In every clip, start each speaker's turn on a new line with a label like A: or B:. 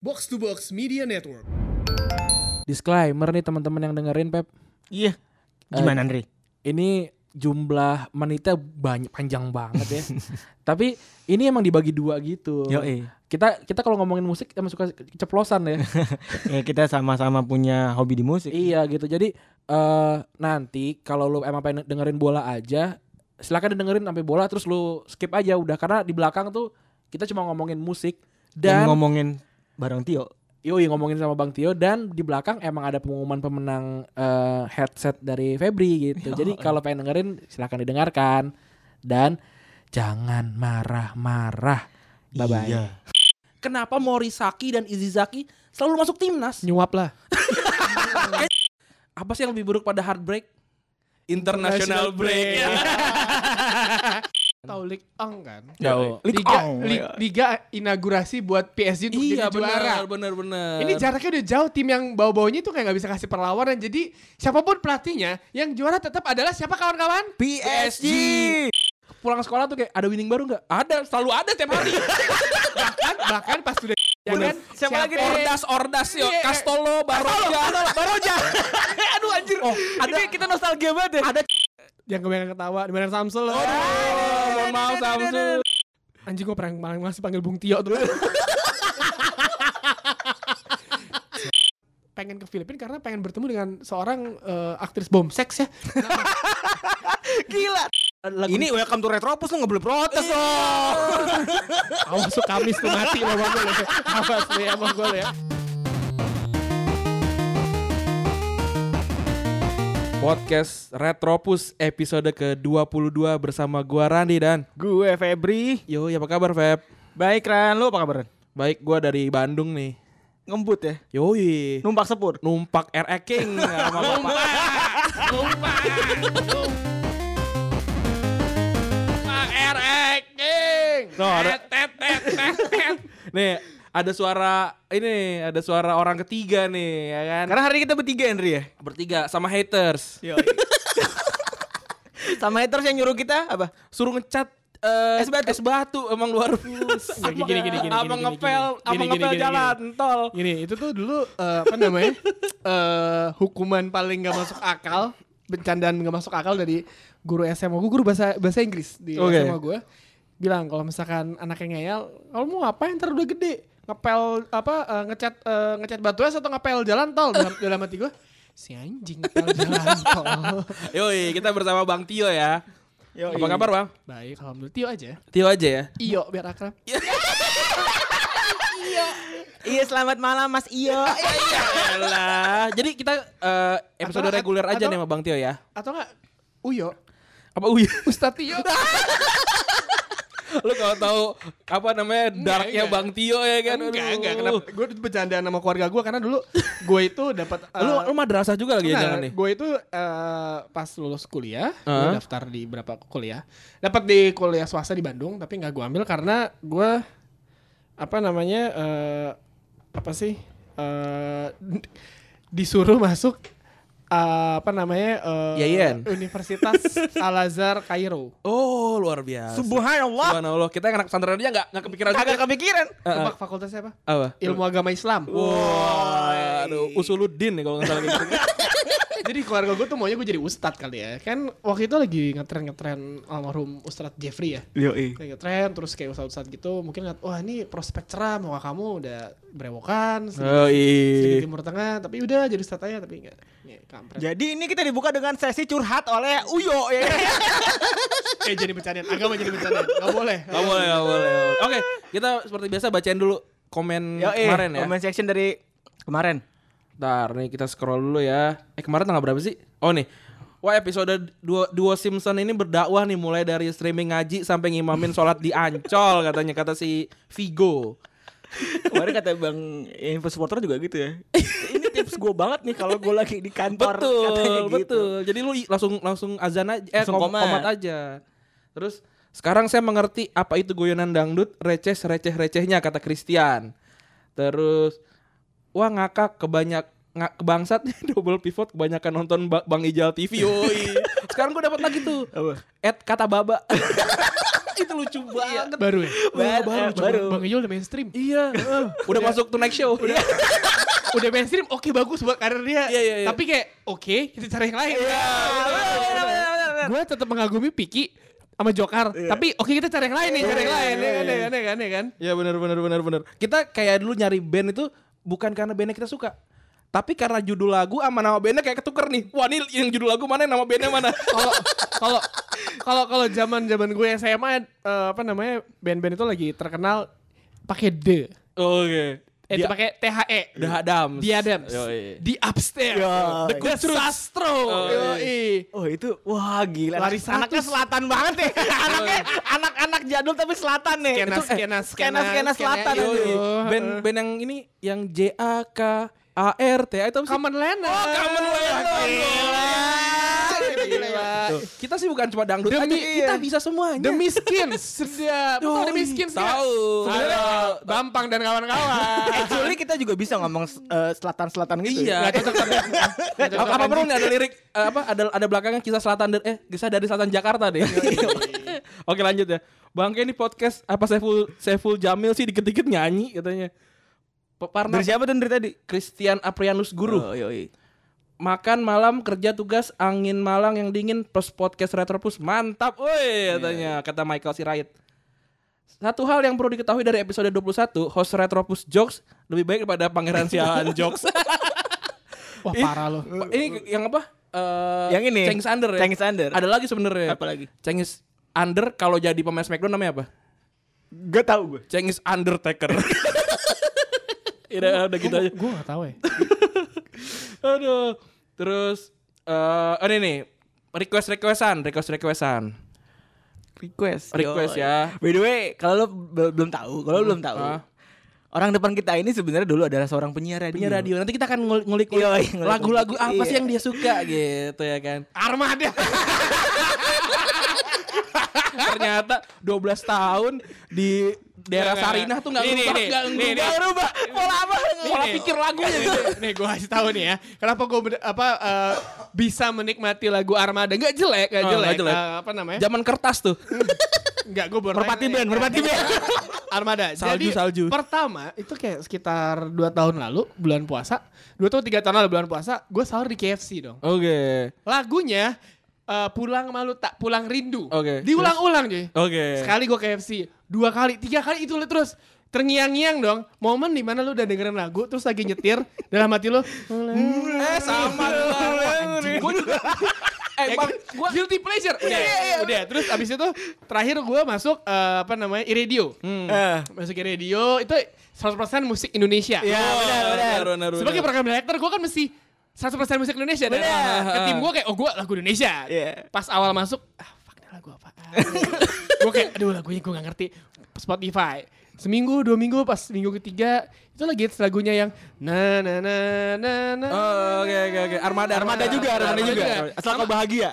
A: Box to Box Media Network.
B: Disclaimer nih teman-teman yang dengerin Pep.
C: Iya. Gimana Andre?
B: Ini jumlah menitnya banyak panjang banget ya. Tapi ini emang dibagi dua gitu.
C: Yo eh.
B: Kita kita kalau ngomongin musik emang suka keceplosan ya.
C: kita sama-sama punya hobi di musik.
B: iya gitu. Jadi eh nanti kalau lu emang pengen dengerin bola aja, silakan dengerin sampai bola terus lu skip aja udah karena di belakang tuh kita cuma ngomongin musik
C: Dan
B: dan
C: ngomongin bareng Tio.
B: Yoi ngomongin sama Bang Tio dan di belakang emang ada pengumuman pemenang eh, headset dari Febri gitu. Jadi kalau pengen dengerin silahkan didengarkan dan jangan marah-marah. Bye bye.
C: Iya.
D: kenapa Morisaki dan Izizaki selalu masuk timnas?
B: Nyuap lah.
D: Apa sih yang lebih buruk pada heartbreak? International break.
A: Tahu League Ang kan?
B: Yo.
A: Liga,
C: oh, iya.
A: li- liga inaugurasi buat PSG untuk
D: iya
A: jadi
D: benar
A: juara.
D: benar benar.
A: Ini jaraknya udah jauh tim yang bau-baunya itu kayak nggak bisa kasih perlawanan. Jadi siapapun pelatihnya yang juara tetap adalah siapa kawan-kawan?
D: PSG.
B: Pulang sekolah tuh kayak ada winning baru nggak?
D: Ada, selalu ada tiap hari.
A: bahkan bahkan pas ya kan? sudah jangan
D: Siapa lagi? Ordas, Ordas yo.
A: Iya.
D: Castolo, Baroja.
A: Baroja
D: Aduh anjir. Oh, ada kita nostalgia banget ya. Ada
A: yang kebanyakan ketawa di mana Samsul lah.
D: Oh, mohon maaf Samsul.
A: anjing gue pernah malah masih panggil Bung Tio dulu pengen ke Filipina karena pengen bertemu dengan seorang eh, aktris bom seks ya
D: Gila.
C: Ini welcome to Retropus lu nggak boleh protes loh.
A: awas tuh Kamis tuh mati lo bang gue awas nih emang gue ya
B: Podcast Retropus episode ke-22 bersama gua Randi dan
C: Gue Febri.
B: Yo, apa kabar Feb?
C: Baik Ran, lu apa kabar? Ran?
B: Baik, gua dari Bandung nih.
C: Ngembut ya.
B: Yoi.
C: Numpak sepur.
B: numpak RE King sama bapak. Tuh, ada- Nih ada suara ini ada suara orang ketiga nih ya kan
C: Karena hari ini kita bertiga Andre ya.
B: bertiga sama haters
C: Sama haters yang nyuruh kita apa?
B: suruh ngecat eh,
C: Es batu.
B: emang luar biasa
A: Gini, gini, gini, gini,
B: ya, abang
A: gini,
B: ngepel
A: gini.
B: abang
A: Gini, gini,
B: ngepel
A: gini,
B: jalan tol
A: gini itu tuh dulu eh, apa namanya eh, hukuman paling gak masuk akal bercandaan gak masuk akal dari guru SMA gue guru bahasa bahasa Inggris di
B: Oke.
A: SMA gue bilang kalau misalkan anaknya ngeyel kalau mau ngapain ntar udah gede ngepel apa eh, ngecat eh, ngecat batu es atau ngepel jalan tol dalam, dalam hati gue si anjing ngepel jalan tol
B: yoi kita bersama bang Tio ya
C: Yoi.
B: apa kabar bang
A: baik alhamdulillah Tio aja
B: Tio aja ya
A: Iyo biar akrab
C: Iya, selamat malam Mas Iyo.
B: Yalah. Iya, jadi kita eh, episode
A: Atau-
B: reguler aja
A: atau-
B: nih sama bang Tio ya
A: atau enggak Uyo
B: apa uy
A: Ustadz Tio
B: lu kalau tahu apa namanya darknya
A: enggak.
B: bang Tio ya kan
A: enggak
B: Aduh.
A: enggak kenapa gue bercanda sama keluarga gue karena dulu gue itu dapat eh,
B: lu lu madrasah juga lagi ya
A: Nah,
B: jangan nih
A: gue itu eh, pas lulus kuliah, gue
B: Heeh.
A: daftar di berapa kuliah, dapat di kuliah swasta di Bandung, tapi nggak gue ambil karena gue apa namanya eh, apa sih eh, disuruh masuk eh, apa namanya eh,
B: Yayan.
A: Universitas Al Azhar Kairo.
B: oh luar biasa
C: Subhanallah.
B: Subhanallah. Kita anak pesantren aja nggak nggak kepikiran juga.
C: Agak kepikiran.
A: Tebak fakultasnya apa?
B: Apa?
A: Ilmu Agama Islam.
B: Wah, aduh, usuluddin nih kalau nggak salah gitu.
A: Jadi keluarga gue tuh maunya gue jadi ustadz kali ya. Kan waktu itu lagi ngetren ngetren almarhum Ustadz Jeffrey ya.
C: Yo,
A: kayak tren terus kayak ustadz-ustadz gitu mungkin ngeliat wah ini prospek cerah muka kamu udah berewokan sedikit,
B: Oh,
A: sedikit
B: iya.
A: timur tengah tapi udah jadi ustadz aja tapi enggak ya, kampret
C: Jadi ini kita dibuka dengan sesi curhat oleh Uyo ya.
A: eh jadi bercandaan agama jadi bercandaan nggak boleh
B: Nggak boleh, nggak boleh. nggak boleh. Oke, kita seperti biasa bacain dulu komen
C: Yo, eh.
B: kemarin ya.
C: Comment section dari kemarin.
B: Bentar, nih kita scroll dulu ya. Eh, kemarin tanggal berapa sih? Oh, nih. Wah, episode duo, duo Simpson ini berdakwah nih mulai dari streaming ngaji sampai ngimamin sholat di Ancol katanya kata si Vigo.
C: Kemarin kata Bang Info supporter juga gitu ya. Ini tips gue banget nih kalau gue lagi di kantor katanya
B: Betul,
C: gitu.
B: betul. Jadi lu i- langsung langsung azan aja eh
C: Langsung
B: kom-
C: komat.
B: komat aja. Terus sekarang saya mengerti apa itu goyonan dangdut receh receh recehnya kata Christian. Terus wah ngakak kebanyak ngak, kebangsat double pivot kebanyakan nonton Ba- Bang Ijal TV. Yoi. sekarang gue dapat lagi tuh.
C: Apa?
B: Ed kata baba. itu lucu
C: Iya.
B: banget.
A: Baru ya?
C: Baru,
A: Wah,
C: eh,
A: lucu
C: baru.
A: banget. Bang Iyul udah mainstream.
E: Iya. eh.
B: Udah masuk Tonight Show.
A: udah mainstream oke bagus buat karir dia.
B: Iya, iya, iya.
A: Tapi kayak oke, kita cari yang lain. Iya, Gue tetap mengagumi Piki sama Jokar, tapi oke kita cari yang lain nih, cari yang lain, ya kan, ya kan, ya kan, ya kan.
B: Ya benar benar benar benar. Kita kayak dulu nyari band itu bukan karena bandnya kita suka. Tapi karena judul lagu sama nama bandnya kayak ketuker nih. Wah ini yang judul lagu mana, nama bandnya mana.
A: Kalau kalau kalau kalau zaman zaman gue SMA eh, apa namanya band-band itu lagi terkenal pakai D,
B: Oke.
A: eh
B: Dia-
A: pakai T H E,
B: The Adams.
A: The Adams,
B: Yoi.
A: The Upstairs,
C: Yoi.
A: The Good Sastro, Yoi.
C: Oh itu wah gila.
A: Laris
C: anaknya selatan banget ya. anaknya
A: Eh,
C: anak-anak jadul tapi selatan nih.
A: Skena,
C: Itu, eh,
A: skena, skena,
C: skena, skena selatan
A: skena,
C: aja.
A: yoi.
B: Band band yang ini yang J A K A R T A itu apa sih?
A: Common Lennon. Oh,
B: Common Lennon. Tuh. Kita sih bukan cuma dangdut aja,
A: Demi-
B: kita
A: iya.
B: bisa semuanya.
A: Demi Skins sedap. Tahu
B: Yoi,
A: Demi Skins nggak?
B: tahu.
A: Sebenarnya Bampang dan kawan-kawan.
C: Actually kita juga bisa ngomong eh, selatan-selatan gitu.
B: Iya.
A: Gak cocok tapi. Nggak
B: Apa,
A: cocok
B: Eh, apa
A: anjing.
B: perlu nggak ada lirik eh, apa ada ada belakangnya kisah selatan dan- eh kisah dari selatan Jakarta deh.
C: Iya,
B: Oke lanjut ya. Bangke ini podcast apa Saiful Saiful Jamil sih dikit-dikit nyanyi katanya. Pe- Parna
C: Dari siapa tuh dari tadi?
B: Christian Aprianus Guru.
C: Oh, yoi.
B: Makan malam kerja tugas angin malang yang dingin plus podcast retropus mantap.
C: Iya,
B: Woi katanya kata Michael Sirait. Satu hal yang perlu diketahui dari episode 21, host Retropus Jokes lebih baik daripada Pangeran Sialan Jokes.
A: Wah parah lo.
B: ini yang apa? Eh,
C: Yang ini.
B: Cengiz Under ya.
C: Cengiz Under.
B: Ada lagi sebenarnya.
C: Apa lagi?
B: Cengiz Under kalau jadi pemain Smackdown namanya apa?
C: Gak tau gue.
B: Cengiz Undertaker. Iya, udah gitu aja.
A: Gue gak tau ya.
B: Aduh. Terus eh ini nih request requestan, request requestan.
C: Request.
B: Request
C: yoi.
B: ya.
C: By the way, kalau lo bel- belum tahu, kalau lo belum tahu.
B: ah.
C: Orang depan kita ini sebenarnya dulu adalah seorang penyiar radio.
B: Punya radio. Nanti kita akan ngulik, ngulik
C: Yoi, ngulik-
B: lagu-lagu
C: ngulik.
B: apa sih
C: Hmm. Iya.
B: yang dia suka gitu ya kan.
A: Armada.
B: Ternyata 12 tahun di daerah
A: Nggak, nggak,
B: Sarinah tuh nggak
A: nggak. Nih,
B: berubah,
A: nih,
B: nggak berubah.
A: nih, nih, nih.
B: berubah. Pola apa? Pola
A: nih.
B: pikir lagunya gitu.
A: nih gue kasih tahu nih ya. Kenapa gue apa eh, bisa menikmati lagu Armada? Gak jelek, gak
B: Oh,
A: jelek.
B: nggak jelek.
A: Eh, apa namanya?
B: Zaman kertas tuh.
A: Enggak, gue baru
B: Merpati
A: nanya.
B: Band, Merpati Band.
A: Armada.
B: Salju,
A: Jadi,
B: salju.
A: Pertama itu kayak sekitar 2 tahun lalu bulan puasa, 2 atau 3 tahun lalu bulan puasa, gue sahur di KFC dong.
B: Oke.
A: Lagunya eh, Pulang Malu Tak Pulang Rindu.
B: Oke,
A: Diulang-ulang, Ji.
B: Oke.
A: Sekali gue KFC, dua kali, tiga kali itu lu terus terngiang-ngiang dong. Momen dimana lu udah dengerin lagu, terus lagi nyetir, dalam hati lu,
B: Eh sama Gue juga. Eh
A: ya
B: bang, Iya,
A: kan?
B: gue
A: guilty pleasure. Udah, udah. Terus abis itu terakhir gue masuk eh, apa namanya Iradio.
B: Hmm.
C: Eh,
A: Masuk Iradio itu 100% musik Indonesia.
B: Iya,
C: ya, benar,
B: Oh,
C: benar.
A: Sebagai program director gue kan mesti 100% musik Indonesia dan ke tim gue kayak oh gue lagu Indonesia.
C: Iya.
A: Pas awal masuk ah fuck ini lagu apa? gue kayak aduh lagunya gue gak ngerti Spotify. Seminggu, dua minggu, pas minggu ketiga itu lagi hits lagunya yang na na na na na.
B: Oh, oke oke oke. Armada,
C: Armada juga, Armada juga. Asal kau bahagia.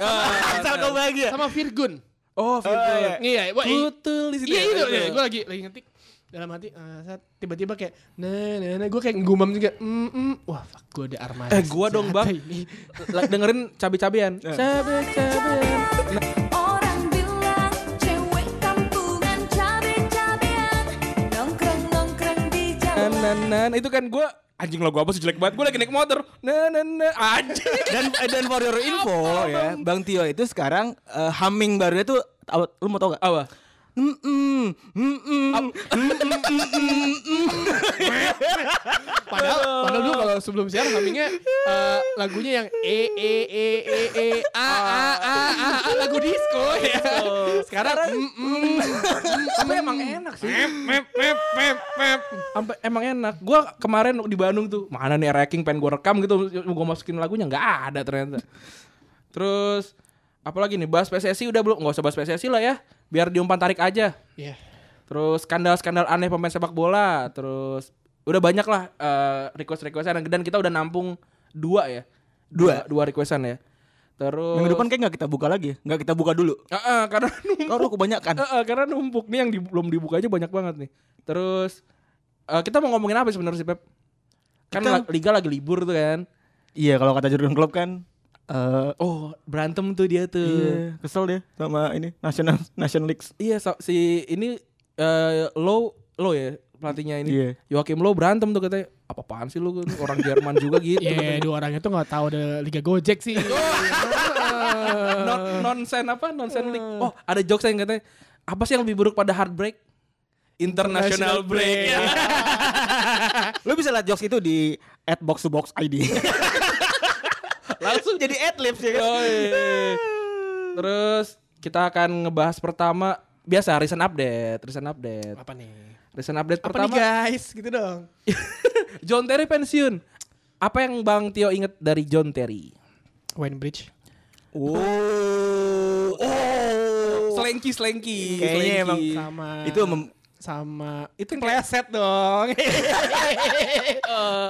C: Asal kau bahagia.
B: iya.
A: sama Virgun.
B: Oh,
C: iya.
B: Virgo.
A: Iya, wah, i-
B: Betul di situ. ya.
A: Iya itu, iya, gue lagi lagi ngetik dalam hati eh, saat tiba-tiba kayak nah nah nah gue kayak ngumam juga mm, mm. wah fuck gue ada armada
B: Eh, gua dong,
A: Senjata
B: Bang.
A: ini.
B: Lagi dengerin cabe-cabean. Cabe-cabean.
F: Orang bilang cewek kampungan cabe-cabean Nongkrong-nongkrong
B: Nan,
F: di jalan
B: nan, nan. Itu kan gue anjing lagu apa sih jelek banget. Gue lagi naik motor. Nan nan nan. Anjing.
C: Dan eh, dan for your info ya, Bang Tio itu sekarang eh, humming barunya tuh apa, lu mau tau gak?
B: Apa?
C: Hmm, hmm, hmm, hmm, hmm, hmm, hmm, hmm, hmm.
A: padahal padahal dulu kalau sebelum siaran kaminya lagunya yang e e e e e a a a a, a, lagu disco ya sekarang mm, mm,
B: Tapi emang enak sih.
A: mep, mep, mep, mep.
B: Sampai emang enak. Gue kemarin di Bandung tuh, mana nih ranking pengen gue rekam gitu, gue masukin lagunya nggak ada ternyata. Terus apalagi nih bahas PSSI udah belum? Nggak usah bahas PSSI lah ya, biar diumpan tarik aja.
A: Iya.
B: Terus skandal-skandal aneh pemain sepak bola, terus udah banyak lah eh, request-requestan dan kita udah nampung dua ya,
C: Dua.
B: dua requestan ya. Terus
C: Minggu depan kayak gak kita buka lagi ya? Gak kita buka dulu
B: Ah, ah, karena
C: Kalau kebanyakan
B: Eh, eh, karena numpuk nih yang di- belum dibuka aja banyak banget nih. Terus eh, kita mau ngomongin apa sebenarnya sih Pep? Kan
C: Kita-
B: la- liga lagi libur tuh kan.
C: Iya kalau kata Jurgen Klopp kan Eh,
B: Oh, berantem tuh dia tuh.
C: iya, kesel dia sama ini National National Leagues.
B: Iya, so- si ini eh Low Low ya pelatihnya ini.
C: Iya.
B: Joachim Low berantem tuh katanya. Apa apaan sih lu kan? orang Jerman juga gitu.
A: Iya,
B: katanya.
A: dua orang itu nggak tahu ada Liga Gojek sih.
B: Eh, non nonsen apa? Nonsen league. Oh, ada jokes yang katanya apa sih yang lebih buruk pada heartbreak? International
A: International
B: break.
A: break.
C: Lu bisa lihat jokes itu di at box to box ID. Langsung jadi adlibs ya kan.
B: Oh, iya. Terus kita akan ngebahas pertama biasa recent update, recent update.
A: Apa nih?
B: Recent update
A: Apa nih
B: pertama
A: guys? Gitu dong.
B: John Terry pensiun. Apa yang Bang Tio inget dari John Terry?
A: Wayne Bridge.
C: Oh. Oh.
B: Selengki, selengki,
C: Kayaknya
B: selengki.
C: emang
A: Sama.
C: Itu mem-
A: sama itu yang pleset dong.
B: Oh.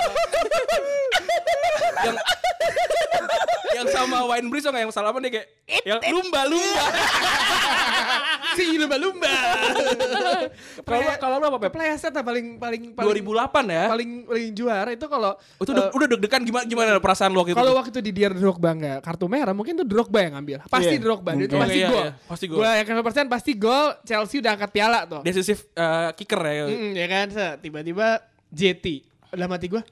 B: yang yang sama Wine Breeze dong, yang salaman dia kayak yang lumba lumba.
A: si lumba-lumba.
B: Kalau lu- kalau lu apa Pep?
A: Pleset lah paling paling
B: 2008
A: paling
B: ya.
A: paling paling juara itu kalau
B: Itu
A: eh,
B: deg- udah deg-degan gimana gimana perasaan lu waktu itu?
A: Kalau waktu di Dier Drogba nggak kartu merah, mungkin tuh Drogba yang ngambil. Pasti
C: Iya,
A: Drogba, itu
B: mungkin.
A: pasti
B: Iya,
A: gol.
B: iya, pasti gol.
A: Gua yakin 100% pasti gol. Chelsea udah angkat piala tuh.
B: Decisive eh, kicker ya.
A: Mm, ya kan, set. tiba-tiba JT. Dalam hati gua,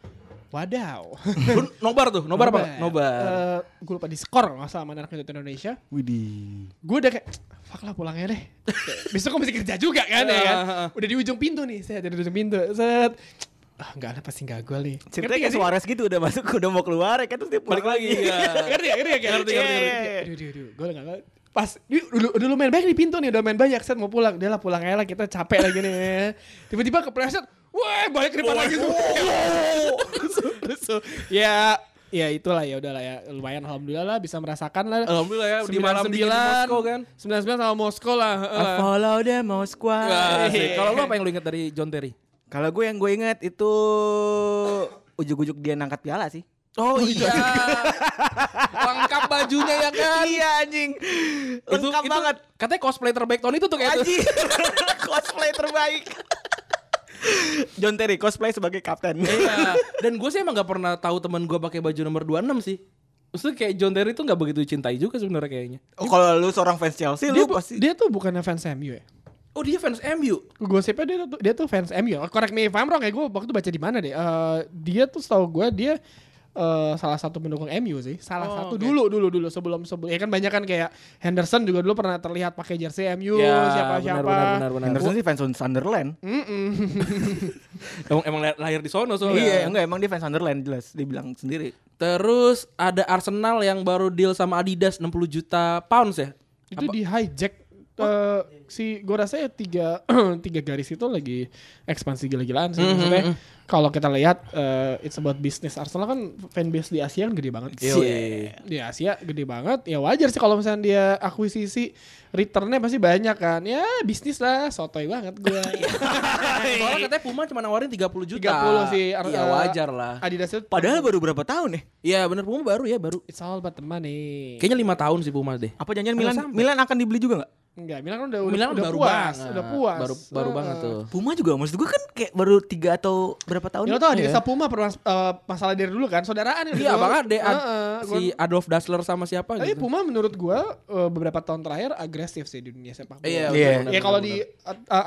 A: wadaw.
B: Lu nobar tuh, nobar, apa? Nobar.
A: Eh, gua lupa di skor nggak salah sama anak itu Indonesia.
C: Widih.
A: Gue udah kayak, fuck lah pulangnya deh. Besok gue mesti kerja juga kan ya kan.
B: Ah, ah, ah.
A: Udah di ujung pintu nih, saya ada di ujung pintu. Set. Ah, enggak lah pasti enggak gol nih.
C: Ceritanya
A: Ngerti
C: kayak
A: nggak sih?
C: Suarez gitu udah masuk udah mau keluar ya kan terus dia
B: Balik lagi. ya.
A: ngerti ya, ngerti ya, kayak
B: Ngerti,
A: Iya,
B: ngerti,
C: ngerti.
A: iya, iya. Aduh, aduh, aduh, gue nggak pas di- dulu dulu main banyak di pintu nih udah main banyak set mau pulang dia lah pulang aja lah kita capek lagi nih tiba-tiba kepleset wah balik ke depan lagi tuh Rusuh, rusuh. ya ya itulah ya udahlah ya lumayan alhamdulillah lah bisa merasakan lah
B: Alhamdulillah ya di malam dingin di
A: 99.
B: Moskow kan.
A: 99 sama Moskow lah heeh.
C: Follow the Moskwa.
B: Wah, asik. Kalau lu apa yang lu inget dari John Terry?
C: Kalau gue yang gue inget itu ujuk-ujuk dia nangkat piala sih.
B: Oh iya. Lengkap bajunya ya kan.
C: Iya anjing. Lengkap banget.
B: Katanya cosplay terbaik tahun itu tuh kayak itu.
C: Anjing. cosplay terbaik. John Terry cosplay sebagai kapten.
B: Iya. Dan gue sih emang gak pernah tahu teman gue pakai baju nomor 26 sih. Maksudnya kayak John Terry tuh gak begitu cintai juga sebenarnya kayaknya.
C: Oh, kalau lu seorang fans Chelsea
A: dia,
C: lu
A: bu-
C: pasti
A: dia tuh bukannya fans MU ya
B: Oh dia fans MU.
A: gosipnya dia tuh dia tuh fans MU. Correct me if I'm wrong ya gue waktu itu baca di mana deh. Eh, dia tuh setahu gue dia eh, salah satu pendukung MU
B: Oh,
A: sih. Salah satu dulu dulu dulu sebelum sebelum ya kan banyak kan kayak Henderson juga dulu pernah terlihat pakai jersey MU siapa siapa.
B: Ya, Benar benar benar. benar.
C: Henderson sih fans Sunderland.
B: Emang, emang lahir di sono soalnya.
C: Iya, enggak emang dia fans Sunderland jelas dia bilang sendiri.
B: Terus ada Arsenal yang baru deal sama Adidas 60 juta pounds ya.
A: Itu di hijack eh, si gue rasa ya tiga tiga garis itu lagi ekspansi gila-gilaan sih
B: Mm-hmm,
A: maksudnya kalau kita lihat eh, it's about business Arsenal kan fanbase di Asia kan gede banget
B: Iya.
A: di Asia gede banget ya wajar sih kalau misalnya dia akuisisi returnnya pasti banyak kan ya bisnis lah sotoy banget gue
B: Iya. Soalnya katanya Puma cuma nawarin 30 juta.
A: 30 sih, Ar-
B: Iya
A: eh,
B: wajar lah.
A: Adidas itu
C: Padahal baru berapa tahun ya?
B: Iya benar Puma baru ya baru.
A: it's all about the money
B: Kayaknya 5 tahun sih Puma deh.
C: Apa janjian Milan
B: sampai.
C: Milan akan dibeli juga nggak?
A: enggak Milan kan udah
B: Milan
A: udah
B: baru
A: puas
B: banget.
A: udah puas
B: Baru baru
A: Ah.
B: banget tuh.
C: Puma juga maksud gue kan kayak baru tiga atau berapa tahun?
A: Ya lo tau Adidas
C: Iya.
A: sama Puma pernah eh, masalah dari dulu kan saudaraan
B: Iya banget deh Ad- si
A: si
B: Adolf Dassler sama siapa
A: tapi
B: gitu.
A: Puma menurut gue beberapa tahun terakhir agresif sih di dunia sepak bola.
B: Iya,
C: Iya.
B: benar,
A: ya
B: benar,
A: kalau
B: benar.
A: di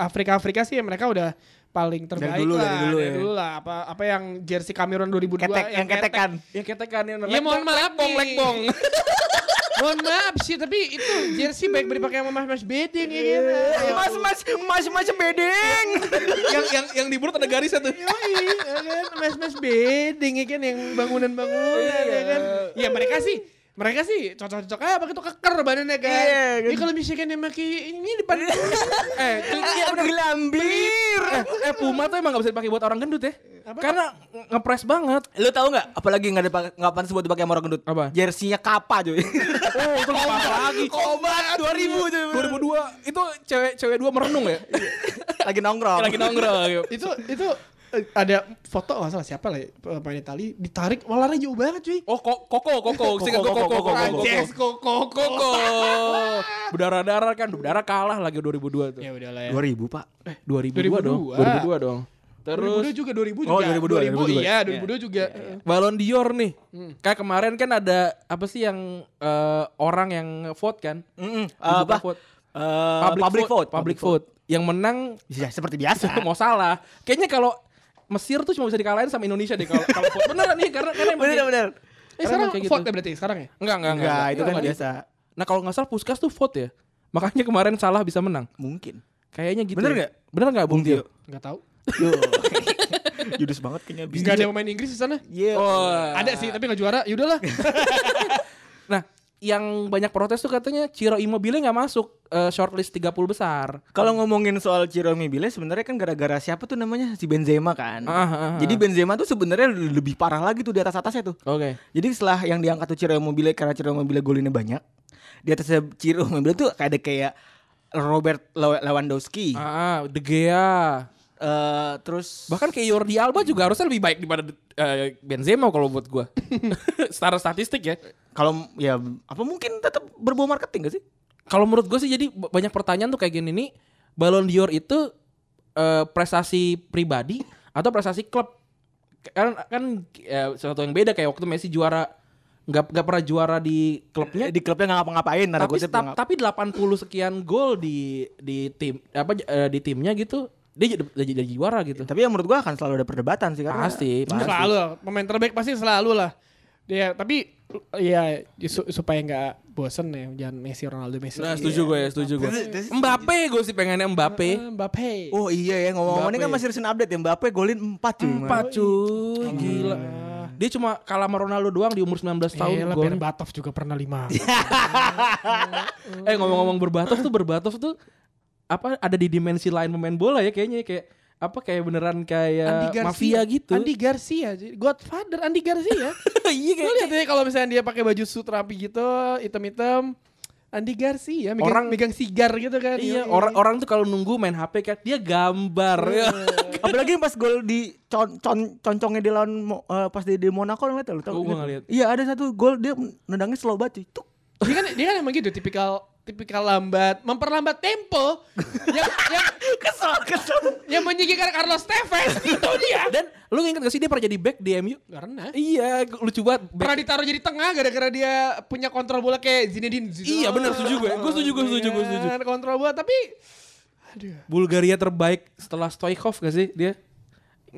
A: Afrika Afrika sih ya mereka udah paling terbaik
C: dulu,
A: lah
C: dari dulu ya.
A: lah apa apa yang jersey Kamerun 2002
C: Ketek, yang ketekan.
B: Ya ketekan yang
A: Ya mohon maaf
B: bong,
A: nih.
B: bong.
A: mohon maaf sih tapi itu jersey baik beri pakai sama mas-mas bedeng ya kan
C: Mas mas mas mas bedeng.
B: yang yang yang di perut ada garisnya tuh.
A: Yoi, ya kan mas-mas bedeng ya kan yang bangunan-bangunan ya kan ya mereka sih mereka sih cocok-cocok aja pakai tuh keker badannya kan.
C: Iya,
A: Ya kalau misalkan yang pakai ini depan eh
C: Iya udah gelambir.
B: Eh, eh, Puma tuh emang gak bisa dipakai buat orang gendut ya. Karena nge- ngepres banget.
C: Lu tahu nggak? Apalagi nggak ada pak- nggak pantas buat dipakai sama orang gendut.
B: Apa?
C: Jersinya Kappa cuy.
B: Oh, itu lupa apa lagi.
C: Kobat 2000 cuy.
B: 2002 itu cewek-cewek dua merenung ya.
C: Lagi nongkrong.
B: Lagi nongkrong. yuk.
A: itu itu eh, ada foto nggak salah siapa lah ya, pemain Itali ditarik walarnya jauh banget cuy.
B: Oh, ko- koko, koko, singkat koko, koko, koko, koko.
A: Anjes koko koko.
B: Koko. Berdarah-darah kan, berdarah kalah lagi 2002 tuh.
A: Ya udahlah ya.
C: 2000 pak.
B: Eh, 2002, dong.
A: 2002.
B: 2002 dong. Terus
A: 2002 juga 2000 juga.
C: Oh, 2002, 2002 juga.
A: Iya, 2002 juga.
B: Balon Dior nih. Kayak kemarin kan ada apa sih yang eh, orang yang vote kan?
C: Mm-mm.
B: Dibuka
C: apa?
B: vote.
C: Eh, public, vote.
B: Public vote. Yang menang
C: Ya, seperti biasa.
B: mau salah. Kayaknya kalau Mesir tuh cuma bisa dikalahin sama Indonesia deh kalau kalau vote. Beneran nih karena karena emang kayak-
C: Bener-bener.
A: Eh,
B: Karena
A: sekarang
B: emang kayak gitu.
A: vote ya berarti sekarang ya?
B: Enggak, enggak, enggak.
C: Enggak, itu kan
B: Enggak,
C: biasa.
B: Nah, kalau nggak salah Puskas tuh vote ya. Makanya kemarin salah bisa menang.
C: Mungkin.
B: Kayaknya gitu.
C: Bener
B: ya.
C: nggak?
B: Bener nggak Bung Tio?
A: Enggak tahu.
C: Yo. Judes banget kayaknya bis.
A: Enggak ada pemain Inggris di sana.
C: Iya.
B: Oh.
A: Ada sih, tapi nggak juara. Ya Yaudahlah.
B: Nah, yang banyak protes tuh katanya Ciro Immobile nggak masuk eh, shortlist 30 besar.
C: Kalau ngomongin soal Jerome Bile sebenarnya kan gara-gara siapa tuh namanya si Benzema kan.
B: Ah, ah, ah.
C: Jadi Benzema tuh sebenarnya lebih parah lagi tuh di atas atasnya tuh.
B: Oke.
C: Jadi setelah yang diangkat tuh Jerome Bile karena Jerome Bile golinnya banyak, di atasnya Jerome Bile tuh kayak ada kayak Robert Lew- Lewandowski.
B: Ah, De Gea.
C: Eh, terus
B: Bahkan kayak Jordi Alba juga harusnya lebih baik daripada eh, Benzema kalau buat gua. Secara statistik ya.
C: kalau ya apa mungkin tetap berbau marketing gak sih?
B: Kalau menurut gue sih jadi b- banyak pertanyaan tuh kayak gini nih, Ballon d'Or itu eh, prestasi pribadi atau prestasi klub? Kan kan eh, sesuatu yang beda kayak waktu Messi juara nggak nggak pernah juara di klubnya
C: Di klubnya nggak ngapa-ngapain, tanda
B: tapi
C: kutip
B: tap-
C: nggak-
B: tapi 80 sekian gol di di tim apa eh, di timnya gitu dia jadi jadi, jadi juara gitu.
C: Tapi yang menurut gua akan selalu ada perdebatan sih karena
B: Pasti, pasti.
A: selalu. lah. Pemain terbaik pasti selalu lah. Dia tapi ya su- supaya nggak bosen ya jangan Messi Ronaldo Messi.
B: Nah, setuju gue ya, setuju gue. Mbappe gue sih pengennya Mbappe.
A: Eh, Mbappe.
C: Oh iya ya ngomong-ngomongnya kan masih recent update ya Mbappe golin 4 cuy.
B: Empat cuy, gila. Dia cuma kalah sama Ronaldo doang di umur
C: Eh,
B: 19 tahun.
A: Elah,
B: Gol.
A: Iya, Berbatov juga pernah lima.
B: Eh ngomong-ngomong berbatov tuh berbatov tuh apa ada di dimensi lain pemain bola ya kayaknya kayak apa kayak beneran kayak mafia gitu.
A: Andi Garcia, jadi Godfather Andi Garcia.
B: iya
A: Lu lihat deh kalau misalnya dia pakai baju suit rapi gitu, hitam-hitam. Andi Garcia, megang,
B: Orang-
A: megang sigar gitu kan.
B: Iya,
A: Yoi.
B: orang-orang tuh kalau nunggu main HP kan dia gambar.
A: Iya.
C: Apalagi pas gol di con, con, concongnya di lawan Mo- eh, pas di, di Monaco ngeliat ya, lu tau?
B: Oh, gua ngeliat.
C: Iya ada satu gol dia nendangnya slow banget cuy. Tuk.
A: Dia kan dia kan emang gitu tipikal tipikal lambat, memperlambat tempo yang yang
C: Kesel kesel.
A: yang menyingkirkan Carlos Tevez itu dia.
B: Dan lu inget gak sih dia pernah jadi back di MU?
A: Karena
B: Iya, lucu banget.
A: pernah ditaruh jadi tengah gara-gara dia punya kontrol bola kayak Zinedine Zidane.
B: Iya, benar, setuju gue. Gue setuju, gue setuju, gue setuju.
A: Kan, Kontrol bola tapi
B: Bulgaria terbaik setelah Stoichkov gak sih dia?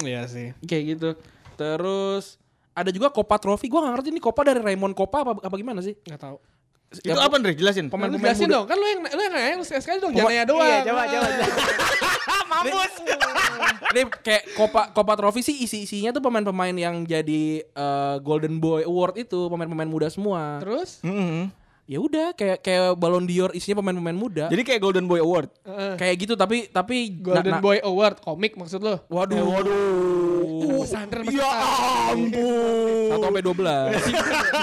A: Iya sih.
B: Kayak gitu. Terus ada juga Copa Trophy. Gua gak ngerti ini Copa dari Raymond Copa apa, apa gimana sih?
A: Enggak tahu.
C: Itu apa Andre jelasin?
A: Pemain
B: Pemain-pemain
A: jelasin
B: muda.
A: dong, kan lu yang lu yang nanya lu sekali dong, jangan nanya doang.
C: Iya coba coba. Mampus.
B: Ini kayak Copa Copa Trophy sih isi-isinya tuh pemain-pemain yang jadi eh, Golden Boy Award itu, pemain-pemain muda semua.
A: Terus
C: Mm-mm.
B: Ya udah kayak kayak Ballon d'Or isinya pemain-pemain muda.
C: Jadi kayak Golden Boy Award.
A: eh,
B: kayak gitu tapi tapi na-
A: Golden
B: na-
A: Boy Award komik maksud lu?
B: Waduh.
A: Uh,
B: waduh.
A: santren
B: iya.
C: Ya
B: 1
C: ampun.
B: sampai 12.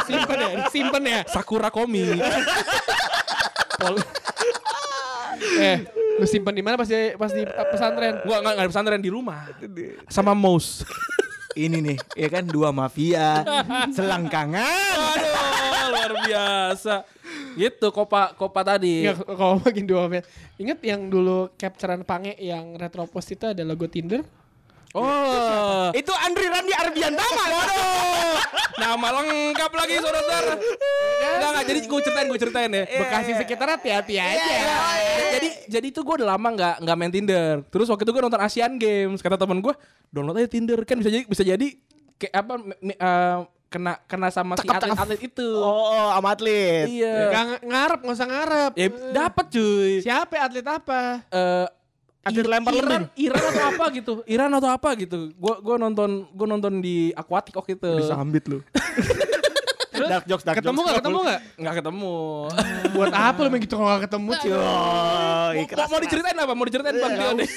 A: simpen ya, simpen ya.
B: Sakura komik.
A: Eh, lu simpen di mana pas di pas di pesantren?
B: Gua enggak ada pesantren di rumah. Sama mouse.
C: Ini nih, ya kan dua mafia selangkangan.
B: Aduh, luar biasa. Gitu Copa Copa tadi.
A: Enggak, kalau makin dua ya. Ingat yang dulu capturean Pange yang Retropos itu ada logo Tinder?
B: Oh,
C: Itu Andri Randi Arbian Tama. Waduh.
B: nama lengkap lagi saudara.
C: Iya.
B: Enggak enggak jadi gue ceritain gue ceritain ya.
A: Bekasi sekitar hati-hati
B: Iya,
A: aja.
C: Iya,
B: Jadi jadi itu gue udah lama nggak nggak main Tinder. Terus waktu itu gue nonton Asian Games kata teman gue download aja Tinder kan bisa jadi bisa jadi kayak apa me- me- eh, kena kena sama si atlet, atlet itu.
C: Oh, kan? oh sama atlet.
B: Iya.
A: Nggak ng- ngarep, nggak usah ngarep.
B: Ya, dapat cuy.
A: Siapa ya, atlet apa?
B: Eh, I-
C: Atlet lempar
B: Iran,
C: lembing.
B: Iran atau apa gitu. Iran atau apa gitu. Gua gua nonton gua nonton di Aquatic waktu itu.
C: Disambit lu. dark jokes, dark
A: Ketemu
C: jokes.
A: nggak? Ketemu nggak?
B: Nggak ketemu.
A: Buat apa lu main gitu kalau nggak ketemu cuy?
C: Oh,
B: mau, mau, mau diceritain apa? Mau diceritain
A: Eh,
B: Bang Tio deh.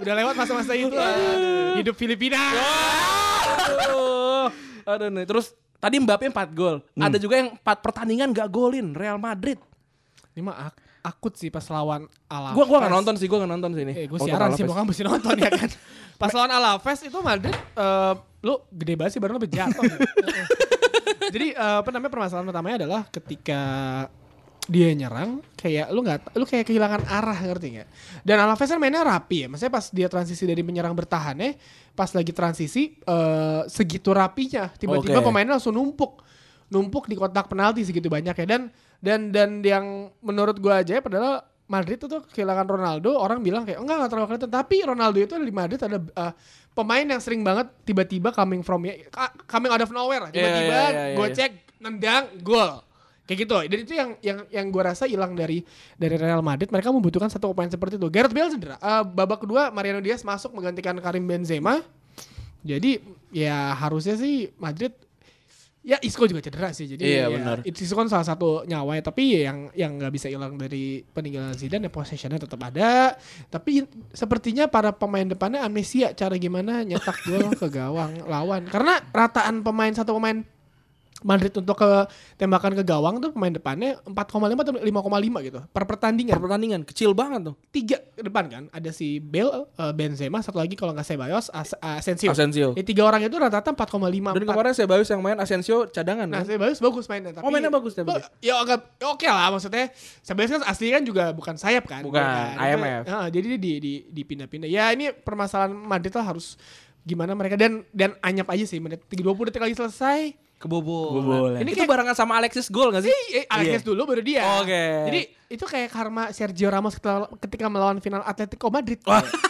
A: Udah lewat masa-masa itu. Hidup Filipina.
B: Aduh. Aduh nih. Terus tadi Mbappe 4 gol.
A: Hmm.
B: Ada juga yang 4 pertandingan gak golin Real Madrid.
A: Ini mah ak- akut sih pas lawan Alaves.
B: Gua gua gak nonton sih, gua gak nonton sih ini.
A: Eh, gue
B: Nonton
A: siaran sih,
B: Alaves.
A: mau kamu mesti nonton ya kan. Pas lawan Alaves itu Madrid, eh, lu gede banget sih, baru lu sampai jatuh. Jadi eh, apa namanya permasalahan pertamanya adalah ketika dia nyerang kayak lu nggak lu kayak kehilangan arah ngerti nggak dan Alaves kan mainnya rapi ya maksudnya pas dia transisi dari menyerang bertahannya pas lagi transisi eh, segitu rapinya
E: Oke.
A: tiba-tiba pemainnya langsung numpuk numpuk di kotak penalti segitu banyak ya dan dan dan yang menurut gua aja ya, padahal Madrid itu kehilangan Ronaldo orang bilang kayak enggak enggak terlalu kelihatan tapi Ronaldo itu ada di Madrid ada eh, pemain yang sering banget tiba-tiba coming from ya, coming out of nowhere tiba-tiba
B: Iya, iya, iya, iya.
A: gocek cek nendang gol kayak gitu dan itu yang yang yang gue rasa hilang dari dari Real Madrid mereka membutuhkan satu pemain seperti itu Gareth Bale cedera Eh, babak kedua Mariano Diaz masuk menggantikan Karim Benzema jadi ya harusnya sih Madrid ya Isco juga cedera sih jadi
B: Iya,
A: ya,
B: benar.
A: Isco kan salah satu nyawa ya tapi ya yang yang nggak bisa hilang dari peninggalan Zidane ya possessionnya tetap ada tapi sepertinya para pemain depannya amnesia cara gimana nyetak gol ke gawang lawan karena rataan pemain satu pemain Madrid untuk ke tembakan ke gawang tuh pemain depannya 4,5 atau 5,5 gitu per pertandingan
B: Per ya pertandingan kecil banget tuh.
A: tiga ke depan kan ada si Bale eh, Benzema satu lagi kalau nggak Sebayos As Asensio.
B: Asensio.
A: Ya, tiga orang itu rata-rata 4,5
B: Dan
A: empat.
B: kemarin saya bagus yang main Asensio cadangan
A: Nah
B: kan?
A: Sebayos bagus mainnya tapi
B: Oh, mainnya bagus, tapi-
A: Ba- ya agak ya oke lah maksudnya Sebayos kan asli kan juga bukan sayap kan
B: Bukan, IMF.
A: Itu- Heeh, jadi dia di, di, dipindah-pindah ya ini permasalahan Madrid lah harus gimana mereka dan dan anyap aja sih menit 20 detik lagi selesai
B: Kebobolan.
C: Kebobolan.
B: Ini
A: Ini
B: itu
A: kayak-
B: barengan sama Alexis Gol gak sih?
A: Eh, Alexis dulu baru dia.
B: Iya. Oke.
A: Jadi itu kayak karma Sergio Ramos ketika, ketika melawan final Atletico Madrid.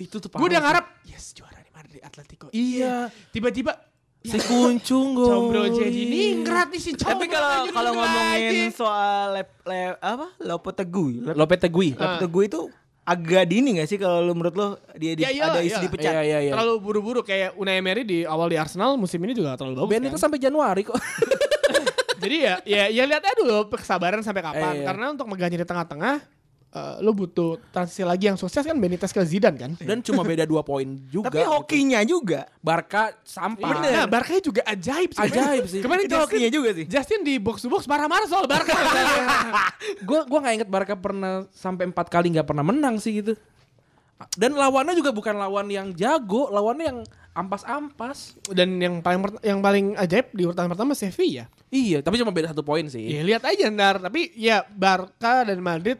B: itu tuh
A: Gue udah ngarep, yes juara nih Madrid Atletico.
B: Iya.
A: Tiba-tiba "Ya,
B: Si kuncung gol.
A: Combro jadi ningrat nih si Combro.
C: Tapi kalau
A: jadi
C: kalau
A: ningrat
C: ngomongin
A: aja.
C: soal lep, lep, apa Lopetegui, Lep-
B: Lopetegui.
A: Ah.
C: Lopetegui itu agak dini gak sih kalau lu menurut lo dia di,
A: Ya
C: ada
A: iyalah,
C: isu
A: iyalah.
C: dipecat?
B: Iya, iya.
A: terlalu buru-buru kayak Unai Emery di awal di Arsenal musim ini juga terlalu bagus.
B: Ben
A: kan?
B: itu sampai Januari kok.
A: Jadi ya ya ya lihat aja dulu kesabaran sampai kapan.
B: Eh, iya.
A: Karena untuk megahnya di tengah-tengah eh, lo butuh transisi lagi yang sukses kan Benitez ke Zidane kan.
B: Dan cuma beda dua poin juga.
C: Tapi hokinya juga.
B: Barca sampah.
A: Nah, Barca juga ajaib sih.
B: Iya. Ajaib sih.
A: Kemarin
C: Itu
A: Justin,
C: hokinya juga sih.
A: Justin di box to box marah-marah soal Barca.
B: Iya. Gue gua nggak inget Barca pernah sampai empat kali nggak pernah menang sih gitu. Dan lawannya juga bukan lawan yang jago, lawannya yang ampas-ampas.
A: Dan yang paling pert- yang paling ajaib di urutan pertama Sevilla.
B: Iya, tapi cuma beda satu poin sih.
A: Ya lihat aja ntar. Tapi ya Barca dan Madrid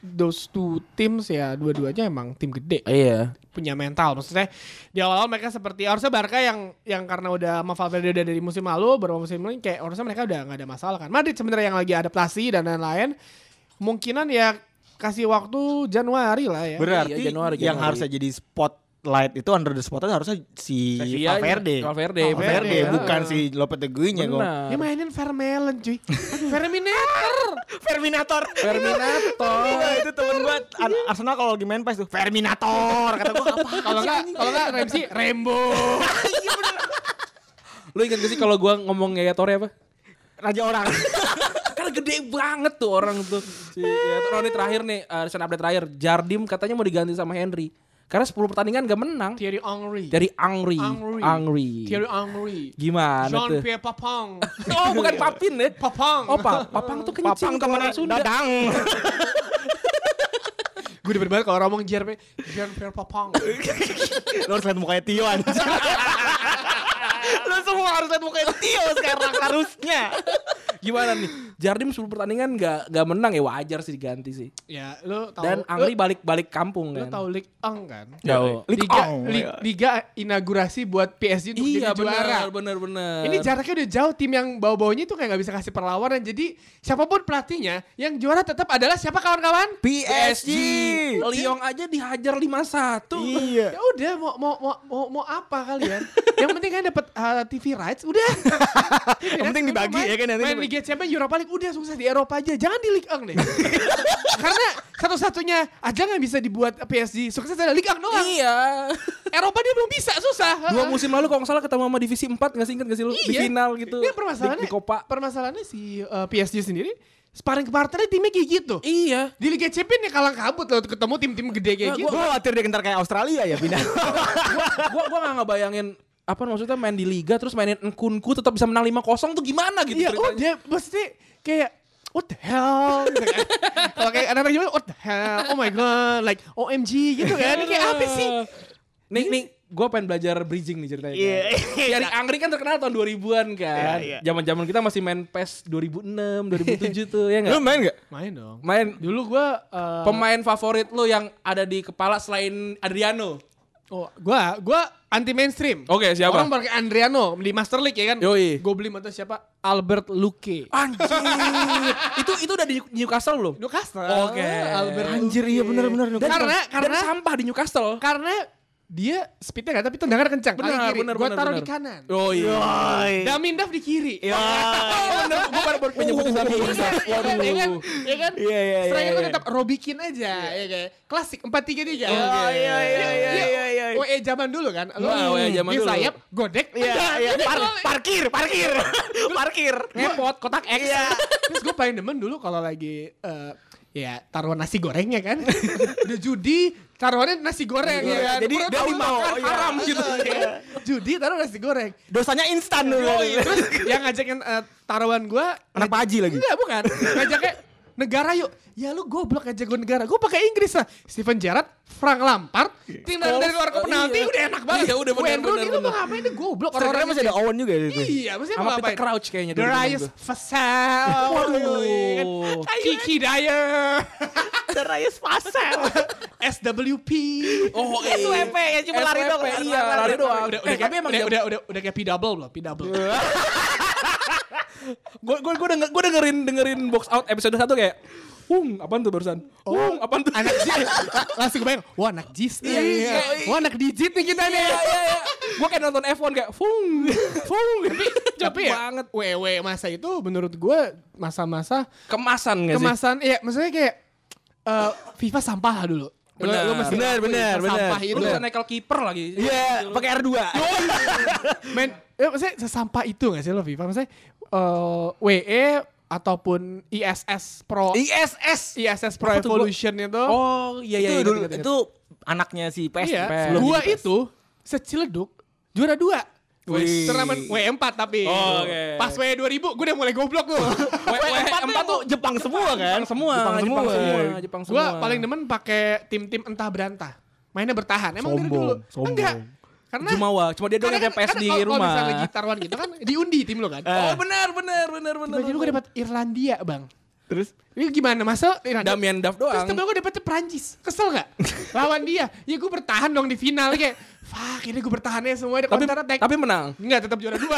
A: those two teams ya dua-duanya emang tim gede
B: Iya.
A: punya mental maksudnya di awal-awal mereka seperti harusnya Barca yang yang karena udah sama Valverde udah dari musim lalu beberapa musim lalu kayak harusnya mereka udah nggak ada masalah kan Madrid sebenarnya yang lagi adaptasi dan lain-lain kemungkinan ya kasih waktu Januari lah ya
C: Berarti
B: Iya, Januari,
C: yang
B: Januari.
C: harusnya jadi spotlight itu under the spotlight harusnya si
B: Sevilla,
C: Valverde. Oh,
B: Valverde,
A: Valverde,
C: Valverde
A: Valverde,
C: bukan
A: ya.
C: si Lopeteguinya kok.
B: Benar.
A: Dia mainin Vermelen cuy. Verminator.
C: Verminator.
B: Terminator.
C: Iya, itu temen gue Arsenal kalau lagi main pas tuh Verminator kata gue apa?
A: Kalau enggak kalau enggak Ramsey Rembo.
B: Lu ingat gak sih kalau gua ngomong Yaya Torre apa?
C: Raja orang.
B: Karena gede banget tuh orang tuh. Si, ya, oh, ini terakhir nih, uh, recent update terakhir. Jardim katanya mau diganti sama Henry. Karena 10 pertandingan gak menang.
A: Thierry Henry.
B: Dari Angri.
A: Angri.
B: Angri.
A: Thierry Henry.
B: Gimana
A: Jean
B: tuh?
A: Pierre Papang.
B: Oh bukan Papin ya.
A: Papang.
B: Oh pa Papang tuh kencing
C: Papang
B: kalau
C: temen
B: orang Sunda.
C: dadang.
A: Gue demen banget kalau orang ngomong Jean Pierre Jean Pierre Papang.
C: Lo harus liat mukanya Tio anjing. Lo semua harus liat mukanya Tio sekarang harusnya.
B: Gimana nih? Jardim 10 pertandingan gak, gak menang ya wajar sih diganti sih.
A: ya, lu tahu.
B: Dan Angri balik-balik kampung
A: lu, lu
B: kan.
A: tahu Ligue 1 kan?
B: Tahu.
C: Ligue
A: Liga,
C: 1.
A: Li- Liga inaugurasi buat PSG untuk
B: Iya
A: jadi juara.
B: benar benar benar.
A: Ini jaraknya udah jauh tim yang bau-baunya itu kayak nggak bisa kasih perlawanan. Jadi siapapun pelatihnya yang juara tetap adalah siapa kawan-kawan?
C: PSG.
B: Lyon aja dihajar 5-1.
C: Iya.
A: Ya udah mau mau mau mau, mau apa kalian? yang penting kan dapat uh, TV rights udah. TV rights,
C: penting dibagi
A: main-
C: ya kan, nanti
A: Main
C: dibagi.
A: Liga Champions Europa League udah sukses di Eropa aja, jangan di Ligue 1 deh. Karena satu-satunya aja nggak bisa dibuat PSG sukses adalah Ligue 1 doang.
B: Iya.
A: Eropa dia belum bisa, susah.
B: Dua
A: Heeh.
B: musim lalu kalau nggak salah ketemu sama divisi 4 nggak sih inget nggak sih lu di
A: Iya.
B: final gitu.
A: Dia permasalahannya
B: di, di Copa.
A: permasalahannya si uh, PSG sendiri sparring partnernya timnya kayak gitu.
B: Iya.
A: Di Liga Champions ya kalang kabut loh ketemu tim-tim gede kayak
B: Nah,
A: gitu.
C: Gue khawatir dia kentar kayak Australia ya pindah.
B: gua gua nggak ngebayangin apa maksudnya main di liga terus mainin engkunku tetap bisa menang 5-0 tuh gimana gitu
A: Iya, oh
B: ceritanya.
A: dia maksudnya kayak what the hell gitu kan. Kalau kayak anak-anak gimana what the hell, oh my god, like OMG gitu kan. Ini kayak apa sih?
B: Nih nih gue pengen belajar bridging nih ceritanya.
C: Iya.
B: Dari Angri kan terkenal tahun 2000-an kan.
C: Iya, iya.
B: Zaman-zaman kita masih main PES 2006, 2007 tuh ya
C: Lu
B: enggak?
C: main gak?
A: Main dong.
B: Main
A: Dulu gue
B: pemain favorit lu yang ada di kepala selain Adriano.
A: Oh, gua gua anti mainstream.
B: Oke, siapa?
A: Orang pakai Andriano di Master League ya kan?
B: Yoi.
A: Gue beli mata siapa? Albert Luque.
B: Anjir. itu itu udah di Newcastle belum?
A: Newcastle.
B: Oke.
A: Albert
C: Anjir
A: Luque.
C: iya bener-bener
A: Dan karena
B: Dan
A: karena
B: sampah di Newcastle.
A: karena dia speednya nggak tapi tendangan kencang.
B: Benar, benar,
A: Gue
B: benar,
A: taruh di
B: benar.
A: kanan.
B: Oh iya.
A: Damindaf di kiri.
C: Iya.
B: Oh, Bener, gue baru baru penyebutin tapi
A: Waduh. Ya kan? Ya kan?
C: Iya, iya, iya,
A: Striker tuh
C: iya.
A: tetap Robikin aja, ya kayak klasik 4-3-3.
C: Oh, iya, iya, iya, iya, iya. E
A: WE zaman dulu kan. Lu
B: Wah, WE zaman
A: di
B: dulu.
A: sayap godek.
C: Iya,
A: tendang.
C: iya.
A: Jadi
C: Par-
A: gol.
C: parkir, parkir, parkir.
B: Ngepot kotak X.
C: Iya.
A: Terus gue paling demen dulu kalau lagi eh, ya taruhan nasi gorengnya kan. Udah judi taruhannya nasi goreng ya kan.
C: Iya, Jadi
A: Perut
C: dia
A: tahu
C: mau
A: makan,
C: iya.
A: haram gitu. ya kan. Judi taruh nasi goreng.
C: Dosanya instan dulu.
A: Terus yang ngajakin eh, taruhan gue
C: Anak Pak Haji lagi.
A: enggak bukan. Ngajaknya negara yuk. Ya lu goblok aja gue negara. Gue pakai Inggris lah. Steven Gerrard, Frank Lampard, tindakan dari luar ke
B: Oh,
A: penalti
B: iya.
A: udah enak banget.
B: Iya, udah benar,
A: Wayne
B: benar,
A: Rooney lu mau
B: benar.
A: ngapain Ini goblok
C: Orang-orang masih ada Owen juga gitu.
A: Iya, maksudnya
B: Sama
A: mau
B: Peter
A: ngapain?
B: Crouch kayaknya dulu zaman
A: Darius
B: gua.
A: Vassell.
B: Waduh.
A: Iya kan? Kiki Dyer.
C: Darius Fasel.
A: SWP.
B: Oh, iya.
C: SWP ya cuma lari
B: SWP,
C: doang.
B: Iya, lari doang.
A: Oh, Udah,
B: Eh,
A: udah,
B: tapi
A: kayak,
B: emang
A: udah,
B: jam-
A: udah, udah, udah kayak P double loh, P double.
B: gue gue gue denger, gue dengerin dengerin box out episode 1 kayak Wung, apaan tuh barusan? Wung, apaan tuh?
A: Oh, anak jis. Langsung gue bayang, wah anak jis nih.
B: Iya.
A: Wah anak digit nih kita nih.
B: gue iya, kayak nonton F1 kayak Fung, Fung.
A: Tapi ya, banget. WW masa itu menurut gue masa-masa
B: Kemasan gak sih?
A: kemasan, iya maksudnya kayak eh, FIFA sampah dulu. Lu-
B: Benar.
A: lu mesti
C: Benar,
A: akui
C: benar,
A: FIFA Sampah
C: benar.
A: itu.
B: Lu bisa nekel kiper lagi.
C: Iya, pakai R2.
A: Men, ya, maksudnya sesampah itu gak sih lo FIFA? Maksudnya eh, WE ataupun ISS Pro
C: ISS.
A: ISS Pro
B: Apa tuh gua-
A: Evolution itu
B: Oh, iya iya
C: Itu
B: iya.
C: dulu
B: ingat, ingat,
C: itu anaknya si PS.
A: Iya,
C: sebelum
A: gua
C: jadi PS.
A: itu seciledug juara dua.
B: Wih.
A: Turnamen W4 tapi.
B: Oh, oke.
A: Pas W2000 gue udah mulai goblok tuh.
B: ingat. W- W4
C: eh, empat tuh Jepang semua kan?
B: Jepang semua,
C: Jepang semua.
B: Jepang semua, iya. Jepang semua.
A: gue paling demen pakai tim-tim entah berantah. Mainnya bertahan. Emang
C: Sombong,
A: dari dulu.
C: sombong.
A: Enggak. Karena
B: Jumawa, cuma dia doang ada
A: karena kan-
B: PS
A: karena
B: di
A: kalau- Kalau
B: rumah.
A: misalnya lagi taruhan gitu kan diundi tim lo kan.
B: Oh, benar benar benar benar.
A: Tiba-tiba gue dapat Irlandia, Bang.
C: Terus
A: Ini gimana masa Irlandia?
B: Damian Duff
A: Terus
B: doang.
A: tiba gue dapetnya Perancis. Kesel gak? Lawan dia. Ya gue bertahan dong di final kayak. Fuck ini gue bertahannya semua.
B: Tapi
A: Counter attack.
B: tapi menang. Oh,
A: Enggak tetap juara dua.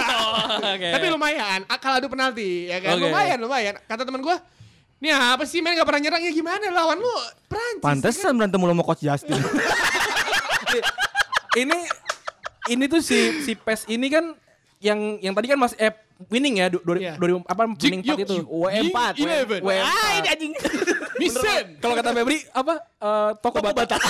B: oke.
A: Tapi lumayan, a- kalah adu penalti ya kan.
B: Oke.
A: Lumayan, lumayan. Kata teman gua, "Nih apa sih main gak pernah nyerang ya gimana lawan lu Prancis."
C: pantesan berantem mulu sama Coach Justin.
B: ini ini tuh si si PES ini kan yang yang tadi kan masih eh, winning ya du, du,
A: Iya.
B: du- apa winning part itu.
C: W4.
A: W11.
C: Ah, ini anjing.
A: Misen.
B: Kalau kata Febri apa eh, toko bata. Nah,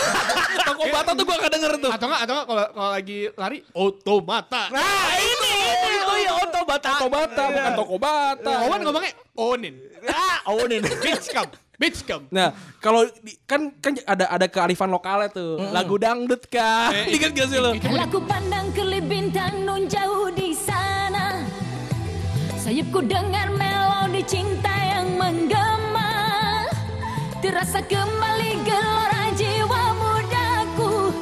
B: toko bata tuh gua gak denger tuh.
A: Atau enggak atau enggak kalau kalau lagi lari otomata.
B: Oh,
C: Nah, ini ini itu ya Oto Bata.
B: Toko bata Iya. bukan toko bata.
A: Lawan Nah, ngomongnya onin.
C: Ah, oh ini.
A: Bitch come. Bitch come.
B: Nah, kalau di- kan kan ada ada kearifan lokalnya tuh. Lagu dangdut kan. Ingat gak sih lo?
F: Kalau aku pandang kelip bintang nun jauh di sana Sayapku dengar melodi cinta yang menggema Terasa kembali gelora jiwa mudaku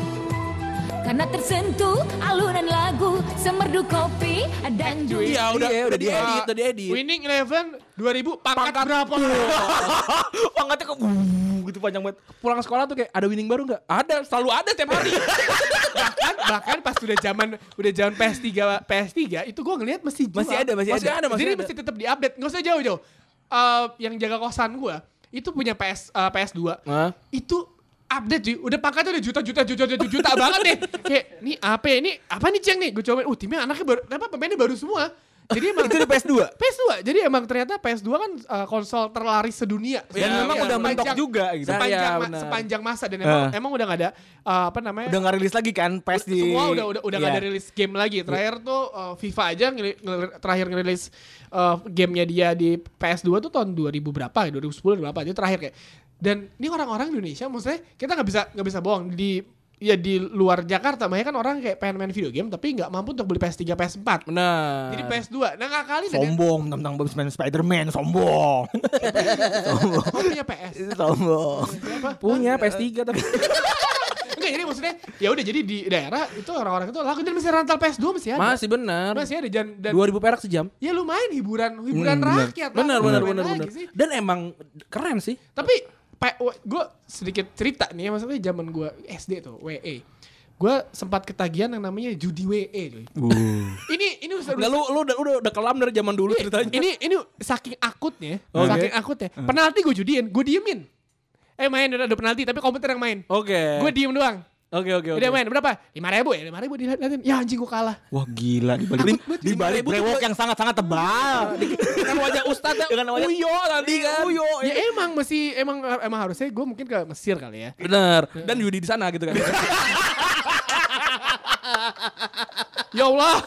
F: Karena tersentuh alunan lagu Semerdu kopi dan duit
B: Iya, udah
C: Iya,
B: udah
C: udah
B: diedit, udah diedit.
A: Winning Eleven 2000 pangkat, berapa?
C: Pangatnya kok wuh, gitu panjang banget.
B: Pulang sekolah tuh kayak ada winning baru nggak? Ada, selalu ada tiap hari.
A: bahkan bahkan pas udah zaman udah zaman PS3 PS3 itu gua ngelihat masih jual.
C: Masih ada, masih
B: ada. Masih
A: Jadi
B: ada.
A: mesti tetap diupdate. Enggak usah jauh-jauh. Eh, yang jaga kosan gua itu punya PS eh, PS2.
B: Hah?
A: Itu update cuy. Udah pangkatnya udah juta-juta juta-juta juta banget deh. Kayak nih apa ya? ini apa nih Ceng nih? Gue cobain. Uh, timnya anaknya baru apa pemainnya baru semua. Jadi emang
C: Itu di PS2.
A: PS2. Jadi emang ternyata PS2 kan eh, konsol terlaris sedunia.
C: Dan
B: Iya,
C: memang
B: iya, iya.
C: udah mentok
A: Panjang-
C: juga gitu.
B: Sa-
A: Sepanjang
B: Iya,
A: ma-
B: benar.
A: sepanjang masa dan emang,
C: Eh.
A: emang udah gak ada eh, apa namanya?
C: Udah nggak rilis lagi kan PS di
A: semua udah udah udah gak
C: Iya.
A: ada rilis game lagi. Terakhir tuh uh, FIFA aja ngeri- ngeri- terakhir ngerilis uh, gamenya dia di PS2 tuh tahun 2000 berapa? ya, 2010 berapa? Jadi terakhir kayak. Dan ini orang-orang Indonesia maksudnya kita nggak bisa nggak bisa bohong di ya di luar Jakarta makanya kan orang kayak pengen main video game tapi nggak mampu untuk beli PS3 PS4
B: Benar.
A: jadi PS2 nah kali dan
C: Sombong tentang Bob Spider- Spider-Man, sombong.
A: punya PS
C: sombong.
A: Apa?
B: Punya PS3 tapi
A: Enggak, jadi maksudnya ya udah jadi di daerah itu orang-orang itu laku dan masih rental PS2 masih ada.
B: Masih benar.
A: Masih ada dan, dan
B: 2000 perak sejam.
A: ya lumayan hiburan hiburan
C: Hmm, benar.
A: rakyat. lah.
B: Benar, benar,
A: Ngapain
B: benar,
A: lagi
B: benar.
A: sih?
B: Dan emang keren sih.
A: Tapi gue sedikit cerita nih ya maksudnya zaman gue SD tuh WE. Gue sempat ketagihan yang namanya judi WE. cuy. Ini ini udah
B: Enggak lu lu Uh. udah udah, udah kelam dari zaman dulu
A: Iya,
B: ceritanya.
A: Ini ini saking akutnya,
B: Oke. Uh.
A: saking akutnya. Penalti gue judiin, gue diemin. Eh main ada ada penalti tapi komputer yang main.
B: Oke.
A: Gue diem doang.
B: Oke oke oke.
A: Udah main berapa? 5 ribu ya, 5 ribu dilihatin. Ya anjing gue kalah.
C: Wah gila di balik di balik
B: ribu tuh
C: brewok
B: gua-
C: yang sangat-sangat tebal.
B: Dengan wajah ustaznya
C: Dengan wajah-
B: Uyo tadi kan. Uyo.
A: Ya emang masih emang emang harusnya gue mungkin ke Mesir kali ya.
B: Bener. Dan Yudi di sana gitu kan.
A: Ya Allah.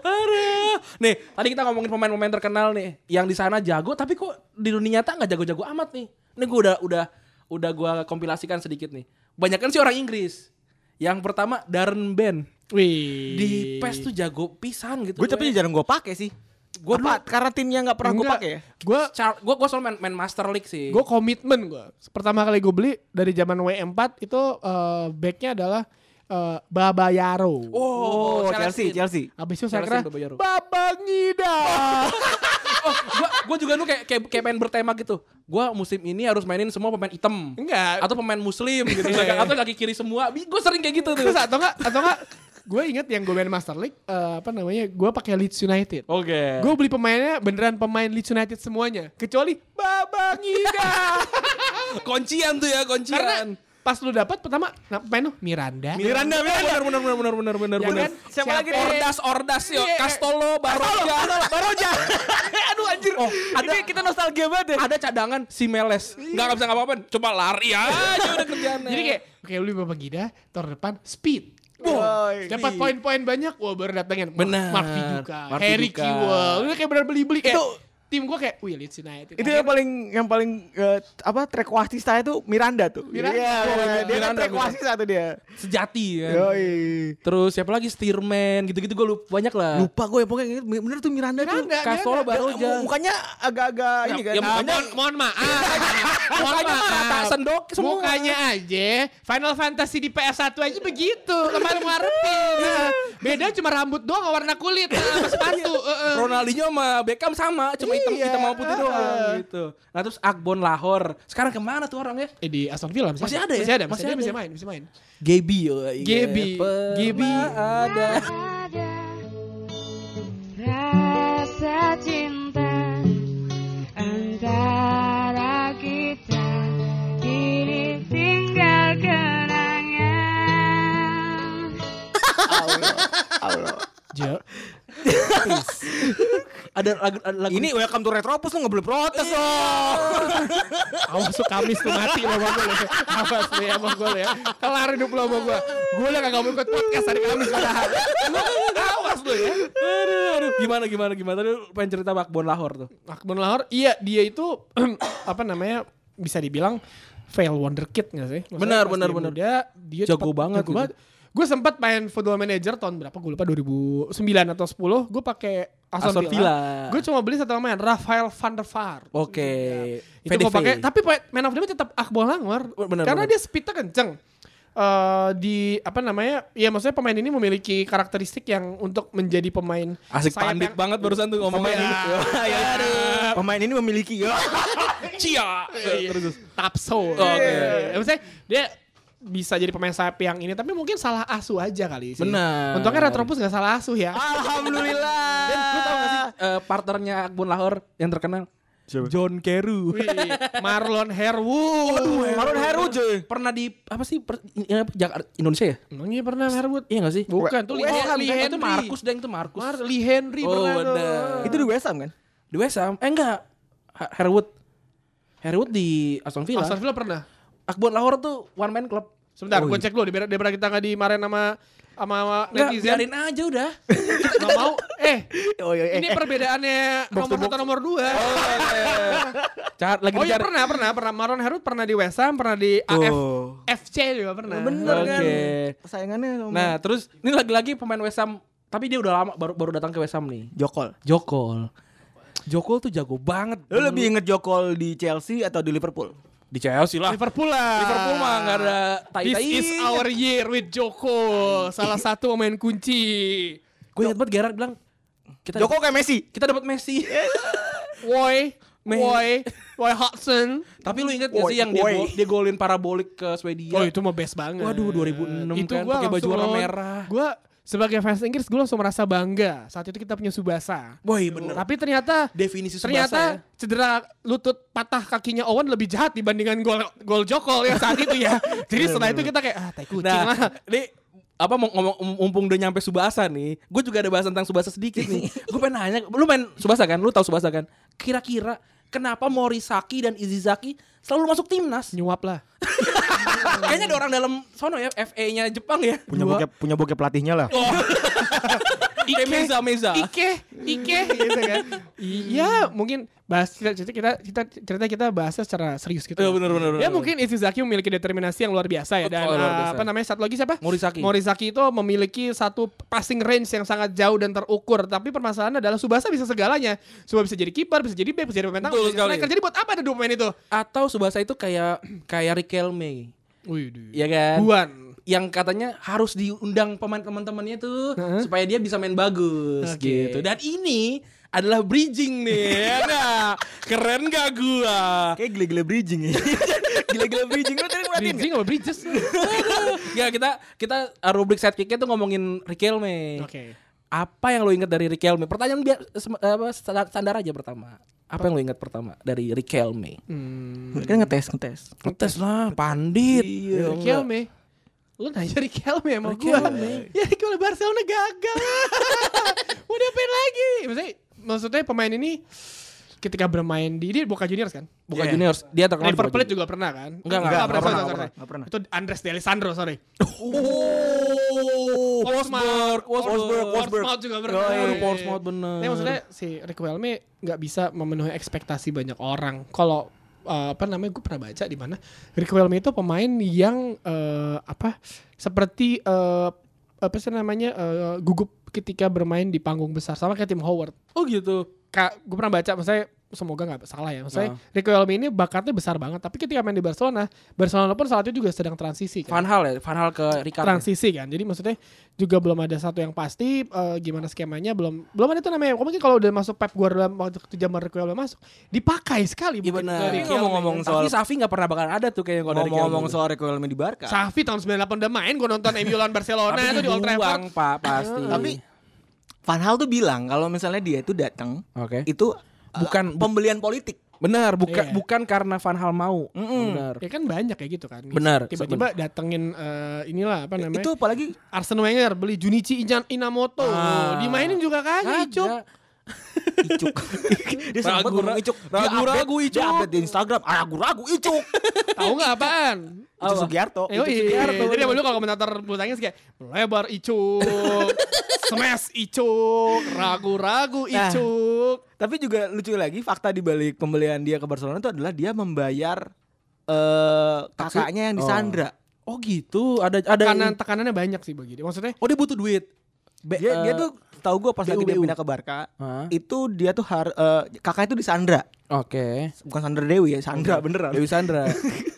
B: Aduh. Nih, tadi kita ngomongin pemain-pemain terkenal nih yang di sana jago tapi kok di dunia nyata nggak jago-jago amat nih. Ini gue udah udah udah gua kompilasikan sedikit nih. Banyakan sih orang Inggris. Yang pertama Darren Ben.
A: Wih.
B: Di PES tuh jago pisan gitu.
C: Gue tapi jarang gue pakai sih. Gue apa karena timnya nggak pernah gue pakai ya.
A: Gue
B: Char- gua gua soal main, main Master League sih.
A: gue komitmen gue. Pertama kali gue beli dari zaman WM4 itu eh, backnya adalah eh, Babayaro.
C: Oh, Chelsea, Chelsea.
A: Abis itu saya
B: Chelsea
A: kira
B: Babayaro.
A: Babangida.
B: Oh, gua gua juga lu kayak kayak, kayak main bertema gitu. Gua musim ini harus mainin semua pemain hitam.
A: Enggak.
B: Atau pemain muslim gitu. misalkan. Atau kaki kiri semua. Gue sering kayak gitu tuh.
A: Terus atau enggak atau enggak gue inget yang gue main Master League eh, apa namanya? Gue pakai Leeds United.
C: Oh,
B: Oke.
C: iya.
A: Gue beli pemainnya beneran pemain Leeds United semuanya kecuali
C: Iya.
A: Babangida.
B: Kuncian tuh ya, kuncian.
A: Karena pas lu dapat pertama nah, pemain lu Miranda.
B: Miranda, Miranda. Benar, benar, benar, benar, benar, benar,
A: Ya
B: benar.
A: kan? Siapa lagi nih?
B: Ordas, Ordas, yo.
A: Iya, iya.
B: Castolo, Baroja. Baroja. Aduh, anjir. Oh, ada, kita nostalgia banget ya. Iya. Ada cadangan, si Meles. Nggak, nggak bisa ngapa-ngapain. Coba lari aja udah kerjaannya.
A: Jadi kayak oke lu Babangida, tahun depan Speed. dapat poin-poin banyak, wah baru datengin. Mar-
B: Benar.
A: Mark Viduka,
B: Mark
A: Harry
B: Viduka.
A: Kewell. Lu kayak bener beli-beli kayak
C: Itu-
A: tim gue kayak wih Leeds United.
C: Itu yang paling yang paling eh, apa track wasis saya tuh Miranda tuh.
A: Miranda.
C: Iya,
B: Miranda,
C: dia kan
B: Miranda,
C: track
B: Miranda.
C: wasis satu dia.
B: Sejati ya.
C: Yoi.
B: Terus siapa lagi Steerman gitu-gitu gue lupa banyak lah.
C: Lupa gue ya pokoknya ingat, bener tuh Miranda,
A: Miranda,
C: tuh.
B: Castolo
A: Miranda.
C: Dia-
B: Baroja.
C: Mukanya agak-agak ini kan.
B: ya,
A: Ah,
B: mukanya-
A: mohon, mohon maaf. mohon
B: Mukanya mah
A: maaf.
B: atasan dok semua.
A: Mukanya aja Final Fantasy di PS1 aja begitu. Kemarin ngarepin.
B: Iya.
A: Nah, Beda cuma rambut doang sama warna kulit nah, sama sepatu.
B: Iya.
A: Heeh.
B: Ronaldinho sama Beckham sama, cuma hitam
C: Iya.
B: hitam sama putih doang gitu. Nah terus Akbon Lahore, sekarang kemana tuh orangnya?
A: Eh, di Aston Villa masih,
B: Masih ada ya?
A: Masih ada,
B: Masih
A: masih, ada,
B: ada. Iya,
A: masih main, masih main.
B: Gaby,
A: Gaby, Gaby.
B: ada.
F: ada rasa cinta antara kita kini tinggal kenangan
A: Jo.
B: Ada lagu, ada lagu
C: Ini welcome to Retropus lu enggak boleh protes loh.
A: Awas tuh Kamis tuh mati lo sama gue. lo. Awas lu ya sama gue lo ya. Kelar hidup lo sama gue. Gue udah kagak mau ikut podcast hari Kamis padahal. Lu Awas lo ya.
B: aduh, aduh, gimana gimana gimana tadi lu pengen cerita sama Akbon Lahore tuh.
A: Akbon Lahore, iya dia itu apa namanya bisa dibilang fail wonder kid gak sih?
B: Benar,
A: Maksudnya pas
B: benar,
A: dia
B: benar.
A: muda, dia
B: Jago
A: cepet-
B: banget
A: jago
B: gitu.
A: Gue sempat main Football Manager tahun berapa? Gue lupa 2009 atau 10. Gue pakai Aston,
B: Aston
A: Villa.
B: Villa.
A: Gue cuma beli satu pemain Rafael van der Vaart.
B: Oke.
A: Iya. Itu gue pakai. Tapi pa- man of the match tetap Akbon Lahore.
B: Oh, Benar,
A: karena
B: benar.
A: dia speednya kenceng. Eh, di apa namanya? Ya maksudnya pemain ini memiliki karakteristik yang untuk menjadi pemain
B: Asik
A: sayap
B: pandit
A: yang- Iya.
B: banget barusan tuh ngomongnya. Iya.
C: Ya, Pemain ini memiliki ya.
B: Cia.
A: Iya.
B: Terus terus.
A: Tapso. Oke. iya, Ya, Maksudnya dia bisa jadi pemain sayap yang ini tapi mungkin salah asuh aja kali sih.
B: Benar. Ah.
A: Untungnya Retropus gak salah asuh ya.
C: Alhamdulillah.
B: Dan lu tau gak sih eh, partnernya Akbon Lahore yang terkenal? John Carew.
A: Wih, Marlon Herwood.
C: Marun Heru cuy.
B: pernah di apa sih per, ya, Jak- Indonesia ya?
A: Emang iya pernah Herwood?
B: Iya gak sih?
A: Bukan tuh Lee,
B: West Ham
A: Lee
B: kan?
A: Henry.
B: itu Markus deng itu Markus.
A: Mar- Lee Henry
B: Oh,
A: pernah tuh.
B: benar.
C: Itu di West Ham kan?
B: di West Ham. Eh enggak. Ha- Herwood. Herwood di Aston Villa.
A: Aston Villa pernah.
B: Akbon Lahore tuh one man club.
A: Sebentar,
B: Oh, iya.
A: gue cek dulu daripada daripada kita nggak dimarahin sama sama
B: Enggak,
A: netizen.
B: biarin aja udah.
A: Nggak mau. Eh,
C: Oh iya.
A: ini perbedaannya nomor satu nomor dua.
B: Car- Oh, lagi
A: Oh iya
B: dicari.
A: pernah pernah pernah Marlon Herwood pernah di West Ham pernah di
C: eh.
A: AF FC juga pernah.
C: Bener kan?
B: Oke.
C: Persaingannya sama
B: Nah, terus ini lagi-lagi pemain West Ham tapi dia udah lama baru baru datang ke West Ham nih.
C: Jokol.
B: Jokol. Jokol tuh jago banget.
C: Lu lebih inget Jokol di Chelsea atau di Liverpool?
E: Di Chelsea lah.
A: Liverpool lah.
B: Liverpool mah nggak ada
A: This
B: tai-tai.
A: is our year with Joko, salah satu pemain kunci.
E: Gue ingat banget Gerard bilang kita
C: Joko kayak Messi.
B: Kita dapat Messi.
A: Woi,
B: Me-
A: woi, woi Hudson.
B: Tapi lu inget gak
C: Woi,
B: sih yang dia,
C: woi.
B: go- dia golin parabolik ke Swedia?
A: Oh itu mah best banget.
B: Iya. Waduh, 2006
A: itu
B: kan,
A: gua
B: pakai baju
A: langsung
B: warna
A: loh,
B: merah.
A: Gua sebagai fans Inggris gue langsung merasa bangga. Saat itu kita punya Subasa.
B: Boy bener.
A: Tapi ternyata
B: Definisi ya.
A: ternyata
B: Tsubasa
A: cedera lutut patah kakinya Owen lebih jahat dibandingan gol gol Joko ya saat itu ya. Jadi setelah itu kita kayak ah tai kucing
B: Nah,
A: lah.
B: ini apa mau ngomong um- mumpung udah nyampe Subasa nih, gue juga ada bahas tentang Subasa sedikit nih. gue pengen nanya, lu main Subasa kan? Lu tahu Subasa kan? Kira-kira kenapa Morisaki dan Izizaki selalu masuk timnas?
A: Nyuap lah.
B: Kayaknya ada orang dalam sono ya, FA-nya Jepang ya.
C: Punya bokep, punya bokep pelatihnya lah.
B: Kayak Meza, Meza.
A: Ike, Ike gitu kan.
B: Hmm.
A: Iya, mungkin bahas cerita kita kita cerita kita bahasnya secara serius gitu.
B: Iya, bener, bener, bener,
A: Ya
B: bener.
A: mungkin Isizaki memiliki determinasi yang luar biasa ya
B: Oh,
A: dan
B: luar
A: eh,
B: biasa.
A: apa namanya satu lagi siapa?
B: Morisaki.
A: Morisaki itu memiliki satu passing range yang sangat jauh dan terukur, tapi permasalahannya adalah Subasa bisa segalanya. Subasa bisa jadi kiper, bisa jadi back, bisa jadi pemain tengah,
B: Betul
A: bisa jadi
B: sekali.
A: striker. Jadi buat apa ada dua pemain itu?
B: Atau Subasa itu kayak kayak Riquelme.
A: Wih,
B: Ya kan?
A: Buan.
B: yang katanya harus diundang pemain teman-temannya tuh
A: Heeh.
B: supaya dia bisa main bagus
A: Oke.
B: gitu. Dan ini adalah bridging nih. ya nggak? Keren gak gua?
C: Kayak gile-gile bridging ya. gile-gile bridging lu tadi ngeliatin nggak?
A: Bridging apa bridges?
B: Gak kita kita eh, rubrik sidekicknya tuh ngomongin Riquelme.
A: Oke.
B: Apa yang lo inget dari Riquelme? Pertanyaan biar sem- apa, standar, standar aja pertama. Apa yang lo inget pertama dari Riquelme?
A: Hmm.
C: Kan ngetes, ngetes.
B: Ngetes lah, pandit. Ya nggak?
A: Riquelme. Lu nanya Riquelme sama gue. Ya Riquelme Barcelona gagal. Mau diapain lagi? Maksudnya, maksudnya pemain ini ketika bermain di dia Boca Juniors kan?
B: Bukan
C: Iya.
B: juniors, dia terkenal di
A: River
B: Boca
A: Plate
B: Juniors.
A: juga pernah
B: Enggak,
A: kan?
B: enggak, enggak
A: sorry,
C: pernah,
A: sorry,
C: enggak
A: sorry.
C: pernah, enggak
A: Itu Andres De Alessandro, sorry.
B: Oh, Wolfsburg, Wolfsburg, Wolfsburg.
A: Portsmouth juga pernah. Iya,
B: Oh, Portsmouth bener.
A: Tapi maksudnya si Riquelme nggak bisa memenuhi ekspektasi banyak orang. Kalau eh, apa namanya gue pernah baca di mana Riquelme itu pemain yang eh, apa seperti eh, apa sih namanya eh, gugup ketika bermain di panggung besar sama kayak Tim Howard.
B: Oh gitu.
A: Kak, gue pernah baca maksudnya semoga nggak salah ya
B: Nah.
A: maksudnya Riquelme ini bakatnya besar banget tapi ketika main di Barcelona Barcelona pun saat itu juga sedang transisi kan
B: Van Hal ya, Van Hal ke Ricardo.
A: transisi kan. Jadi maksudnya juga belum ada satu yang pasti eh, gimana skemanya belum belum ada tuh namanya. Mungkin kalau udah masuk Pep Guardiola waktu itu zaman Riquelme masuk dipakai sekali.
B: Iya
A: bukan
B: benar.
A: dari
C: Ini ngomong-ngomong soal-
B: Tapi Safi nggak pernah bakalan ada tuh kayaknya kalau dari
C: Ngomong-ngomong
B: Riquelme.
C: soal Riquelme di Barca.
A: Safi tahun 98 udah main gue nonton MU lawan Barcelona
B: Tapi
A: itu di Old
B: dibuang,
A: Trafford.
B: Pak, pasti.
C: Iya. Tapi Van Hal tuh bilang kalau misalnya dia itu datang
B: Oke.
C: itu uh,
B: Bukan- bu-
C: pembelian politik.
B: Benar, bukan
A: Iya.
B: bukan karena Van Hal mau.
C: Mm-mm.
B: Benar.
A: Ya kan banyak kayak gitu kan.
B: Benar, Ya,
A: Tiba-tiba datengin eh, inilah apa namanya?
C: Itu apalagi
A: Arsene Wenger beli Junichi Inan- Inamoto.
B: Ah.
A: Dimainin juga kagak Icuk.
C: Icuk. dia sempat
B: Ragu-
C: ngomong Icuk. Dia
B: ragu-ragu
C: update-
B: Icuk.
C: Dia update di Instagram, ragu-ragu Icuk.
A: Tahu nggak apaan?
C: Icuk Sugiarto.
A: Eh,
C: Icuk
A: iya.
C: Sugiarto.
A: Jadi dulu kalau komentator bulu tangkis kayak lebar icuk, smash icuk, ragu-ragu
C: Nah.
A: icuk.
C: Tapi juga lucu lagi fakta di balik pembelian dia ke Barcelona itu adalah dia membayar eh kakaknya yang disandra.
B: Oh gitu, ada ada
A: Tekanan tekanannya banyak sih bagi dia. Maksudnya
B: Oh dia butuh duit. Be-
C: Dia, dia
B: eh,
C: tuh tahu gue pas lagi dia
B: BU.
C: pindah ke Barca,
B: Hah?
C: itu dia tuh har, eh, kakaknya tuh disandra.
B: Oke.
C: Bukan Sandra Dewi ya,
B: Oh,
C: Sandra beneran.
B: Dewi Sandra.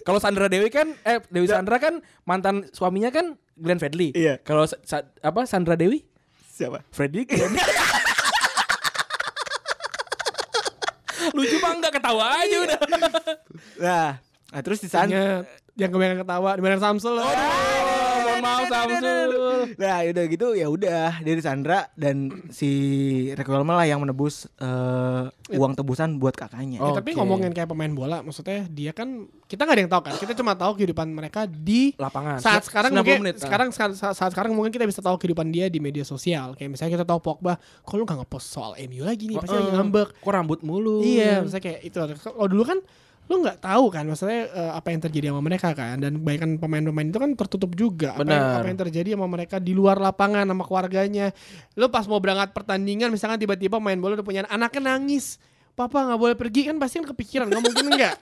B: Kalau Sandra Dewi kan eh Dewi Sandra kan mantan suaminya kan Glenn Fredly.
C: Iya.
B: Kalau sa- sa- apa Sandra Dewi?
C: Siapa?
B: Freddy Glenn. Lucu pak enggak ketawa aja udah.
C: Nah, nah terus disandra.
A: Ingat, yang kebanyakan ketawa di mana Samsul loh.
B: mohon maaf Samsul.
C: Nah, udah gitu ya udah dia disandra dan si Riquelme lah yang menebus eh, uang tebusan buat kakaknya.
A: Ya, tapi
B: Oke.
A: ngomongin kayak pemain bola, maksudnya dia kan kita nggak ada yang tahu kan. Kita cuma tahu kehidupan mereka di
B: Lapangan.
A: saat
B: Se-
A: sekarang
B: 90
A: mungkin
B: menit. ah.
A: sekarang saat, saat- saat sekarang mungkin kita bisa tahu kehidupan dia di media sosial. Kayak misalnya kita tahu Pogba, kok lu nggak ngepost soal MU lagi nih, pasti lagi
B: Heeh.
A: ngambek.
B: Kok rambut mulu?
A: Iya, maksudnya kayak itu. Kalau dulu kan lu nggak tahu kan, maksudnya eh, apa yang terjadi sama mereka kan, dan kebanyakan pemain-pemain itu kan tertutup juga. Apa yang,
B: Benar.
A: apa yang terjadi sama mereka di luar lapangan sama keluarganya. Lu pas mau berangkat pertandingan, misalkan tiba-tiba main bola udah punya anaknya nangis. Papa nggak boleh pergi kan pasti kan kepikiran nggak mungkin enggak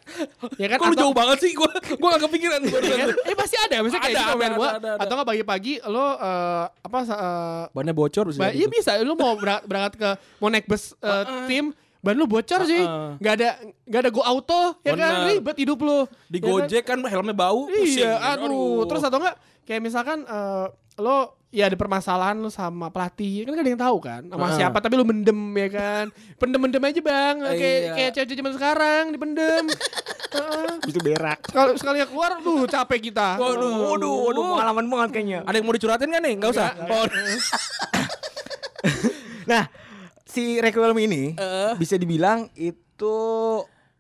A: ya kan
B: Kok lu
A: atau-
B: jauh banget sih? Gua gua gak kepikiran.
A: ya kan? eh pasti ada misalnya kayak
B: Ada,
A: gitu
B: ada,
A: main bola
B: ada, ada, ada.
A: atau nggak pagi-pagi lo eh, apa sa- eh,
B: Bannya bocor bisa.
A: Ba- Iya bisa, lu mau berangkat, berangkat ke mau naik bus eh, tim ban lu bocor sih.
B: Heeh.
A: Nggak ada nggak ada go auto ya kan
B: Bener.
A: ribet hidup lu.
B: Di
A: Ya kan?
B: Gojek kan helmnya bau, pusing. ya kan?
A: Iya, aduh. Terus atau enggak kayak misalkan eh, lo ya ada permasalahan lo sama pelatih kan gak ada yang tahu kan sama
B: Heeh.
A: siapa tapi lo mendem ya kan pendem-mendem aja bang kayak
B: Iya.
A: kayak cewek zaman sekarang dipendem Heeh.
C: Itu berak.
A: kalau sekali keluar tuh capek kita
B: Waduh, waduh,
C: Waduh, waduh pengalaman banget kan, kayaknya.
B: Ada yang mau dicuratin kan nih? Enggak usah. Oh,
C: Nah, si Requiem ini bisa dibilang itu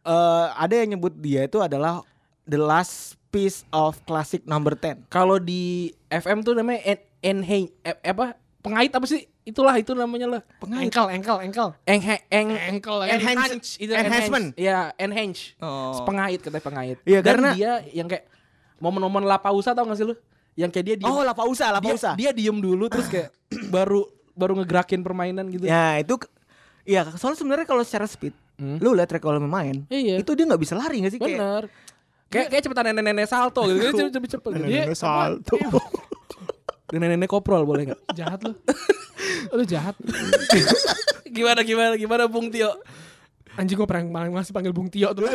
C: eh, ada yang nyebut dia itu adalah the last piece of classic number 10.
B: Kalau di FM tuh namanya en enhe- eh, apa? Pengait apa sih? Itulah itu namanya lah.
C: Eh,
A: engkel engkel engkel
B: Enghe- eng
A: engkel ya.
C: Enhance-
B: enhance itu
C: enhancement.
B: enhance. Iya, enhance.
C: Oh.
B: Pengait katanya pengait.
C: Iya,
B: Dan
C: karena-
B: dia yang kayak momen-momen La Pausa tau gak sih lu? Yang kayak dia diem,
C: Oh, La Pausa, La
B: dia,
C: Pausa.
B: dia diem dulu terus kayak baru baru ngegerakin permainan gitu.
C: Ya, itu ke- Iya, soalnya sebenarnya kalau secara speed,
B: Hmm.
C: lu lihat Requiem main,
B: Iya.
C: itu dia nggak bisa lari nggak sih kayak
B: Bener. Kayak kayak cepetan nenek-nenek salto gitu. Kayak cepet- cepet
A: Iya,
B: cepet. Dia
C: salto.
B: nenek-nenek koprol boleh nggak?
A: jahat lo lo jahat
B: gimana gimana gimana Bung Tio?
A: anjing gue pernah paling masih panggil Bung Tio tuh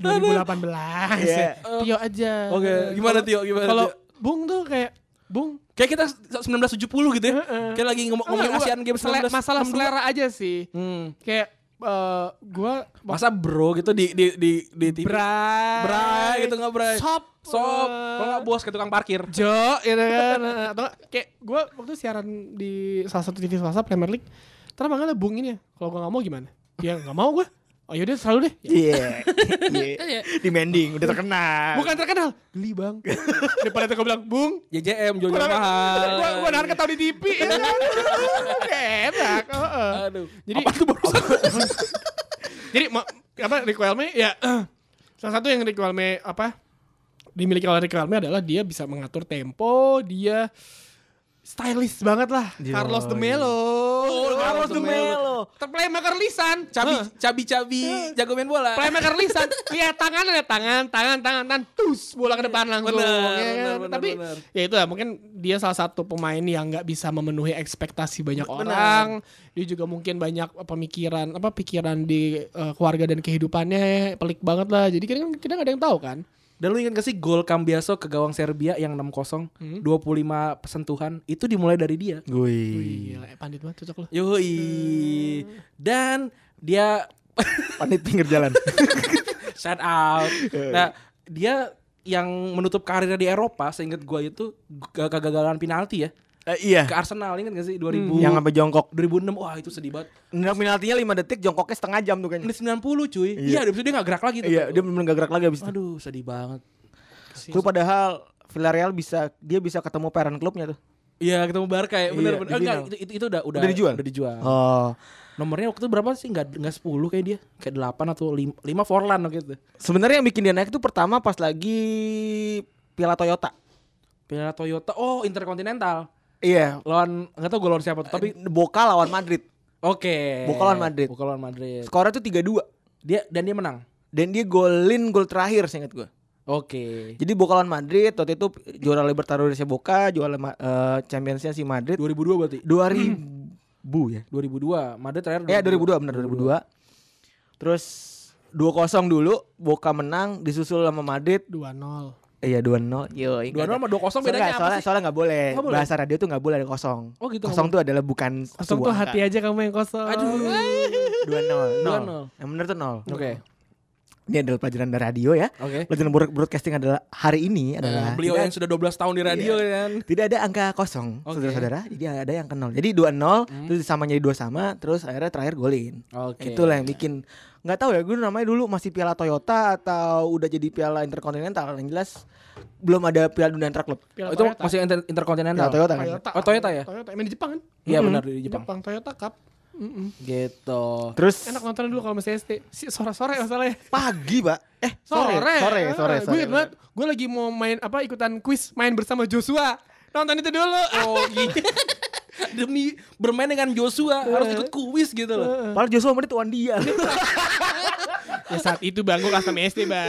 A: 2018
C: Iya.
A: ya. Tio aja
B: Oke, gimana Tio? Gimana?
A: kalau
B: Tio?
A: Bung tuh kayak Bung
B: kayak kita 1970 gitu ya. Kayak lagi ngomong ngomongin
A: Enggak, gua-
B: Asian Games
A: sele-
B: 1962.
A: masalah selera aja sih
B: Hmm.
A: kayak eh, gua
B: Masa bro gitu di di di di TV.
A: bray
B: Bray, gitu nggak bray?
A: sop
B: Sop.
A: eh,
B: Kalau nggak bos ke tukang parkir.
A: jo gitu kan Eh, atau nggak, kayak gua waktu siaran di salah satu TV swasta Premier League terus manggilnya Bung ini ya kalau gua nggak mau gimana ya nggak mau gua oh yaudah selalu deh Ya,
C: Iya. Iya. Di mending udah terkenal.
A: bukan terkenal geli bang daripada itu gua bilang Bung
B: JJM
A: gua
B: Jojo Mahal.
A: gua gua nahan ketahui di TV ya kan? enak heeh.
B: Aduh.
A: Jadi apa Jadi ma- apa Riquelme ya eh, salah satu yang Riquelme apa dimiliki oleh Riquelme adalah dia bisa mengatur tempo, dia stylish banget lah. Carlos de Melo.
C: Oh, Carlos de Melo.
A: Ter- Playmaker lisan.
B: Cabi
A: Heh.
B: cabi cabi jago main bola.
A: Playmaker lisan. Lihat tangan ada tangan, tangan, tangan, tangan. Tus bola ke depan langsung.
B: Benar,
A: ya kan?
B: benar, benar,
A: Tapi
B: benar.
A: ya itu lah mungkin dia salah satu pemain yang nggak bisa memenuhi ekspektasi banyak
B: Benar.
A: orang. Dia juga mungkin banyak eh, pemikiran apa pikiran di eh, keluarga dan kehidupannya ya, pelik banget lah. Jadi kan kita nggak ada yang tahu kan.
B: Dan lu ingat gak sih gol Cambiaso ke gawang Serbia yang 6-0,
A: Hmm.
B: 25 sentuhan, itu dimulai dari dia.
C: Gue.
A: Gila, eh, pandit banget cocok lu.
B: Yoi.
A: Hmm.
B: Dan dia
C: Panit pinggir jalan.
B: shout out. Nah, dia yang menutup karirnya di Eropa, seingat gua itu ke- kegagalan penalti ya
C: Eh, iya.
B: ke Arsenal ingat gak sih 2000
C: Hmm. Yang sampai jongkok.
B: 2006 wah itu sedih banget
C: Nendang penaltinya 5 detik, jongkoknya setengah jam tuh kayaknya.
B: menit 90 cuy iya
C: Iya.
B: abis itu dia gak gerak lagi tuh
C: Iya, dia benar gak gerak lagi abis itu.
B: aduh sedih banget
C: Tuh padahal Villarreal bisa dia bisa ketemu parent klubnya tuh.
B: iya ketemu Barca ya
C: Iya,
B: bener
C: di
B: bener enggak
C: final.
B: itu, itu, itu udah udah
C: Udah dijual?
B: udah dijual
C: Oh,
B: nomornya waktu itu berapa sih nggak nggak 10 kayak dia kayak 8 atau 5, 5 Forlan waktu itu
C: sebenarnya yang bikin dia naik itu pertama pas lagi Piala Toyota.
B: Piala Toyota oh Interkontinental
C: Iya,
B: lawan nggak tahu gue lawan siapa tuh tapi
C: tapi Boca lawan Madrid.
B: oke
C: Boca lawan Madrid.
B: Boca lawan Madrid
C: Skornya tuh 3-2
B: dia dan dia menang
C: dan dia golin gol terakhir seingat gua.
B: oke
C: Jadi Boca lawan Madrid waktu itu juara Libertadoresnya Boca, juara ma- eh, Championsnya si Madrid
B: 2002 berarti
C: 2000 ya.
B: 2002 Madrid terakhir
C: Ya 2002 benar 2002. Terus 2-0 dulu, Boca menang disusul sama Madrid.
A: 2-0.
C: Iya 2-0. Yo,
B: 2-0 sama 2-0
C: Soalnya
B: bedanya
C: nggak-
B: apa
C: soalnya,
B: sih?
C: soalnya nggak boleh.
B: Nggak boleh?
C: Bahasa radio tuh nggak boleh ada kosong.
B: Oh gitu,
C: Kosong
B: nggak
C: tuh adalah bukan
A: Kosong tuh hati aja kamu yang kosong.
C: Dua nol.
B: Dua
C: Nol.
B: nol.
C: Yang benar tuh nol.
B: oke
C: Ini adalah pelajaran dari radio ya.
B: oke
C: Pelajaran broad- broadcasting adalah hari ini
B: Nah,
C: adalah
B: beliau
C: tidak,
B: yang sudah 12 tahun di radio
C: Iya.
B: kan.
C: tidak ada angka kosong,
B: Oke. Hmm.
C: saudara-saudara. Jadi ada yang ke nol. Jadi dua nol, terus sama jadi dua sama, terus akhirnya terakhir golin.
B: Oke.
C: Itulah yang bikin nggak tahu ya gue namanya dulu masih Piala Toyota atau udah jadi Piala Interkontinental yang jelas belum ada Piala Dunia Antar Klub.
A: Piala
B: Oh, itu
A: Toyota.
B: masih inter- interkontinental.
C: Piala Toyota kan.
A: Toyota.
B: Oh, Toyota ya?
A: Toyota. Main di Jepang kan?
B: Iya
A: Mm-mm.
B: benar di Jepang.
A: Jepang Toyota Cup. Mm-mm.
B: Gitu.
C: Terus
A: Enak nonton dulu kalau masih SD. Si- Sore-sore masalahnya.
C: pagi, Pak. Eh,
A: sore
C: sore. Sore,
A: Ah,
C: sore,
A: gue
C: sore.
A: ingat banget gue lagi mau main apa ikutan kuis main bersama Joshua nonton itu dulu
B: Oh, gitu. Demi bermain dengan Joshua harus ikut kuis gitu loh.
C: Padahal Joshua menit tuan dia.
A: ya saat itu bang gue custom SD bang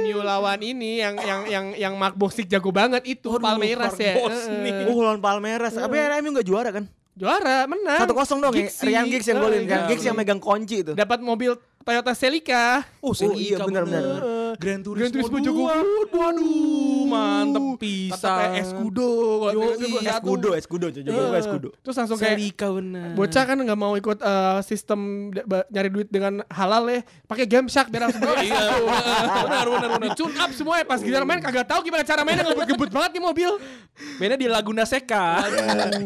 A: MU lawan ini yang yang yang yang Mark Bosic jago banget itu Palmeiras ya eh.
B: Mark Bosnick.
A: Heeh.
C: oh, lawan Palmeiras. Tapi akhirnya MU enggak juara kan?
A: Juara, menang.
C: Satu kosong dong ya.
A: Gigsi.
C: Rian Giggs yang golin.
A: Eh,
C: Rian
A: iya,
C: Giggs yang
A: bener.
C: megang kunci itu.
A: dapat mobil Toyota Celica.
C: Oh, iya benar-benar.
A: Eh,
B: Grand Turismo,
A: Gran Turismo
B: 2.
A: juga.
B: Waduh, mantep pisan.
A: Escudo.
B: Yo, iya
C: Escudo, Escudo, Jojo
B: Eh.
C: Escudo.
A: Terus langsung kayak
B: Serika bener.
A: bocah kan nggak mau ikut eh, sistem da- ba- nyari duit dengan halal ya pakai game shark biar langsung beres.
B: Iya, benar benar benar.
A: Dicun up semua ya pas giliran main kagak tahu gimana cara mainnya ngebut-ngebut banget nih mobil.
B: Mainnya di Laguna Seca.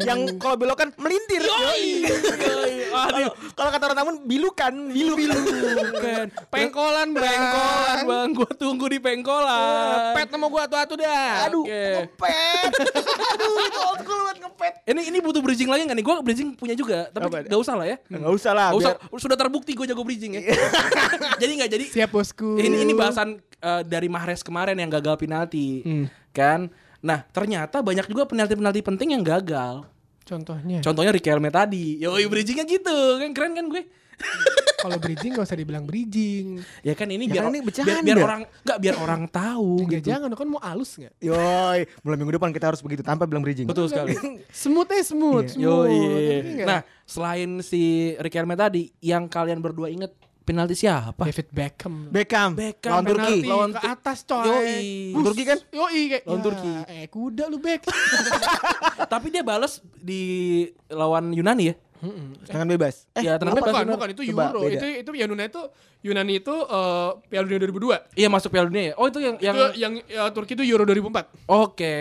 C: yang kalau belok kan melintir.
B: Yoi. Yoi. Aduh,
C: Kalau kata orang namun bilukan, bilu.
B: keren.
A: Pengkolan bang.
B: Pengkolan bang, gua tunggu di pengkolan.
A: Pet sama gua atu-atu dah.
C: Aduh,
B: Oke.
C: ngepet. Aduh, itu old school banget ngepet.
B: Ini ini butuh bridging lagi nggak nih? Gua bridging punya juga, tapi
C: Apa?
B: gak usah lah ya.
C: Enggak usah lah,
B: Gak usah,
C: biar
B: sudah terbukti gue jago bridging ya. jadi nggak jadi.
A: Siap bosku.
B: Ini ini bahasan eh, dari Mahrez kemarin yang gagal penalti,
A: Hmm.
B: kan? Nah ternyata banyak juga penalti-penalti penting yang gagal.
A: Contohnya.
B: Contohnya Riquelme tadi. Yoi bridgingnya gitu, kan keren kan gue?
A: Kalau bridging gak usah dibilang bridging.
B: Ya kan ini
C: Ya
B: biar
C: kan ini
B: biar,
C: bercanda.
B: biar orang nggak biar orang tahu
A: Enggak
B: gitu.
A: jangan, kan mau alus nggak?
C: Yoi, mulai minggu depan kita harus begitu tanpa bilang bridging.
B: Betul sekali.
A: Smooth eh smooth. smooth. Ngerti
B: Yoi.
A: nggak?
B: Nah selain si Riquelme tadi, yang kalian berdua inget penalti siapa?
A: David Beckham.
C: Beckham,
B: Beckham,
C: lawan Turki.
A: Penalti
B: Lawan
A: ke
B: Tu-
A: atas coy.
B: Yoi.
A: Bus.
C: Turki kan?
A: Yoi kayak.
B: Lawan
A: ya,
B: Turki.
A: Eh kuda lu Beck.
B: Tapi dia balas di lawan Yunani ya.
C: Tangan bebas. Eh,
B: ya tenang bebas.
A: bukan,
B: Yunani.
A: bukan itu
C: Coba,
A: Euro.
C: beda.
A: Itu itu Yunani itu Yunani itu eh, Piala Dunia 2002.
B: Iya masuk Piala Dunia ya. Oh itu yang yang
A: Itu yang eh, Turki itu Euro 2004.
B: oke.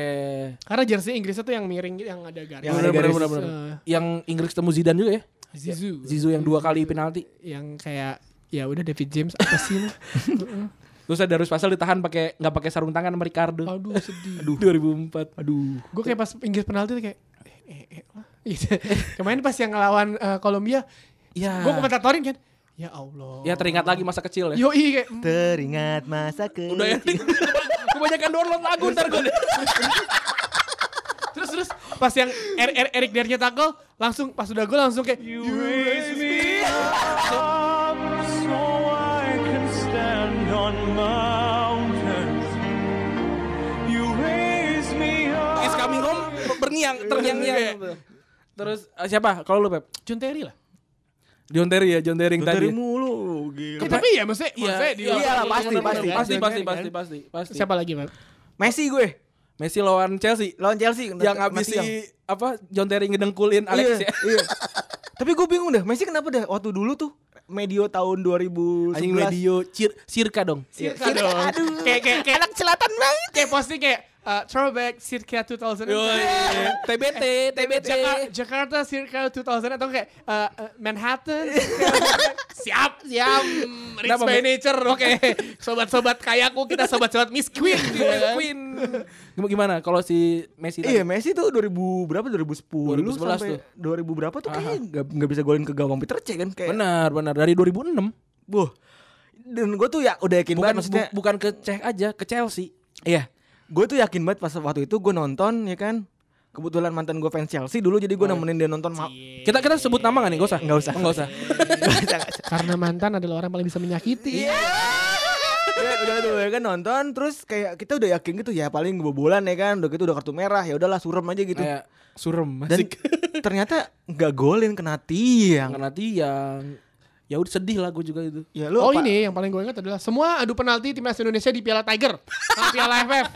A: Karena jersey Inggris itu yang miring gitu, yang eh. ada garis.
C: Yang
B: Bener
C: ada
B: bener
C: garis,
B: bener bener. Yang Inggris temu Zidane juga ya.
A: Eh, Zizou.
B: Zizou yang dua kali penalti.
A: Yang kayak ya udah David James apa sih lu?
B: Terus ada Rus Pasal ditahan pakai nggak pakai sarung tangan sama Ricardo.
A: Aduh sedih.
B: 2004. Aduh.
A: Gue kayak pas Inggris penalti tuh kayak eh, eh, eh lah. Gitu. Kemarin pas yang ngelawan eh, Kolombia,
B: Ya.
A: gue komentatorin kan. Ya Allah.
B: Ya teringat lagi masa kecil ya.
A: Yoi kayak mm,
C: Teringat masa ke.
B: Udah ya. Kebanyakan download lagu ntar gue.
A: terus terus pas yang er, er, Erik Diernya tackle langsung pas udah gue langsung kayak you raise me
B: Is coming home berngiang terngiang-ngiang. ya. Terus eh, siapa? Kalau lu Pep?
A: John Terry lah
B: John Terry ya, John Terry yang tadi.
C: Dari mulu,
A: Eh,
C: gila.
A: tapi ya maksudnya maksudnya di-
C: iya lah, pasti,
B: bener-bener.
C: pasti.
B: pasti,
A: kan. John
B: pasti,
A: Terry,
B: pasti, pasti, pasti.
A: siapa lagi Pak?
C: Messi gue
B: Messi lawan Chelsea
C: lawan Chelsea
B: yang abis si apa John Terry ngedengkulin Alex
C: iya,
B: ya.
C: iya. Tapi gue bingung dah, Messi kenapa dah waktu dulu tuh medio tahun 2011.
B: Anjing medio cir sirka dong.
A: Sirka dong kayak kayak kayak Iya, anak selatan banget kayak posting kayak uh, throwback circa 2000
B: TBT, TBT.
A: Eh, Jaka- Jakarta circa 2000 atau kayak uh, uh, Manhattan siap siap Rich
B: Kenapa,
A: by
B: Mi?
A: nature oke sobat-sobat kayaku kita sobat-sobat Miss Queen gitu
B: Miss
A: kan.
B: Queen. Gim- Gimana kalau si Messi
C: Iya,
B: tadi?
C: Messi tuh 2000 berapa? 2010
B: 2011 tuh.
C: sampai 2000 berapa tuh kayaknya nggak nggak bisa golin ke gawang Peter Cech kan kayak.
B: Benar, benar dari 2006.
C: Wah. Dan gue tuh ya udah yakin
B: Bukan
C: banget maksudnya.
B: bu- bukan ke Cech aja, ke Chelsea.
C: Iya. Gue tuh yakin banget pas waktu itu gue nonton ya kan. Kebetulan mantan gue fans Chelsea dulu jadi gue nemenin dia nonton ma-
B: Kita kita sebut nama gak nih? Gak usah. Gak usah. Gak usah.
A: karena mantan adalah orang paling bisa menyakiti
C: ya, udah tuh ya kan nonton terus kayak kita udah yakin gitu ya paling bobolan ya kan udah gitu udah kartu merah ya udahlah surem aja gitu
B: Kayak surem
C: dan ternyata nggak golin kena tiang
B: karena tiang. Ya udah sedih lah gue juga itu.
C: ya lu
A: oh
C: apa?
A: ini yang paling gue ingat adalah semua adu penalti timnas Indonesia di Piala Tiger, sama Piala FF.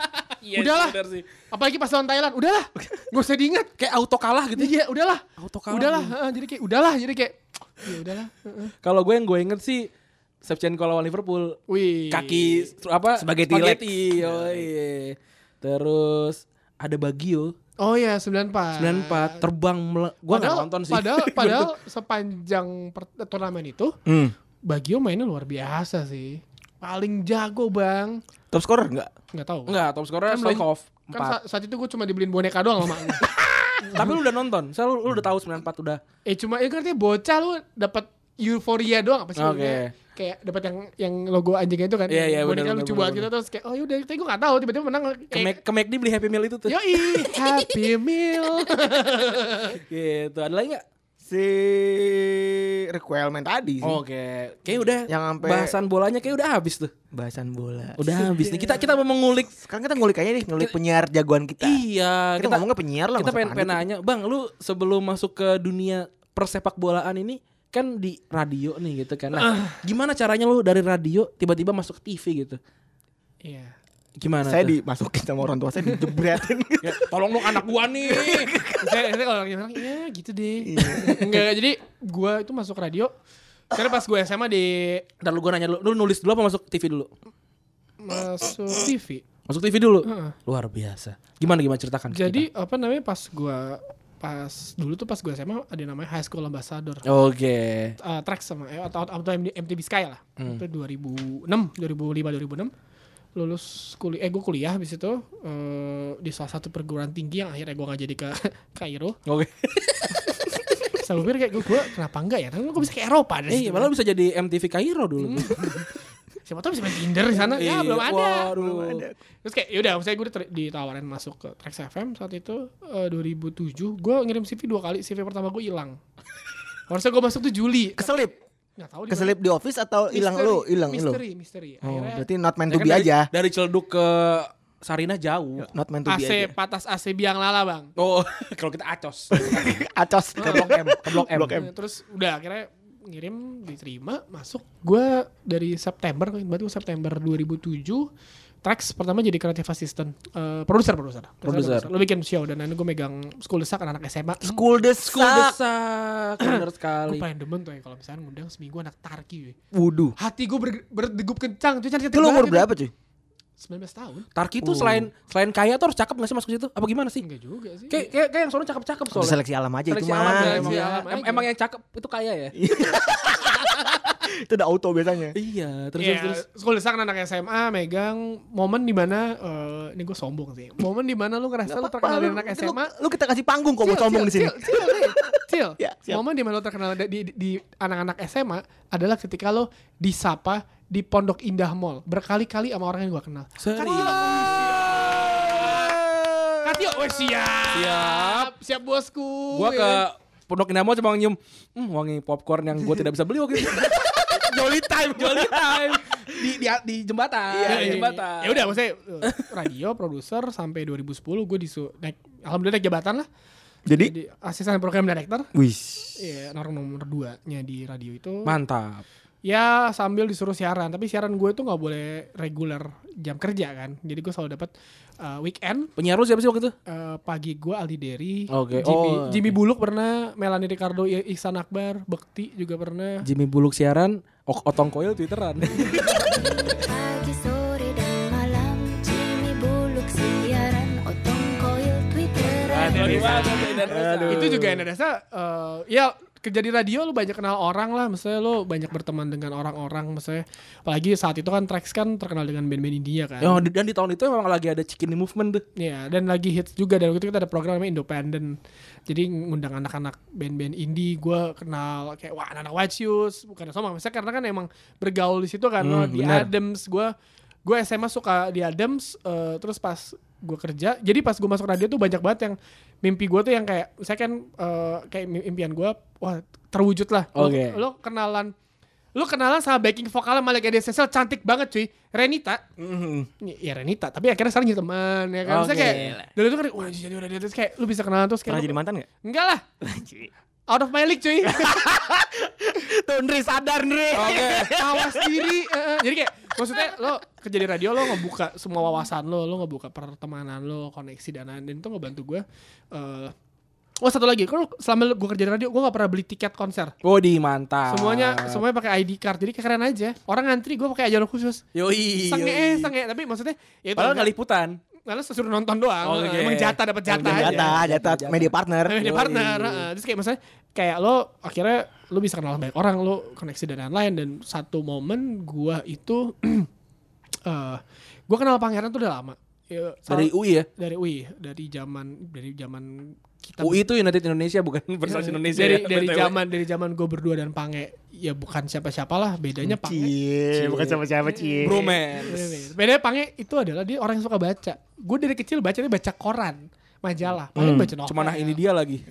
A: udahlah.
B: benar sih.
A: Apalagi pas lawan Thailand, udahlah. Gak usah diingat.
B: Kayak auto kalah gitu.
A: Iya, udahlah.
B: Auto kalah.
A: Udahlah, heeh, jadi kayak udahlah, jadi kayak ya udahlah. heeh.
B: Kalau gue yang gue inget sih Shevchenko lawan Liverpool.
A: Wih.
B: Kaki stru- apa?
C: Sebagai
B: spaghetti. Yoi. Terus ada Bagio
A: Oh iya, 94.
B: 94 terbang mele- gua nggak
A: Padahal-
B: nonton sih.
A: Padahal padahal sepanjang per- turnamen itu
C: Hmm.
A: Bagio mainnya luar biasa sih. Paling jago, Bang.
C: top scorer nggak
A: Nggak tahu.
B: Enggak, top scorer
A: Kan belum-
B: Stoikov
A: Kan
B: 4.
A: sa- saat itu gue cuma dibeliin boneka doang sama emak gua.
B: Tapi lu udah nonton. Saya lu, lu udah tahu 94 udah.
A: Eh cuma itu artinya bocah lu dapat euforia doang apa sih
B: Oke.
A: namanya? Kayak dapat yang yang logo anjingnya itu kan.
B: Iya, iya,
A: Boneka
B: benar,
A: lucu
B: benar,
A: banget
B: benar,
A: gitu terus kayak oh yaudah tapi gue gak tahu tiba-tiba menang.
B: Ke, Mac- ke McD
A: Iya.
B: beli Happy Meal itu tuh.
A: Yoi, happy meal.
B: Gitu. Ada lagi enggak?
C: si requirement tadi sih.
B: Oke, kayaknya udah
C: Yang sampai
B: bahasan bolanya kayak udah habis tuh.
C: bahasan bola.
B: Udah habis nih. Kita kita mau mengulik.
C: Sekarang kita ngulik aja nih, ngulik penyiar jagoan kita.
B: Iya,
C: kita,
B: kita
C: ngomongnya penyiar lah.
B: kita
C: masa
B: pengen,
C: pandit.
B: pengen nanya, Bang, lu sebelum masuk ke dunia persepak bolaan ini kan di radio nih gitu kan. Nah, gimana caranya lu dari radio tiba-tiba masuk ke TV gitu?
A: Iya.
B: Gimana?
C: Saya
B: tuh?
C: dimasukin sama orang tua saya dijebretin.
A: Ya, tolong dong anak gua nih. saya saya kalau lagi bilang ya gitu deh.
B: Iya.
A: Enggak jadi gua itu masuk radio. Karena pas gua SMA di
B: Ntar lu gue nanya dulu, lu nulis dulu apa masuk TV dulu?
A: masuk TV.
B: Masuk TV dulu.
A: Heeh.
B: Luar biasa. Gimana gimana ceritakan? ke
A: Jadi apa namanya pas gua pas dulu tuh pas gua SMA ada yang namanya High School Ambassador.
B: kita. Oke.
A: eh track sama eh, atau atau MD MTV Sky lah.
C: Hmm.
A: Itu 2006, 2005, 2006 lulus kuliah eh gue kuliah habis itu eh, di salah satu perguruan tinggi yang akhirnya gue nggak jadi ke Kairo.
B: Oke.
A: Saya pikir kayak gue kenapa enggak ya? Kan gue bisa ke Eropa dari
C: Iya,
B: Eh,
A: situ.
B: malah bisa jadi MTV Kairo dulu.
A: Siapa tahu bisa main Tinder di sana.
B: Iya,
A: ya belum ada.
B: waduh.
A: Belum ada. Terus kayak yaudah saya gue ditawarin masuk ke Trax FM saat itu eh, 2007. Gue ngirim CV dua kali. CV pertama gue hilang. Harusnya gue masuk tuh Juli.
C: Keselip,
A: Nggak tahu di mana.
C: keselip di office atau hilang
A: Misteri,
C: lu, hilang lu.
A: Misteri, misteri.
C: Oh,
A: Akhirnya
C: berarti not
B: Ya
C: meant to
B: kan
C: be
B: dari,
C: aja.
B: Dari Celduk ke Sarina jauh.
C: Not meant to be
A: AC
C: aja.
A: patas AC biang lala bang.
B: Oh, kalau kita acos.
C: Acos ke Blok M, ke Blok M.
A: Eh, Terus udah akhirnya ngirim diterima masuk. Gua dari September berarti gua September 2007 Trax pertama jadi creative assistant Eh, produser produser
B: Produser.
A: Lo bikin show dan lain gue megang school desak anak SMA
C: School desk.
B: School desak. Bener
A: gue
B: sekali.
A: pengen demen tuh ya kalau misalnya ngundang seminggu anak tarki cuy.
C: Wudu.
A: hati gue berdegup kencang tuh
C: Itu lu umur berapa cuy?
A: 19 tahun
B: Tarki tuh selain selain kaya tuh harus cakep gak sih masuk ke situ? Apa gimana sih?
A: enggak juga
B: Kayak
A: sih
B: kayak, kayak gitu, yang soalnya cakep-cakep soalnya.
C: Seleksi alam aja itu
B: Seleksi
C: mah.
B: alam,
A: emang
B: seleksi
A: ya.
B: alam. iya. Em-
A: Emang
B: Emang yang cakep itu kaya ya?
C: Itu udah auto biasanya.
B: Iya, terus
A: Iya,
B: terus.
A: sekolah desak anak SMA megang momen di mana eh, ini gue sombong sih. Momen di mana lu ngerasa lu terkenal dari anak
C: Lu-
A: SMA.
C: Lu, lu kita kasih panggung kok buat sombong di sini.
A: Chill, chill, nih, chill.
C: Ya, siap.
A: Momen di mana lu terkenal di, di, di anak-anak SMA adalah ketika lu disapa di Pondok Indah Mall berkali-kali sama orang yang gua kenal.
B: Serius?
A: Katio, oh, siap.
B: Siap.
A: Siap bosku.
B: Gua
A: ya
B: ke
A: kan?
B: Pondok Indah Mall cuma nyium hmm, wangi popcorn yang gue tidak bisa beli waktu itu. Jolly time, Iya, Jolly time di di, di jembatan,
A: Ya,
B: di
A: ya,
B: jembatan.
A: ya. Ya udah maksudnya eh, radio produser sampai 2010 gue disuruh naik alhamdulillah naik jabatan lah.
C: Jadi,
A: Jadi asisten program director.
C: wis.
A: Iya, orang nomor 2-nya di radio itu.
B: Mantap.
A: Ya sambil disuruh siaran, tapi siaran gue itu nggak boleh reguler jam kerja kan. Jadi gue selalu dapat uh, weekend
B: Penyiar lu siapa sih waktu itu?
A: uh, pagi gue Aldi Derry,
B: Oke,
A: Jimmy,
B: oh,
A: Jimmy
B: oke.
A: Buluk pernah, Melanie Ricardo, I- Ihsan Akbar, Bekti juga pernah.
B: Jimmy Buluk siaran, ok Otong Koil Twitteran.
G: Pagi, sore, dan malam Jimmy Buluk siaran Otong Koil Twitteran
A: Itu juga yang ada dasar, uh, ya kerja di radio lu banyak kenal orang lah, misalnya lu banyak berteman dengan orang-orang, misalnya apalagi saat itu kan Trax kan terkenal dengan band-band India kan.
B: Oh, di- dan di tahun itu emang lagi ada Cikini Movement tuh.
A: Iya, dan lagi hits juga dan waktu itu kita ada program namanya Independent. Jadi ngundang anak-anak band-band indie, gue kenal kayak wah anak-anak White Shoes, bukan sama misalnya karena kan emang bergaul di situ kan lo
B: Hmm,
A: di
B: benar.
A: Adams gue gue SMA suka di Adams eh, terus pas gue kerja jadi pas gue masuk radio tuh banyak banget yang mimpi gue tuh yang kayak saya kan eh, kayak mim- impian gue wah terwujud lah Lo-
B: Oke.
A: lo, kenalan lo kenalan sama backing vokalnya Malik Edesesel cantik banget cuy Renita Ya Renita, tapi akhirnya sekarang jadi teman ya kan. Maksudnya
B: Oke.
A: kayak dulu tuh kan wah jadi udah dia terus kayak lu bisa kenalan terus
C: Pernah
A: kayak
C: jadi
A: lu-
C: mantan gak?
A: enggak lah. Out of my league cuy.
C: Tuh Nri sadar Nri.
A: Tawa sendiri. eh, eh. Jadi kayak maksudnya lo kerja di radio lo ngebuka semua wawasan lo, lo ngebuka pertemanan lo, koneksi dan lain-lain dan itu ngebantu gue eh Oh satu lagi, kalau selama gue kerja di radio, gue gak pernah beli tiket konser.
B: Oh, di mantap.
A: Semuanya semuanya pakai ID card, jadi keren aja. Orang ngantri, gue pakai ajaran khusus.
B: Yoi.
A: Senge,
B: yoi.
A: eh, senge. Tapi maksudnya, ya itu
B: Padahal
A: enggak-
B: nggak liputan.
A: Lalu disuruh nonton doang.
B: Oke.
A: Emang jatah dapat jatah
B: Emang
A: aja.
C: Jatah, jatah media partner.
A: Tapi dia
B: Yoi.
A: partner. heeh. Terus kayak maksudnya kayak lo akhirnya lo bisa kenal banyak orang, lo koneksi dan lain-lain dan satu momen gua itu eh gua kenal Pangeran tuh udah lama. Ya,
B: Dari
A: salah-
B: UI ya.
A: dari UI, dari zaman dari zaman kita
B: UI itu United Indonesia bukan Bersatu Indonesia.
A: dari
B: ya,
A: dari
B: BTW.
A: zaman dari zaman gue berdua dan Pange ya bukan siapa-siapalah bedanya Pange
C: Cie, bukan siapa-siapa Cie.
B: Bromance.
A: Bedanya Iya, Pange itu adalah dia orang yang suka baca.
B: nah
A: Gue dari kecil bacanya baca koran, majalah. Paling baca novel.
B: Cuma nah ini dia lagi.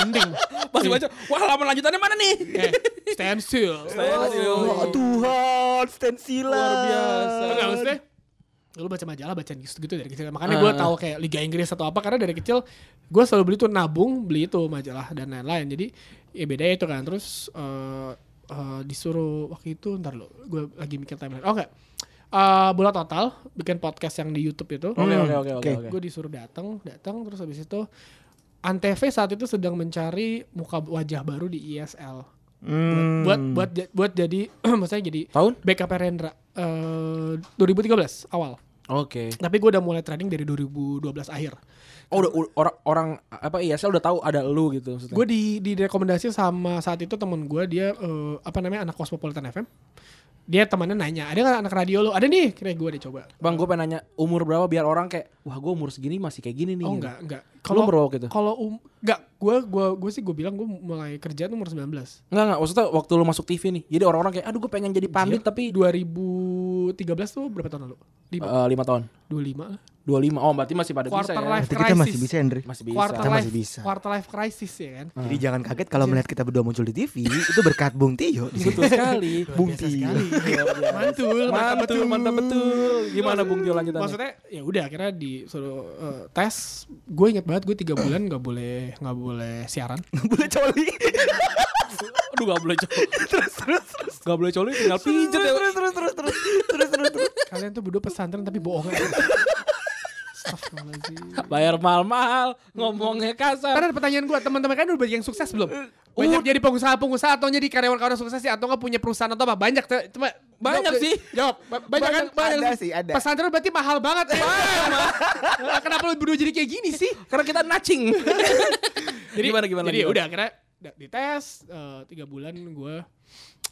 A: Mending.
B: Masih baca, wah halaman lanjutannya mana nih?
A: Eh, stensil.
C: Oh, Tuhan, stensila.
B: Luar biasa.
A: Enggak maksudnya lu baca majalah bacaan gitu gitu dari kecil makanya gue tahu kayak liga Inggris atau apa karena dari kecil gue selalu beli tuh nabung beli itu majalah dan lain-lain jadi ya beda itu kan terus eh, eh, disuruh waktu itu ntar lo gue lagi mikir timeline oh enggak Eh, bola total bikin podcast yang di YouTube itu
B: Oh, Hmm. iya.
E: Oke oke oke oke.
C: Oke.
E: oke.
A: gue disuruh datang datang terus habis itu Antv saat itu sedang mencari muka wajah baru di ISL
C: Hmm.
A: buat buat ja- buat jadi maksudnya jadi
E: Tahun?
A: backup Rendra eh 2013 awal
E: Oke.
A: tapi gue udah mulai trading dari 2012 akhir
E: Oh udah u- orang orang apa iya saya udah tahu ada lu gitu maksudnya.
A: gue di direkomendasi sama saat itu temen gue dia eh, apa namanya anak Cosmopolitan FM dia temannya nanya ada nggak anak radio lo ada nih kira gue dicoba
E: Bang gue pengen nanya umur berapa biar orang kayak wah gue umur segini masih kayak gini nih.
A: oh
E: gitu.
A: enggak enggak
E: Lu
A: kalau
E: umur berapa gitu?
A: kalau um, enggak gue gue gue sih gue bilang gue mulai kerja tuh umur 19
E: Enggak enggak maksudnya waktu lu masuk TV nih. Jadi orang-orang kayak aduh gue pengen jadi pandit tapi
A: 2013 tuh berapa tahun lalu? Lima,
E: Eh, lima tahun.
A: 25 lah.
E: 25. Oh berarti masih pada
A: Quarter
E: bisa ya.
A: life
C: Berarti
A: crisis.
C: kita masih bisa, Andre.
E: Masih bisa.
A: Quarter
C: Kita
A: life,
C: masih bisa.
A: quarter life crisis ya kan.
C: Jadi jangan kaget kalau melihat kita berdua muncul di TV, itu berkat Bung Tio di situ.
E: Betul sekali.
C: Bung Tio.
A: Mantul, mantap
E: Mantul,
A: betul.
E: mantap betul. Gimana Bung Tio lanjutannya?
A: Maksudnya ya udah akhirnya disuruh eh, tes. Gue inget banget gue tiga bulan nggak boleh nggak boleh siaran.
C: Boleh coli.
E: aduh gak boleh coli. terus terus terus. Gak boleh coli tinggal pijat ya.
C: Terus terus terus terus terus terus terus.
A: Kalian tuh berdua pesantren tapi bohongan. Astagfirullahaladzim.
E: Bayar mahal-mahal, ngomongnya kasar.
A: Karena ada pertanyaan gue, teman-teman kan udah banyak yang sukses belum? Banyak jadi pengusaha-pengusaha atau jadi karyawan-karyawan sukses sih atau nggak punya perusahaan atau apa? Banyak, coba
B: Banyak
A: jawab,
B: sih.
A: Jawab, Ba- banyak kan?
C: Banyak, ada sih, ada.
A: Pesantren berarti mahal banget. Wah, Kenapa lu berdua jadi kayak gini sih?
B: Karena kita nacing.
A: Jadi
B: Gimana, gimana,
A: Jadi ya
B: gimana?
A: udah akhirnya da- dites eh, tiga bulan gue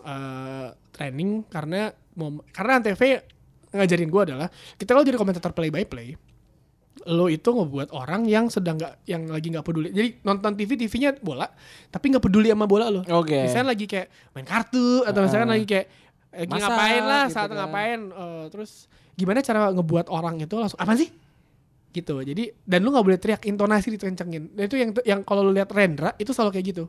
A: eh training karena mau karena Antv ngajarin gue adalah kita kalau jadi komentator play by play lo itu ngebuat orang yang sedang nggak yang lagi nggak peduli jadi nonton TV TV-nya bola tapi nggak peduli sama bola lo
E: Oke.
A: misalnya lagi kayak main kartu atau misalkan lagi kayak lagi
E: Masak
A: ngapain lah
E: gitu
A: saat
E: kan.
A: ngapain eh, terus gimana cara ngebuat orang itu langsung apa sih gitu jadi dan lu nggak boleh teriak intonasi dikencengin Dan itu yang yang kalau lu lihat Rendra itu selalu kayak gitu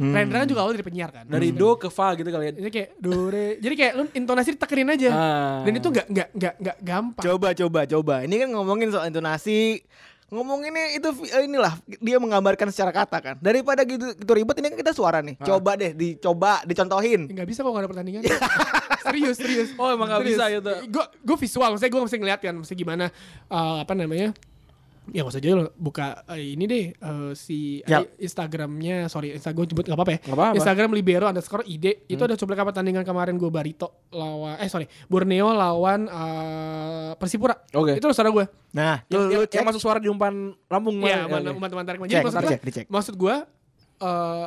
A: Rendra kan juga awal dari penyiar kan
E: Hmm. Dari do ke fa gitu kali ya.
A: jadi kayak dore jadi kayak lu intonasi ditekenin aja
E: Ah.
A: dan itu nggak nggak nggak nggak gampang
C: Coba coba coba. Ini kan ngomongin soal intonasi ngomonginnya itu vi- eh, inilah dia menggambarkan secara kata kan daripada gitu, gitu ribet ini kan kita suara nih coba deh dicoba dicontohin
A: nggak bisa kok nggak ada pertandingan serius serius
E: Oh, emang nggak bisa gitu.
A: gue gue visual maksudnya gue mesti ngeliat kan mesti gimana eh, apa namanya ya nggak usah jauh buka eh, ini deh eh, si
C: Yap.
A: eh, Instagramnya sorry Instagram gue nyebut nggak apa-apa ya
E: Ya. Nggak apa-apa. Hmm.
A: Instagram libero underscore id itu ada cuplikan pertandingan kemarin gue Barito lawan eh sorry Borneo lawan eh, Persipura
E: Oke.
A: itu saudara gue
C: nah
E: Yang,
C: lu, lu
E: yang- yang
C: cek
E: masuk suara di umpan lambung ya.
A: Iya,
E: mana?
A: umat
E: Oke.
A: umat tarik
C: Cek,
A: Jadi maksud
C: ntar
A: gua,
C: cek, dicek.
A: maksud gua eh,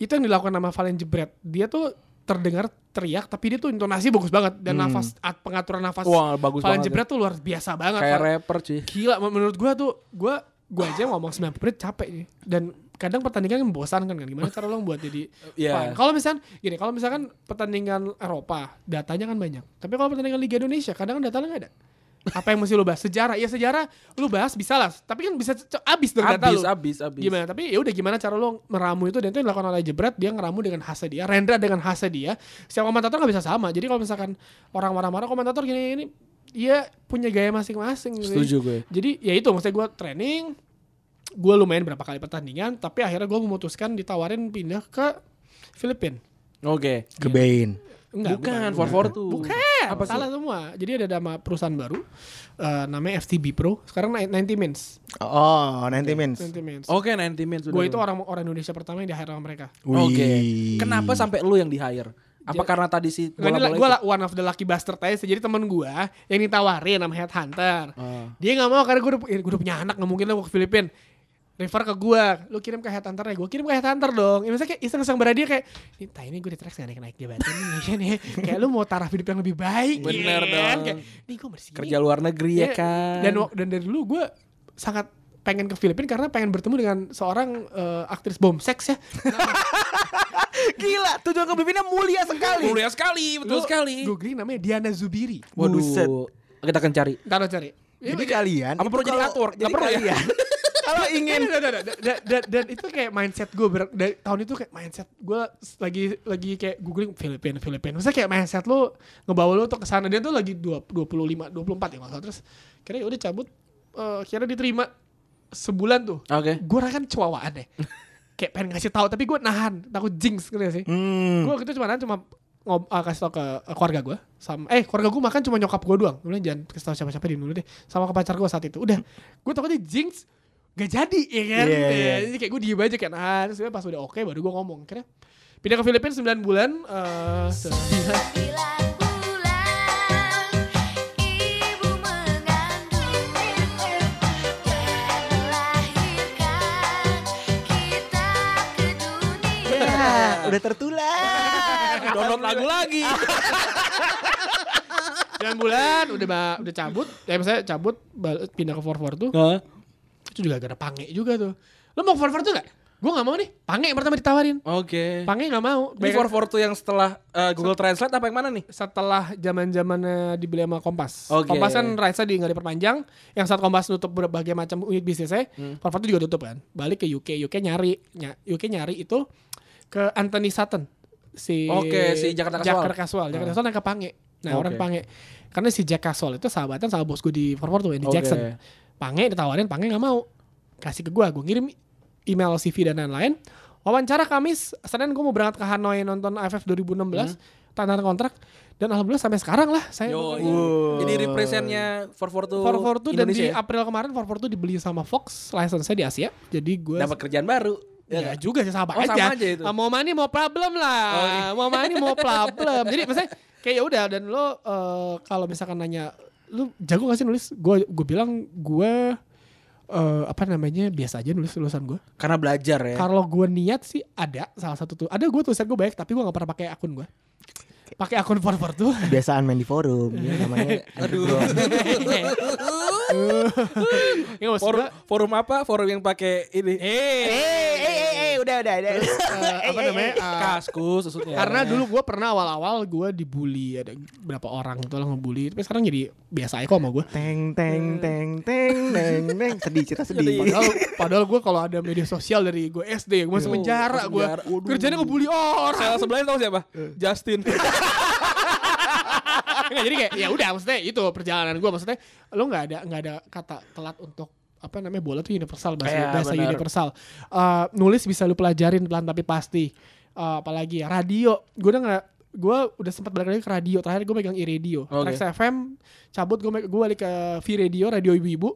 A: itu yang dilakukan sama Valen Jebret. Dia tuh terdengar teriak tapi dia tuh intonasi bagus banget dan nafas at- pengaturan nafas
E: Wah, bagus
A: Valen
E: banget.
A: Jebret tuh luar biasa banget.
E: Kayak
A: Val.
E: rapper cuy.
A: Gila men- menurut gua tuh gua gua aja ngomong 90 menit capek nih. Dan kadang pertandingan membosankan kan gimana cara lo buat jadi
E: Iya.
A: fun. kalau misalkan gini kalau misalkan pertandingan Eropa datanya kan banyak tapi kalau pertandingan Liga Indonesia kadang kan datanya nggak ada apa yang mesti lo bahas sejarah ya sejarah lo bahas bisa lah tapi kan bisa c- abis dong data
E: Abis,
A: lo
E: abis, abis.
A: gimana tapi ya udah gimana cara lo meramu itu dan itu yang dilakukan oleh jebret dia ngeramu dengan khasnya dia rendra dengan khasnya dia siapa komentator nggak bisa sama jadi kalau misalkan orang marah-marah komentator gini ini dia punya gaya masing-masing gitu.
E: Setuju gue.
A: jadi ya itu maksudnya gue training gue lumayan berapa kali pertandingan tapi akhirnya gue memutuskan ditawarin pindah ke Filipina
E: Oke.
C: kebein
A: Enggak,
E: Bukan, 442.
A: Bukan, salah semua. Jadi ada nama perusahaan baru eh, namanya FTB Pro. Sekarang na- 90 Mins.
C: oh nanti mins
A: 90 Mins.
B: Oh,
E: Oke, 90 minutes.
A: gue itu orang orang Indonesia pertama yang di hire sama mereka.
E: Oke.
C: Wih.
E: Kenapa sampai lu yang di hire? Apa karena tadi si
A: Nah, ini
E: bola-bola
A: gue
E: itu?
A: one of the lucky bastard aja sih. Jadi temen gue yang ditawarin sama headhunter.
E: Ah.
A: Dia gak mau karena gue udah, ya, gua udah punya anak gak mungkin lah gue ke Filipina. Refer ke gue, lu kirim ke headhunter ya, gue kirim ke headhunter dong. Ya, misalnya kayak iseng-iseng berada dia kayak, entah ini gue di track naik-naik jabatan nih, nih. Kayak lu mau taraf hidup yang lebih baik.
E: Bener
A: ya
E: dong.
A: Kayak, nih gue bersih.
E: Kerja luar negeri ya
A: Iya,
E: kan.
A: Dan wa- dan dari dulu gue sangat pengen ke Filipina karena pengen bertemu dengan seorang eh, aktris bom seks ya.
C: gila tujuan ke Filipina mulia sekali
B: Mulia sekali, betul sekali.
A: Googling namanya Diana Zubiri. Iya.
E: Waduh.
C: Buset.
E: Kita akan cari.
A: Ntar lo cari.
C: Jadi kalian
B: Apa
C: itu
B: perlu jadi
C: kalau-
B: artwork?
C: Jadi
B: Nggak perlu ya?
C: kalian kalau ingin
A: Dan, dan, dan, dan, dan, dan itu kayak mindset gue ber- dari tahun itu kayak mindset gue s- lagi lagi kayak googling Filipina Filipina. Maksudnya kayak mindset lu ngebawa lu untuk kesana dia tuh lagi dua- 25 24 ya nggak salah. Terus kira udah cabut eh, kira diterima sebulan tuh.
E: Oke.
A: Gue kan cuawaan deh. kayak pengen ngasih tahu tapi gue nahan takut jinx gitu sih.
C: hmm,
A: Gue waktu itu cuma nahan cuma ngob ah, kasih tau ke eh, keluarga gue sama eh keluarga gue makan cuma nyokap gue doang gue bilang jangan kasih tau siapa-siapa di dulu deh sama ke pacar gue saat itu udah gue takutnya jinx gak jadi ya kan
C: Iya,
A: Ya,
C: iya.
A: jadi kayak gue diem aja kayak nah terus sebenarnya pas udah oke baru gue ngomong akhirnya pindah ke Filipina 9 bulan eh, sembilan-
G: Sembilan bulan ibu mengandung dan melahirkan kita ke dunia.
C: ya, udah tertular.
B: Download lagu lagi.
A: 9 bulan udah ba- udah cabut ya misalnya cabut bal- pindah ke 44 tuh itu juga gara pange juga tuh lo mau ke 44 tuh gak? gue gak mau nih pange yang pertama ditawarin
B: Oke.
A: pange gak mau
B: Ini 442 yang setelah eh, Google Translate apa yang mana nih?
A: setelah zaman zamannya dibeli sama Kompas.
B: Oke.
A: Kompas kan rights-nya di nggak diperpanjang. Yang saat Kompas nutup berbagai macam unit bisnisnya,
B: Hmm.
A: Corvette juga tutup kan. Balik ke UK, UK nyari, ny- UK nyari itu ke Anthony Sutton si
B: Oke, si Jakarta Casual. Hmm.
A: Jakarta Casual, Jakarta Casual yang ke Pange. Nah,
E: Oke.
A: orang Pange. Karena si Jack Casual itu sahabatan sama bos gue di 442 yang di
E: Oke.
A: Jackson. Pange ditawarin, Pange nggak mau. Kasih ke gua, gue ngirim email CV dan lain-lain. Wawancara Kamis, Senin gue mau berangkat ke Hanoi nonton AFF 2016, tanda tangan kontrak dan alhamdulillah sampai sekarang lah
B: Hmm.
A: saya
B: Yo,
A: nonton.
B: iya. Jadi representnya 442
A: 442 dan di
B: Indonesia. ya?
A: April kemarin 442 dibeli sama Fox, license-nya di Asia. Jadi gue
B: dapat kerjaan baru.
E: kan?
A: Ya, juga sih sama
B: Oh,
A: aja.
B: sama aja itu. Oh, iya.
A: Ah, Mau money mau problem lah. Mau money mau problem. Jadi maksudnya kayak ya udah dan lo eh, kalau misalkan nanya lu jago gak sih nulis? Gue gue bilang gue eh, apa namanya biasa aja nulis tulisan gue.
B: Karena belajar ya.
A: Kalau gue niat sih ada salah satu tuh. Ada gue tulisan gue baik tapi gue gak pernah pakai akun gue. Pakai akun forward tuh.
C: Biasaan main di forum, ya, namanya.
B: Aduh.
A: Ya, maksud
B: forum,
A: gua,
B: forum apa? Forum yang pakai ini.
C: Eh, eh, eh, eh, udah, udah, udah.
A: eh, apa namanya? ya. eh,
B: Kaskus maksudnya.
A: Karena
E: Iya.
A: dulu gue pernah awal-awal gue dibully ada berapa orang itu lah ngebully tapi sekarang jadi biasa aja kok sama gue.
C: Teng, teng, teng, teng, teng, teng. Sedih, cerita sedih. Oh,
A: Padahal, padahal gue kalau ada media sosial dari gue SD gue masuk penjara
B: masuk
A: gue
B: penjara. Waduh.
A: kerjanya ngebully orang.
B: sel sebelahnya tahu siapa? Justin.
A: Nggak, jadi kayak ya udah maksudnya itu perjalanan gue maksudnya lo nggak ada nggak ada kata telat untuk apa namanya bola tuh universal bahasa
B: Iya,
A: bahasa
B: benar.
A: universal. Eh, nulis bisa lu pelajarin pelan tapi pasti. Eh, apalagi ya radio gue udah nggak gue udah sempat balik lagi ke radio terakhir gue megang iRadio
B: Oke.
A: Trax FM cabut gue gue balik ke V Radio radio ibu-ibu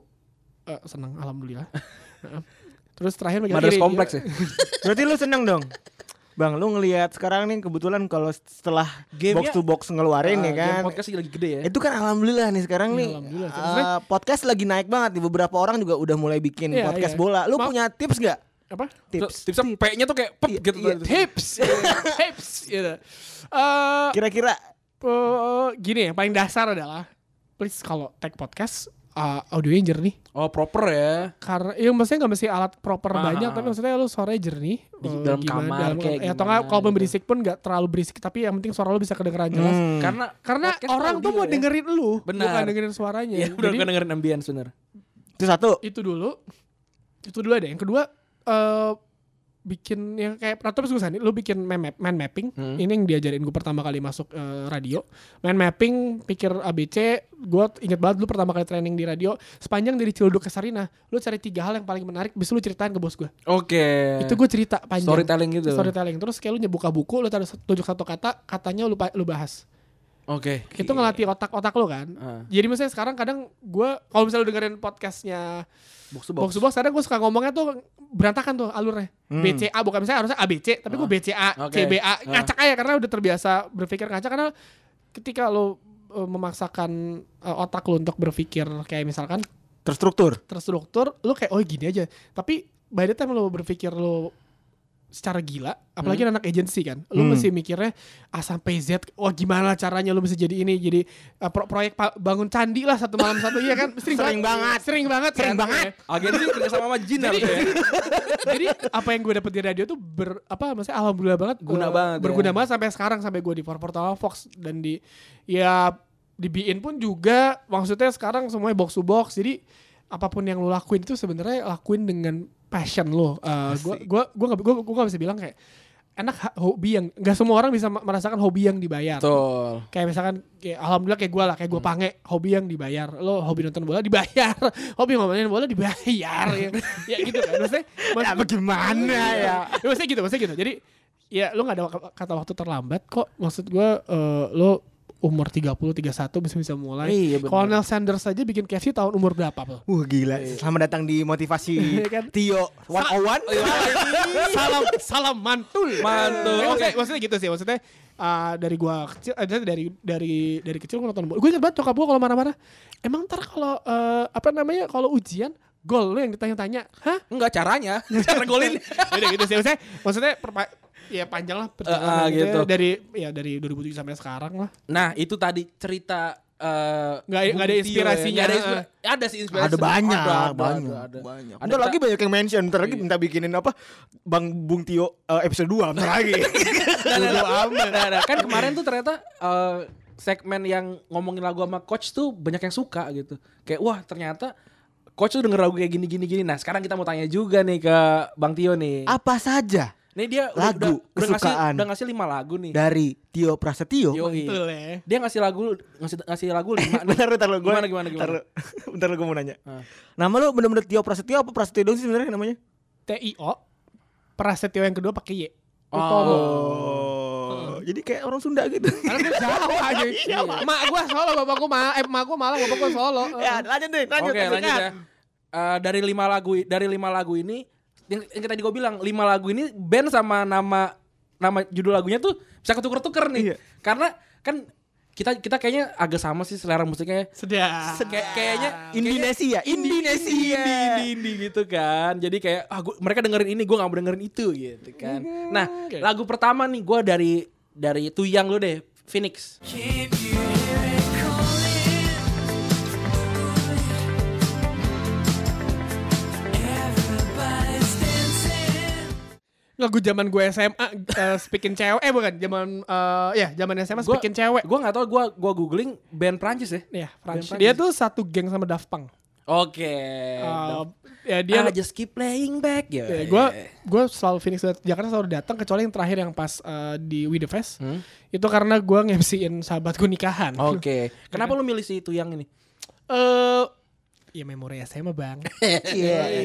A: Eh, seneng alhamdulillah Heeh. terus terakhir megang
B: Madras
A: iRadio.
B: kompleks ya.
C: Berarti lu seneng dong? Bang, lu ngelihat sekarang nih kebetulan kalau setelah
B: Gamenya-
C: box to box ngeluarin
B: Ah,
C: ya kan.
B: game Podcast lagi gede ya.
C: Itu kan alhamdulillah nih sekarang
A: Iya,
C: nih.
A: alhamdulillah.
C: eh,
A: Sebenarnya-
C: podcast lagi naik banget nih. Beberapa orang juga udah mulai bikin
A: Iya,
C: podcast
A: iya.
C: bola. Lu
A: Mau-
C: punya tips nggak?
A: apa
C: Tips.
B: Tipsnya P-nya tuh kayak pep
C: Iya,
B: gitu.
C: iya.
A: tips tips gitu Eh,
C: Kira-kira
A: Eh, gini yang paling dasar adalah please kalau tag podcast eh, audionya jernih
B: Oh, proper ya.
A: karena ya maksudnya nggak mesti alat proper
B: Ah.
A: banyak tapi maksudnya lu suaranya jernih
E: Di
A: eh,
E: dalam kamar kayak
A: ya, atau
E: gimana
A: nggak kalau
E: gitu.
A: berisik pun nggak terlalu berisik tapi yang penting suara lu bisa kedengeran jelas
C: Hmm.
B: Karena
A: karena
B: podcast
A: orang tuh
B: audio
A: mau
B: ya.
A: dengerin lu
B: Benar.
A: bukan dengerin suaranya
B: Iya, udah
A: Jadi,
B: bukan dengerin ambience bener.
C: itu satu.
A: itu dulu itu dulu ada yang kedua eh bikin yang kayak Ratu Sugusani lu bikin mind, map- mind mapping
B: Hmm.
A: ini yang diajarin gue pertama kali masuk eh, radio mind mapping pikir ABC gue inget banget lu pertama kali training di radio sepanjang dari Cilduk ke Sarina lu cari tiga hal yang paling menarik bisa lu ceritain ke bos gue
B: Oke.
A: itu gue cerita panjang
B: Eh. storytelling gitu.
A: storytelling terus kayak lu nyebuka buku lu taruh tunjuk satu kata katanya lu pa- lu bahas
B: Oke. Iya,
A: itu ngelatih otak-otak lu kan
B: Ah.
A: jadi misalnya sekarang kadang gue kalau misalnya lu dengerin podcastnya
B: Box to box.
A: box to box kadang gue suka ngomongnya tuh berantakan tuh alurnya
C: Hmm.
A: BCA bukan misalnya harusnya ABC tapi
C: Oh.
A: gue BCA
B: Oke.
A: CBA
B: Ah.
A: ngacak aja karena udah terbiasa berpikir ngacak karena ketika lo eh, memaksakan eh, otak lo untuk berpikir kayak misalkan
C: Terstruktur.
A: terstruktur lo kayak oh gini aja tapi by the time lo berpikir lo secara gila apalagi anak agensi kan lo
C: Hmm.
A: mesti mikirnya A sampai Z wah gimana caranya lo bisa jadi ini jadi eh, pro- proyek pa- bangun candi lah satu malam satu iya kan sering,
C: Sering banget.
A: sering banget
C: Sering
A: kan?
C: banget.
B: Agensi kerja sama sama Jin harusnya ya.
A: Jadi apa yang gue dapet di radio tuh ber apa maksudnya alhamdulillah banget gua-
B: Guna banget
A: berguna
B: ya.
A: banget sampai sekarang sampai gue di Portal Fox dan di ya di Bein pun juga maksudnya sekarang semuanya box to box jadi apapun yang lo lakuin itu sebenarnya lakuin dengan passion lo. Eh, Gue gua gua gak, gua, gua gak bisa bilang kayak enak ha- hobi yang nggak semua orang bisa ma- merasakan hobi yang dibayar.
E: Betul.
A: Kayak misalkan kayak, alhamdulillah kayak gue lah, kayak gue pange hobi yang dibayar. Lo hobi nonton bola dibayar, hobi ngomongin bola dibayar. ya, ya gitu kan. Maksudnya, maksud-
C: bagaimana ya?
A: ya maksudnya gitu maksudnya gitu jadi ya lu nggak ada wak- kata waktu terlambat kok maksud gua eh, lu umur 30 31 bisa bisa mulai
E: Iya benar.
A: Colonel Sanders saja bikin KFC tahun umur berapa lo
C: Wah gila, selamat datang di motivasi
A: Iya kan? Oh, iya,
C: Tio 101
A: salam salam mantul
B: Mantul,
A: Ya, maksudnya,
B: oke.
A: maksudnya gitu sih maksudnya eh, dari gua kecil eh, dari dari dari kecil gua nonton bola gua ingat banget nyokap gua kalau marah-marah emang ntar kalau eh, apa namanya kalau ujian gol lu yang ditanya-tanya hah
B: Enggak caranya, cara golin.
A: Beda gitu sih maksudnya maksudnya perpa- ya panjang lah
B: Eh,
A: perjalanan
B: eh,
A: gitu.
B: gitu.
A: ya. dari ya dari 2007 sampai sekarang lah
B: Nah, itu tadi cerita eh,
A: Nggak- nggak
B: Bung Tio
A: ada
B: ya.
A: inspirasinya.
B: Nggak ada, inspira- ada sih inspirasi.
C: Ada banyak,
B: Ada, ada,
C: banyak,
B: ada, ada.
C: banyak.
B: Ada
C: Ntar
B: kita-
C: lagi banyak yang mention, ntar
A: Iya.
C: lagi minta bikinin apa Bang Bung Tio eh, episode 2 ntar lagi.
B: Bodo amat. Nah, nah, kan kemarin tuh ternyata eh, segmen yang ngomongin lagu sama coach tuh banyak yang suka gitu. Kayak wah ternyata coach tuh denger lagu kayak gini gini gini. Nah sekarang kita mau tanya juga nih ke Bang Tio nih.
C: Apa saja
B: Nih dia udah-
C: Lagu,
B: udah, udah ngasih
C: kesukaan.
B: udah ngasih lima lagu nih.
C: dari Tio Prasetyo?
B: Yoi.
A: betul ya
B: Dia ngasih lagu ngasih ngasih lagu lima. nih.
C: Bentar, bentar lu gua.
B: Gimana, gimana, gimana?
C: Bentar, lu- bentar lu gua mau nanya.
B: Ah.
C: Nama lu bener-bener Tio Prasetyo apa Prasetyo doang sih sebenarnya namanya?
A: TIO Prasetyo yang kedua pakai Y
B: Oh. Ah.
C: Oh. Jadi kayak orang Sunda gitu.
A: karena gue Jawa aja
B: Iya,
A: mak gue Solo bapak gue ma eh mak gue malah bapak gue Solo
C: ya, lanjut deh, lanjut.
B: Oke lanjut ya. Eh, dari lima lagu dari lima lagu ini yang, yang tadi gue bilang lima lagu ini band sama nama nama judul lagunya tuh bisa ketuker-tuker nih. Karena kan kita kita kayaknya agak sama sih selera musiknya.
A: sedap
B: Kayak- kayaknya
C: Indonesia, Indonesia.
B: Indie, indie gitu kan. Jadi kayak ah, gua- mereka dengerin ini, gue nggak mau dengerin itu gitu kan. Nah lagu pertama nih gue dari dari Tuyang lu deh, Phoenix.
G: Can you hear it calling? Everybody's dancing.
A: lagu zaman gue SMA eh, speaking cewek eh bukan zaman eh, ya zaman SMA
B: Gua-
A: speaking cewek
B: Gue nggak tahu gue gua googling band Prancis ya.
A: ya Prancis
B: Prancis.
A: dia tuh satu geng sama Daft Punk
B: Oke. Oh,
A: Eh, ya
B: dia
A: dia
B: I just keep playing back ya.
C: Iya,
A: Ya, gue gue selalu Phoenix dari Jakarta selalu datang kecuali yang terakhir yang pas eh, di We The Fest itu karena gue ngemsiin sahabatku nikahan
B: Oh, Oke. Kenapa lu milih si Tuyang ini?
A: Eh, ya memori SMA bang iya kan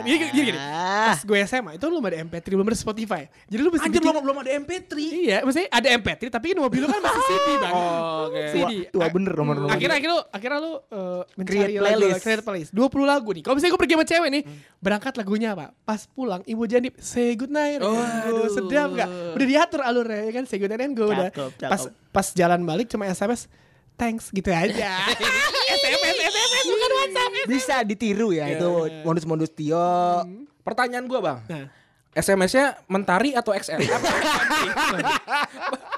A: Ini gini, gini, gini.
C: Ah.
A: pas gue SMA itu belum ada MP3 belum ada Spotify jadi lu mesti
B: Anjir
A: bikin-
B: belum belum ada MP3.
A: iya maksudnya ada MP3 tapi kan mobil lu kan masih CD bang
B: Oh, Oke.
C: Tua,
A: CD
B: Ah.
C: tua bener nomor-nomor.
B: Hmm.
A: akhirnya akhirnya lu akhirnya lu eh, mencari
C: Create
A: lagu,
C: playlist.
A: create playlist 20 lagu nih kalau misalnya gue pergi sama cewek nih berangkat lagunya apa pas pulang ibu janip say good night aduh sedap gak udah diatur alurnya ya kan say good night kan gue udah
C: Cakep, cakep.
A: pas pas jalan balik cuma SMS thanks gitu aja SMS SMS bukan WhatsApp
C: Bisa ditiru
B: Iya,
C: ya itu modus-modus Tio.
B: Hmm. Pertanyaan gue bang.
A: Nah.
B: SMS-nya mentari atau XL? Apa?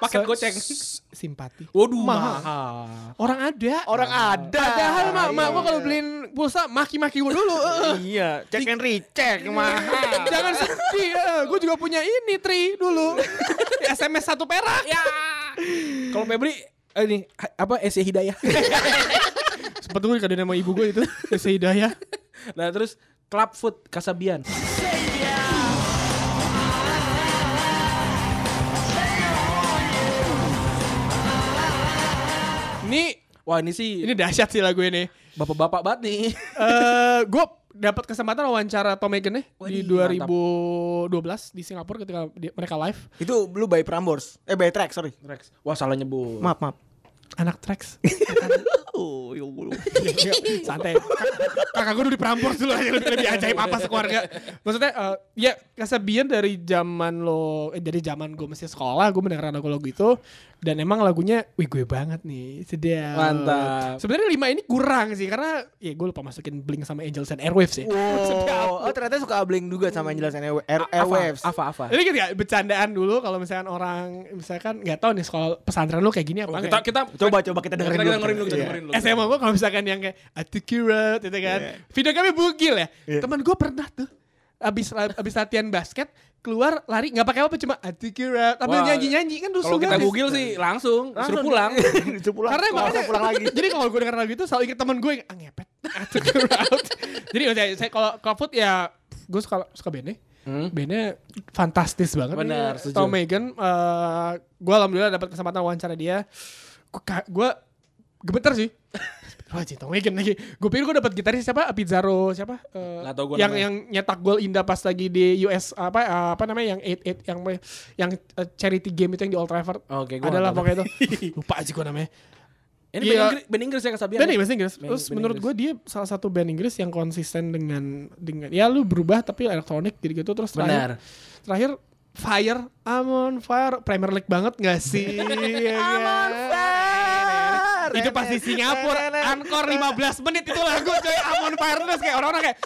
B: Paket
A: So-
B: goceng.
A: s- simpati
B: Waduh
A: Mahal. orang Iya, ada
C: Orang ada.
A: padahal mak mak gue kalau beliin pulsa maki-maki gue dulu eh.
C: Iya, check and recheck mahal.
A: jangan sedih gue juga punya ini tri dulu SMS satu perak
B: Ya. Kalau Febri eh, ini ha- apa Esi Hidayah.
A: Sempat gue dikadain sama ibu gue itu Esa Hidayah
B: nah terus Club Food Kasabian.
A: Ini
B: Wah ini sih
A: ini dahsyat sih lagu ini
B: bapak-bapak banget nih.
A: Eh, Gue dapat kesempatan wawancara Tom Hagen nih Di
B: Waduh,
A: 2012 di Singapura ketika dia- mereka live
C: Itu lu by Prambors. Eh by Track, sorry.
B: Rex. Wah salah nyebut.
C: Maaf, maaf.
A: Anak tracks
C: Oh, ya Allah.
A: Iya, Santai Kak- Kakak gue dulu di Prambors dulu aja Lebih, lebih ajaib apa sekeluarga Maksudnya eh, Ya kesabian dari zaman lo eh, Dari zaman gue masih sekolah Gue mendengarkan lagu-lagu itu Dan emang lagunya Wih gue banget nih Sedap
B: Mantap.
A: Sebenarnya lima ini kurang sih Karena Ya gue lupa masukin Blink sama Angels and Airwaves ya
C: Wow. Oh, ternyata suka bling juga sama yang E jelasin Air- Air- Airwaves.
B: Apa apa?
A: Ini gitu ya bercandaan dulu kalau misalkan orang misalkan nggak tahu nih sekolah pesantren lu kayak gini apa
B: Oh,
A: ya?
B: kita
A: enggak.
B: kita
C: Coba coba kita dengerin
B: kita
C: dulu.
B: dengerin dulu, kita
C: Iya.
B: dengerin Iya. dulu.
A: SMA gua kalau misalkan yang kayak Atikira gitu kan. Video kami bugil ya.
C: Iya.
A: Teman gua pernah tuh abis abis latihan basket keluar lari nggak pakai apa cuma Atikira tapi
B: Wah,
A: nyanyi nyanyi kan dulu
B: Kalau kita
A: garis.
B: Google sih langsung, suruh
C: Langsung
B: pulang.
C: Disuruh pulang.
A: Karena
C: Langsung
A: makanya
C: pulang lagi.
A: Jadi kalau gue denger lagu itu selalu inget temen gue yang ah, ngepet. I took the route. Jadi saya, saya kalau Clubfoot ya gue suka suka bandnya.
B: Hmm.
A: Bandnya fantastis banget.
B: Benar,
A: Ini,
B: setuju.
A: Tom Megan, eh gue alhamdulillah dapat kesempatan wawancara dia. Gue ka- gue gemeter sih. Wah, Tom Megan lagi. Gue pikir gue dapat gitaris siapa? Pizarro siapa? Eh,
B: Nggak tahu gua
A: yang
B: namanya.
A: yang nyetak gol indah pas lagi di US apa eh, apa namanya yang 88 yang yang eh, charity game itu yang di Old Trafford.
E: Oke, gua
A: Adalah
E: nggak tahu.
A: pokoknya itu. Lupa aja gue namanya.
E: Ini
A: Iya.
E: band Inggris, band Inggris ya kesabian.
A: Band Inggris, Inggris.
E: Band-
A: Terus
E: band
A: menurut gue
E: Inggris.
A: dia salah satu band Inggris yang konsisten dengan dengan ya lu berubah tapi elektronik gitu gitu terus
E: Benar.
A: terakhir terakhir Fire, I'm on fire, Premier League banget gak sih? I'm on fire. Itu pasti Singapura, Angkor 15 menit itu lagu coy, I'm on fire terus kayak orang-orang kayak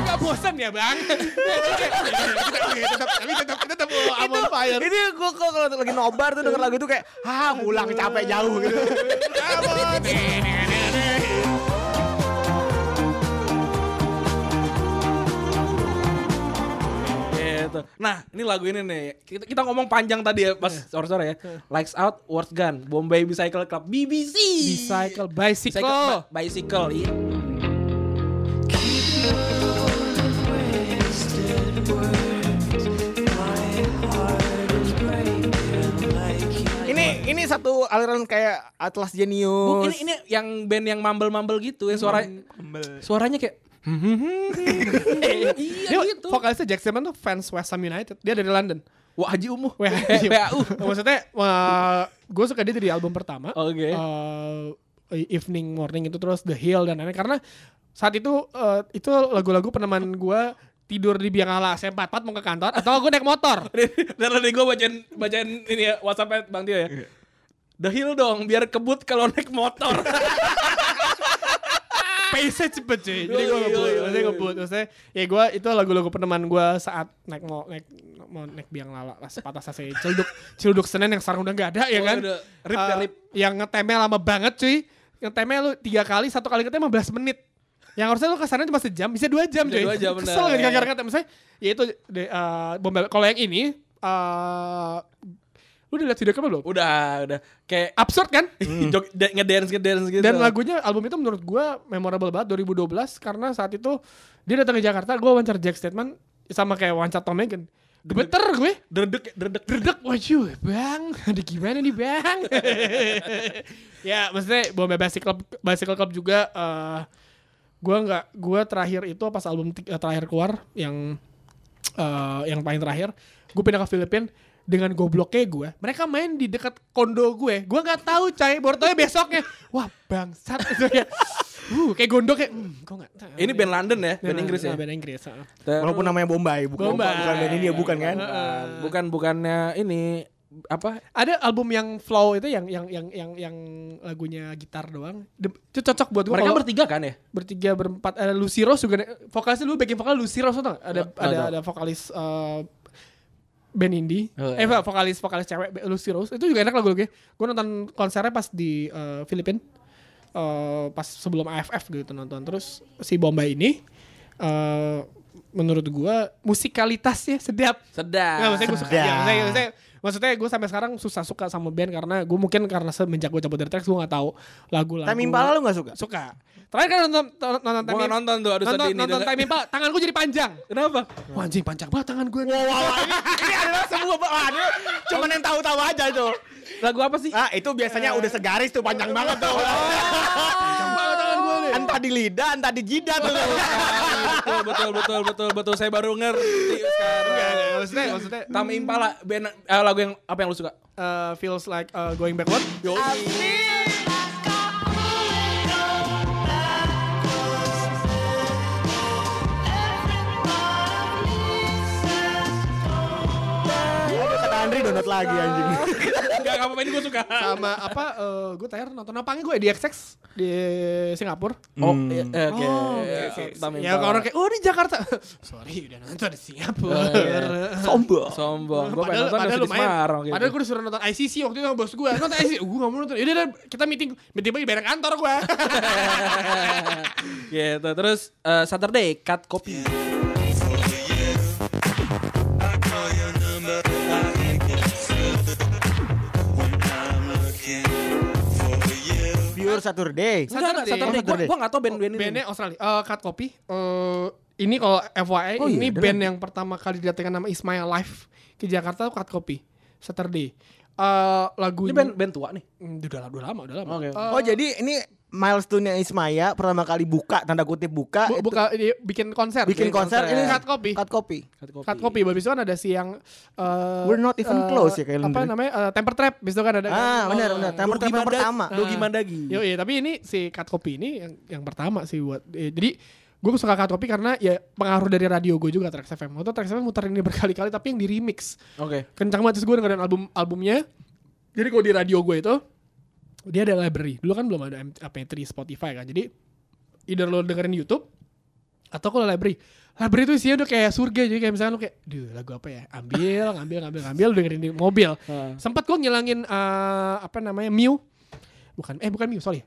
A: Gak bosan ya bang? Oke, tetap, tapi tetap, tetap, oh, I'm on fire.
C: Ini gue kok kalau lagi nobar tuh denger lagu itu kayak ah pulang capek jauh gitu.
A: I'm on
B: Gitu. Nah, ini lagu ini nih. Kita, kita ngomong panjang tadi ya,
A: Iya.
B: Mas sore-sore ya. Lights Out, Words Gun, Bombay Bicycle Club, BBC.
A: Bicycle, bicycle.
B: Cycle- bi- bicycle. iya.
C: ini ini satu aliran kayak Atlas
B: Bu,
C: Genius.
B: Oh, ini ini yang band yang mumble-mumble gitu ya suara
A: Hmm,
B: suaranya kayak Iya,
A: Iya, Dia
B: Ya gitu.
A: vokalisnya Jack Simon tuh fans West Ham United. Dia dari London.
B: Wah Haji Umuh.
A: Wah,
B: Eh, PAU.
A: Iya. Maksudnya, gue suka dia dari album pertama.
B: Oke.
A: Eh, Evening, Morning itu terus The Hill dan lain-lain. Karena saat itu eh, itu lagu-lagu peneman gue tidur di biang ala saya empat mau ke kantor atau gue naik motor.
B: Dan tadi gue bacain bacain ini ya WhatsApp Bang Tio ya.
A: Iya.
B: The Hill dong, biar kebut kalau naik motor.
A: pace cepet cuy
B: Yoi,
A: jadi gue
B: yoi,
A: ngebut maksudnya
B: yoi.
A: ngebut maksudnya ya gue itu lagu-lagu peneman gue saat naik mau naik mau naik biang lala lah sepatah sase celduk celduk senen yang sekarang udah gak ada ya
B: Oh,
A: kan
B: udah. Rip ya,
A: Eh,
B: rip.
A: yang ngetemnya lama banget cuy ngetemnya lu tiga kali satu kali ngetem 15 menit yang harusnya lu kesana cuma sejam bisa dua jam
B: Bisa
A: cuy
B: dua jam,
A: kesel
B: bener.
A: kan gara-gara ngetem misalnya ya itu de, eh, Bombay- kalau yang ini eh lu udah lihat video apa belum
B: udah, udah kayak
A: absurd kan
B: jog- da- ngedance ngedance gitu.
A: dan lagunya album itu menurut gue memorable banget 2012 karena saat itu dia datang ke Jakarta, gue wawancara Jack Statement sama kayak wawancara Tom Megan. Gemeter gue,
B: derdek derdek
A: derdek, wajuh, bang, ada gimana nih bang? ya, maksudnya Bombay Bicycle Club, Bicycle Club juga, eh gue nggak, gue terakhir itu pas album ti- eh, terakhir keluar yang eh yang paling terakhir, gue pindah ke Filipina dengan gobloknya gue, mereka main di dekat kondo gue, gue nggak tahu cai, baru taunya besoknya, wah bangsat, itu ya. uh, kayak gondok kayak, hmm, kok nggak tahu
B: Ini
A: nih.
B: band London ya,
A: Iya,
B: band Inggris ya.
A: band Inggris. ah.
B: Terus-
C: Walaupun namanya Bombay, bukan
A: Bombay.
C: bukan band India bukan kan?
B: Bukan, bukan bukannya ini apa?
A: ada album yang flow itu yang yang yang yang yang lagunya gitar doang De- itu cocok buat gue
B: Mereka
A: kalau
B: bertiga kan ya?
A: bertiga berempat ada Lucy Rose juga ne- vokalisnya dulu backing vokal Lucy Rose tau nggak? ada
B: Nggak
A: ada
B: tahu.
A: ada vokalis eh, band indie
B: Oh,
A: eh vokalis vokalis cewek Be- Lucy Rose itu juga enak lagu-lagunya gue nonton konsernya pas di eh, Filipina Eh, pas sebelum AFF gitu nonton terus si Bombay ini eh, menurut gue musikalitasnya sedap Nggak,
B: Sedap.
A: maksudnya gue suka.
C: Sedap.
A: Ya, maksudnya, maksudnya, maksudnya gue sampai sekarang susah suka sama band karena gue mungkin karena semenjak gue cabut dari tracks gue gak tahu lagu-lagu.
C: Time Impala lu gak suka?
A: Suka. Terakhir kan nonton nonton, nonton
B: Gua nggak nonton tuh, aduh
A: nonton,
B: sedih nih
A: nonton
B: denger.
A: Time Impala, tangan gue jadi panjang.
B: Kenapa?
A: Wah, anjing panjang banget tangan gue.
C: Ini adalah semua wah, ini cuman yang tahu-tahu aja tuh.
B: Lagu apa sih?
C: Ah, itu biasanya udah segaris tuh panjang banget tuh.
A: Panjang banget tangan gue nih.
C: entah di lidah, entah di jidat tuh.
B: betul, betul, betul, betul, betul. Saya baru ngerti sekarang.
A: iya, Maksudnya, maksudnya
B: Tam Impala band eh, lagu yang apa yang lu suka?
A: eh, feels like eh, going backward.
B: Yo.
C: Kata Andri download lagi anjing.
B: Enggak ngapain gue suka.
A: sama apa eh, gue terakhir nonton apanya gue di XX di Singapura
B: Oh, iya, eh, oke.
A: Oh, oke, oke. ya orang kayak oh di Jakarta sorry udah nonton di Singapura
C: Sombong.
B: sombong. Gue pengen
A: padahal,
B: nonton
A: padahal
B: Yosudis
A: lumayan
B: Semarang gitu.
A: padahal gue disuruh nonton ICC waktu itu sama bos gue nonton ICC gue gak mau nonton yaudah udah, kita meeting meeting di bareng kantor gue
B: gitu. Terus eh, Saturday cut kopi.
C: Pure Saturday.
B: Enggak, enggak,
A: Oh,
B: Saturday. Gue
C: Saturday.
B: gue enggak tahu band-band ini.
A: bandnya Australia Eh, Cut Copy Eh, ini kalau FYI
E: Oh iya,
A: ini
E: ada
A: band yang pertama kali didatangkan nama Ismail Live ke Jakarta tuh Cut Copy Saturday Eh, lagu
B: Ini band band tua nih.
A: udah, udah lama udah lama
B: Oke.
A: Eh,
C: Oh jadi ini milestone-nya Ismaya pertama kali buka tanda kutip buka Ah,
A: Bu-
C: itu
A: buka dia bikin konser
C: bikin konser, ini
A: cut copy
C: Cut copy.
B: Cut
A: cut copy habis itu kan ada si yang eh,
C: We're not even
A: eh,
C: close ya, kayak
A: apa
C: lembek.
A: namanya eh, temper trap habis itu kan ada
C: Ah, benar benar. Tanda
B: Dogi
C: kutip yang
B: Mandag-
C: pertama.
B: Dogi Mandagi.
A: yo iya tapi ini si cut copy ini yang yang pertama sih buat eh, jadi gue suka cut copy karena ya pengaruh dari radio gue juga Trax FM waktu itu Trax FM muter ini berkali-kali tapi yang di remix
B: Oke.
A: kencang banget terus gue dengerin album albumnya jadi kalau di radio gue itu dia ada library dulu kan belum ada M- MP3 Spotify kan jadi either lo dengerin YouTube atau kalau library library itu isinya udah kayak surga jadi kayak misalnya lo kayak duh lagu apa ya ambil ngambil ngambil ngambil dengerin di mobil
B: Heeh.
A: sempat gue ngilangin eh, apa namanya Mew bukan eh bukan Mew sorry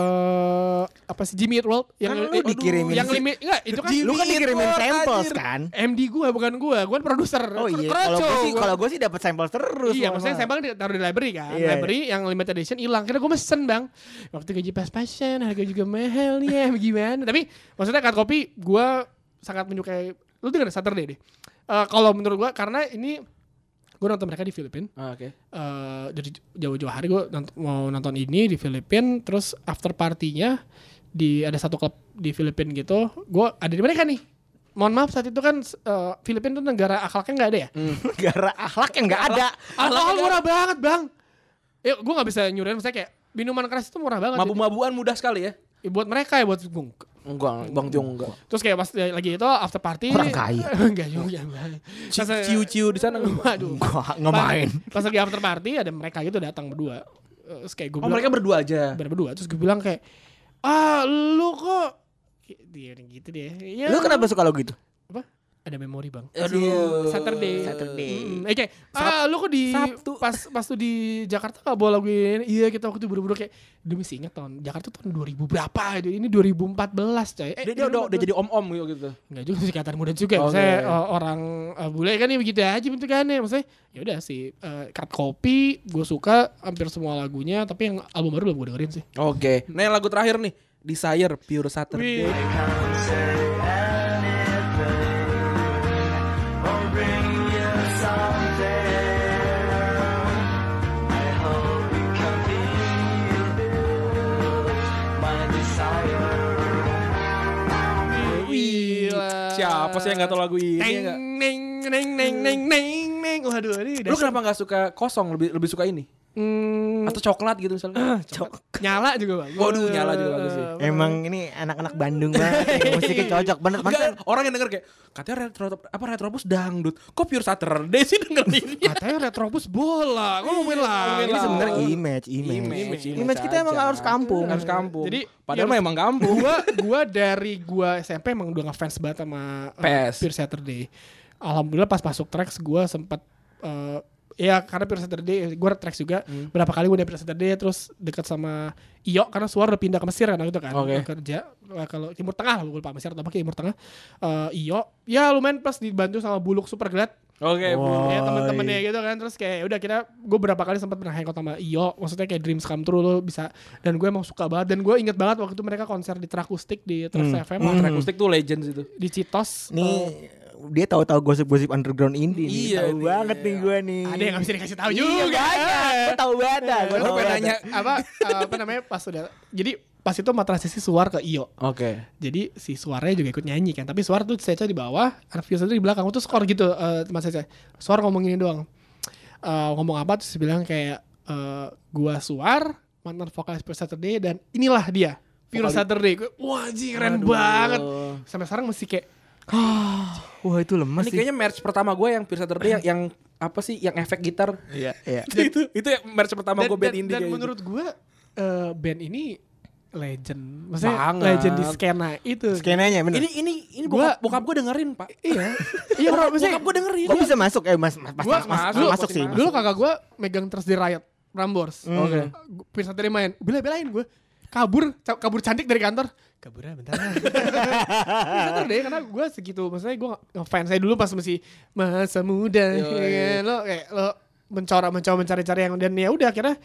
A: eh apa sih Jimmy Eat World yang eh,
C: Kan lu dikirimin
A: yang
C: sih.
A: limit enggak itu kan
C: Lu kan dikirimin
B: Eat World,
C: samples
B: anjir.
C: kan?
A: MD gue bukan gue gue kan produser
C: Oh iya,
A: Kroco
C: kalau gue sih
A: gua.
C: kalau gue sih dapat sampel terus.
A: Iya,
C: mohon
A: maksudnya
C: maaf.
A: sampel ditaruh di library kan.
C: Iya,
A: library yang limited edition hilang. Kira gue mesen, Bang. Waktu gaji pas-pasan, harga juga mahal ya, gimana. Tapi maksudnya cut copy gue sangat menyukai lu dengar Saturday deh. Eh, kalau menurut gue karena ini gue nonton mereka di Filipina.
B: Ah, Oke.
A: Eh, dari jauh-jauh hari gue nont- mau nonton ini di Filipina, terus after partinya di ada satu klub di Filipina gitu, gue ada di mereka nih. Mohon maaf saat itu kan eh, Filipina tuh negara akhlaknya nggak ada ya.
C: negara akhlak yang nggak ada.
A: Alkohol murah banget bang. Ya gue nggak bisa nyuruhin saya kayak minuman keras itu murah banget.
B: Mabu-mabuan mudah sekali ya.
A: Ya, buat mereka ya buat gue.
B: Enggak, Bang Tiong enggak.
A: Terus kayak pas ya, lagi itu after party.
C: Orang kaya.
A: Enggak juga bang. Pas, eh,
B: Ciu-ciu di sana. enggak?
A: Waduh.
C: Gua nggak
A: Pas-
C: main.
A: Pas lagi after party ada mereka gitu datang berdua. Eh, Terus kayak gue
B: Oh, mereka berdua aja.
A: berdua. Terus gue bilang kayak ah lu kok dia yang gitu deh. Ya,
C: Lu kenapa suka lagu itu?
A: apa? Ada memori bang.
B: Aduh.
A: Saturday.
C: Saturday.
A: Mm, Oke. Ah, lu kok di
B: Hmm, Sabtu.
A: pas pas tuh di Jakarta gak bawa lagu ini? Iya, kita waktu itu buru-buru kayak demi sih ingat tahun Jakarta tahun 2000 berapa gitu. Ini 2014, coy. Eh,
B: Dia, dia udah udah jadi Oh, iya, om-om gitu.
A: enggak juga sih kata muda juga.
B: Oke.
A: Saya eh, orang eh, bule kan ya begitu aja bentukannya. Maksudnya ya udah sih eh, cut copy gue suka hampir semua lagunya, tapi yang album baru belum gue dengerin sih.
B: Oke. Nah, yang lagu terakhir nih. Desire Pure Saturday. Siapa sih yang gak tau lagu ini? ya
A: Neng
B: enggak?
A: neng neng neng neng neng neng. Waduh, ini
B: Lu kenapa gak suka kosong lebih lebih suka ini?
A: Hmm,
B: Atau coklat gitu misalnya.
A: nyala juga bang.
B: Waduh, nyala juga bagus sih.
C: Emang ini anak-anak Bandung banget. nih. Musiknya cocok bener
B: Enggak,
C: masa
B: kan orang yang denger kayak katanya retro apa retropus dangdut. Kok Pure Saturday sih dengerinnya?
A: Katanya retrobus bola, gue
B: Iya,
A: ngomongin lah.
B: ngomongin
C: Ini
B: lah.
C: sebenarnya image, image.
B: Image, image
C: Image kita emang
B: aja.
C: harus kampung.
B: Harus kampung.
A: Jadi,
B: padahal
A: ya-
B: memang kampung.
A: Gua, gua dari gua SMP emang udah ngefans banget sama uh,
B: Pes.
A: Pure Saturday. Alhamdulillah pas masuk tracks gua sempet uh, ya karena Pure Saturday gua tracks juga berapa kali gua dari Pure Saturday terus dekat sama Iyo karena Suar udah pindah ke Mesir kan waktu itu kan
B: Oke.
A: kerja eh, kalau Timur Tengah lah gua lupa Mesir atau apa Timur Tengah Eh, Iyo ya lumayan plus dibantu sama Buluk Superglad
B: Oke, Bu.
C: Oh,
A: ya teman-temannya
C: iya.
A: gitu kan terus kayak udah kita gue berapa kali sempat pernah hangout sama Iyo maksudnya kayak dreams come true lo bisa dan gue emang suka banget dan gue inget banget waktu itu mereka konser di Trakustik di Trax FM
B: Emang track akustik tuh legends itu.
A: di Citos
C: Hmm. Nih dia tahu-tahu gosip-gosip underground indie nih.
B: Iya,
C: tahu
B: nih.
C: banget nih gue nih.
A: Eh, ada yang gak bisa dikasih tahu
C: Iya,
A: juga
C: banyak. Gua tahu banget. dah,
B: Lu
C: Gua tahu
B: pengen
C: banget.
B: nanya.
A: apa eh, apa namanya pas udah jadi pas itu mah transisi suar ke Iyo
B: Oke.
A: jadi si suaranya juga ikut nyanyi kan tapi suara tuh saya di bawah Arfius itu di belakang itu skor gitu eh, teman saya suara ngomong ini doang Eh, ngomong apa terus dia bilang kayak eh, gua suar mantan vokalis Pure Saturday dan inilah dia Pure Saturday Gua, wah ji keren banget sampai sekarang masih kayak
C: Wah itu lemes
B: Ini
C: sih.
B: kayaknya merch pertama gue yang Pure Saturday yang, yang apa sih yang efek gitar?
A: Iya.
C: Iya.
B: itu itu ya merch pertama
A: Dan,
B: gue band
A: dan-
B: indie
A: dan
B: kayak gitu.
A: menurut gue eh, band ini legend. Maksudnya
B: Banget.
A: legend di skena itu.
C: Skenanya bener.
B: Ini ini ini bokap,
A: Gua-
B: bokap gue dengerin, Pak.
A: Iya. iya, bro, maksudnya
B: Bokap gue dengerin.
C: Kok bisa masuk? Eh mas, mas, mas,
A: Gua
C: mas-
B: masuk,
A: gua
C: masuk
B: pasti
C: sih.
B: masuk.
A: dulu kakak gue megang terus di riot Prambors.
C: Oke.
A: Pirsa tadi main, bela-belain gue kabur ca- kabur cantik dari kantor kaburnya bentar lah. bentar deh karena gue segitu maksudnya gue ngefans saya dulu pas masih masa muda ya kan? lo kayak lo mencoba mencoba mencari-cari yang dan ya udah akhirnya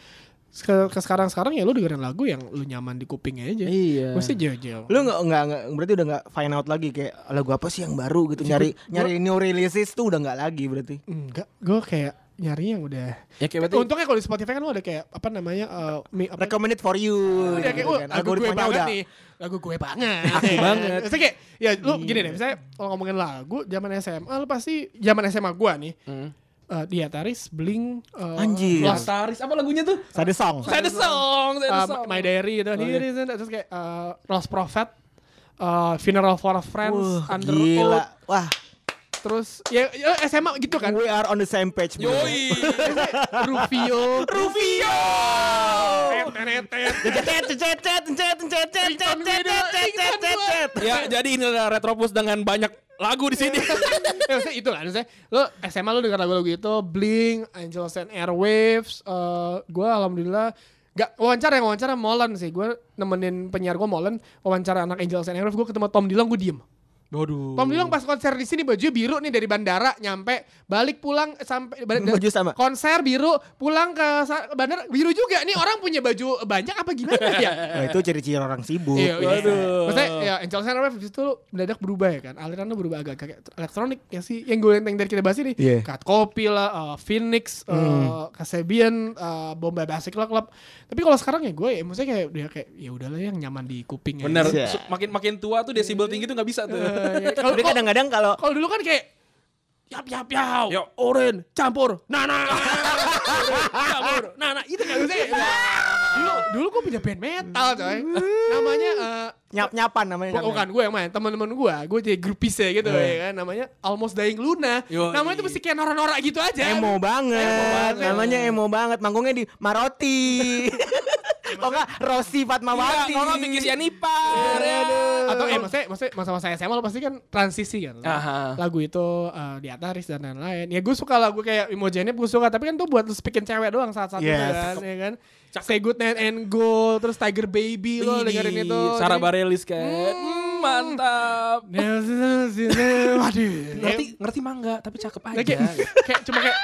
A: ke, sekarang sekarang ya lo dengerin lagu yang lo nyaman di kuping aja
E: Iya.
A: mesti jauh-jauh
C: Lu nggak nggak nggak- berarti udah nggak find out lagi kayak lagu apa sih yang baru gitu nyari nyari new releases tuh udah nggak lagi berarti.
A: enggak gue kayak nyari yang udah
E: Ya kayak berarti
A: untungnya kalau di Spotify kan lo ada kayak apa namanya eh, mi- apa-
C: Recommended for you.
A: Udah Iya, kayak,
C: gitu kan.
A: "Wah, lagu gue
C: Algoritmanya
A: banget nih Lagu gue banget
B: Aku banget.
A: Maksudnya kayak Ya lu
C: Iya.
A: gini deh Misalnya kalau ngomongin lagu Zaman SMA Lu pasti Zaman SMA gue nih
C: Hmm.
A: eh, Diataris Blink eh,
C: Anjir.
A: Lost,
B: Taris apa lagunya tuh?
C: Sade song. Oh, iya.
B: Saya ada song, saya
A: eh,
B: ada song.
A: My Diary gitu Here is it. Terus kayak eh, Lost Prophet eh, Funeral for a Friends
C: Wah,
A: Under
C: gila.
A: Oath
C: Wah,
A: Terus ya, ya SMA gitu kan
C: we are on the same page. bro.
B: Yoi.
A: Rufio
C: Rufio.
A: Tenetet.
C: Cet, cet, cet, cet, cet, cet, cet, cet, cet, cet, cet, cet.
B: ya, jadi inilah Retropus dengan banyak lagu di sini.
A: ya, maksudnya itu kan saya lo SMA lo dengar lagu-lagu itu Blink, Angels and Airwaves, eh gue alhamdulillah Gak wawancara yang wawancara Molen sih Gue nemenin penyiar gue Molen Wawancara anak Angels and Airwaves Gue ketemu Tom Dilong gue diem
B: Waduh.
A: Tom Dilong pas konser di sini bajunya biru nih dari bandara nyampe balik pulang sampai balik-
C: Baju sama.
A: konser biru pulang ke sa- bandara biru juga nih orang punya baju banyak apa gimana ya
C: Wah, Nah, itu ciri-ciri orang sibuk.
A: Iya, iya.
B: Waduh.
A: Maksudnya ya Angel Sound Wave itu mendadak berubah ya kan. Aliran lu berubah agak kayak elektronik ya sih. Yang gue yang dari kita bahas ini.
C: Iya.
A: Cut Copy lah, uh, Phoenix, uh,
B: Hmm.
A: Kasebian, uh, Bombay Basic lah klub. Tapi kalau sekarang ya gue ya maksudnya kayak dia kayak ya udahlah yang nyaman di kuping ya.
B: Bener,
A: aja.
C: Iya.
B: su- makin makin tua tuh desibel tinggi tuh nggak bisa tuh.
A: Eh, ya. Kalau
C: Jadi kadang-kadang kalau
A: kalau dulu kan kayak yap yap yap.
B: Yo.
A: Oren campur. Nah nah. campur. Nah nah itu kan maksudnya. Dulu dulu gue punya band metal coy. Namanya eh,
C: nyap-nyapan namanya.
A: Bu- oh, Bukan gue yang main, teman-teman gue, gue jadi grupisnya gitu ya kan, namanya Almost Dying Luna.
B: Yoi.
A: Namanya tuh mesti kayak norak-norak gitu aja.
C: Emo banget. Namanya emo banget. Manggungnya di Maroti. Oh enggak, Rosi Fatmawati.
B: Iya, mama bikin si Anipar. ya.
A: Atau eh maksudnya, maksudnya masa-masa SMA lo pasti kan transisi kan.
B: Aha.
A: Lagu itu eh, di Ataris dan lain-lain. Ya gue suka lagu kayak Imogenip gue suka, tapi kan tuh buat lu speakin cewek doang saat-saat itu
C: Yes.
A: kan, ya kan. Say Good Night and Go, terus Tiger
B: Iya,
A: Baby lo dengerin itu.
B: Sarah
A: Jadi-
B: Bareilles kan. Hmm, mantap.
A: Waduh.
B: Ngerti ngerti mangga tapi cakep aja.
A: Nah, kayak, kayak cuma kayak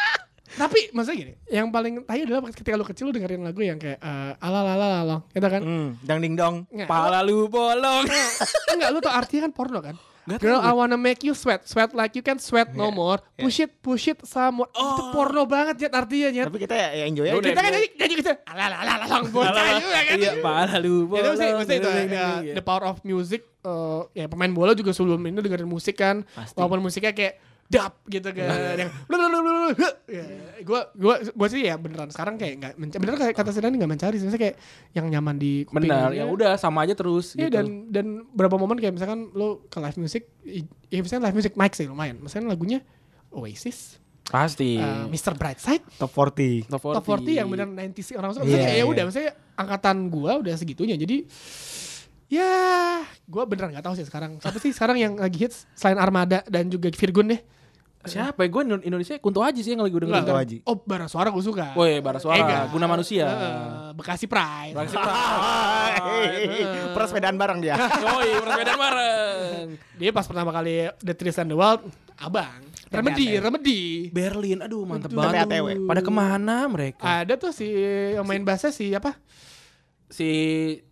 A: tapi maksudnya gini, yang paling tai adalah ketika lu kecil lu dengerin lagu yang kayak eh, ala ala ala ala gitu kan.
C: Hmm, dang ding dong.
A: Nggak,
B: Pala lu bolong.
A: enggak lu tau artinya kan porno kan? Girl, I wanna make you sweat, sweat like you can sweat no more. Push it, push it somewhere. Itu porno banget Jet artinya Jet.
C: Tapi kita ya ya enjoy aja.
A: Kita kan jadi jadi gitu. Ala ala ala ala lang bocah juga kan.
B: Iya, pala lu bolong. Iya.
A: Itu sih, maksudnya itu
B: Ding, ding,
A: ya,
B: ding,
A: the power of music. eh, ya pemain bola juga sebelum ini dengerin musik kan, walaupun musiknya kayak dap gitu
B: Iya.
A: kan, yang lu lu lu lu lu, huh, ya. Gua gua gua sih ya beneran sekarang kayak nggak menca- bener kayak kata Sedani nggak mencari, sih. maksudnya kayak yang nyaman di kuping
B: Benar,
A: aja.
B: ya udah sama aja terus
A: Iya
B: gitu.
A: dan dan berapa momen kayak misalkan lo ke live music, i- ya misalnya live music Mike sih lumayan, misalnya lagunya Oasis,
B: Iya.
E: pasti.
A: eh, Mr. Brightside,
C: Top 40.
A: top 40 yang benar 90 orang suka. Maksudnya
C: Iya,
A: ya
C: iya.
A: udah, maksudnya angkatan gua udah segitunya. Jadi ya gua beneran nggak tahu sih sekarang. Siapa sih sekarang yang lagi hits selain Armada dan juga Virgun deh?
E: Siapa ya? Gue Indonesia Kunto Aji sih yang lagi gue dengerin.
A: Enggak, kan?
C: Haji.
A: Oh, Bara Suara gua suka.
C: Nah,
E: Woi, Bara Suara,
A: Ega.
E: Guna Manusia.
A: Eh, Bekasi Pride.
C: Hai, Persepedaan bareng dia.
B: Yoi, bersepeda bareng.
A: Dia pas pertama kali The Trees and the Wild, abang. Remedy, Remedy.
E: Berlin, aduh mantep
C: Sampai
E: banget.
C: ATW.
E: Pada kemana
C: Ah,
E: mereka?
A: Ada tuh si yang main bassnya si apa?
E: Si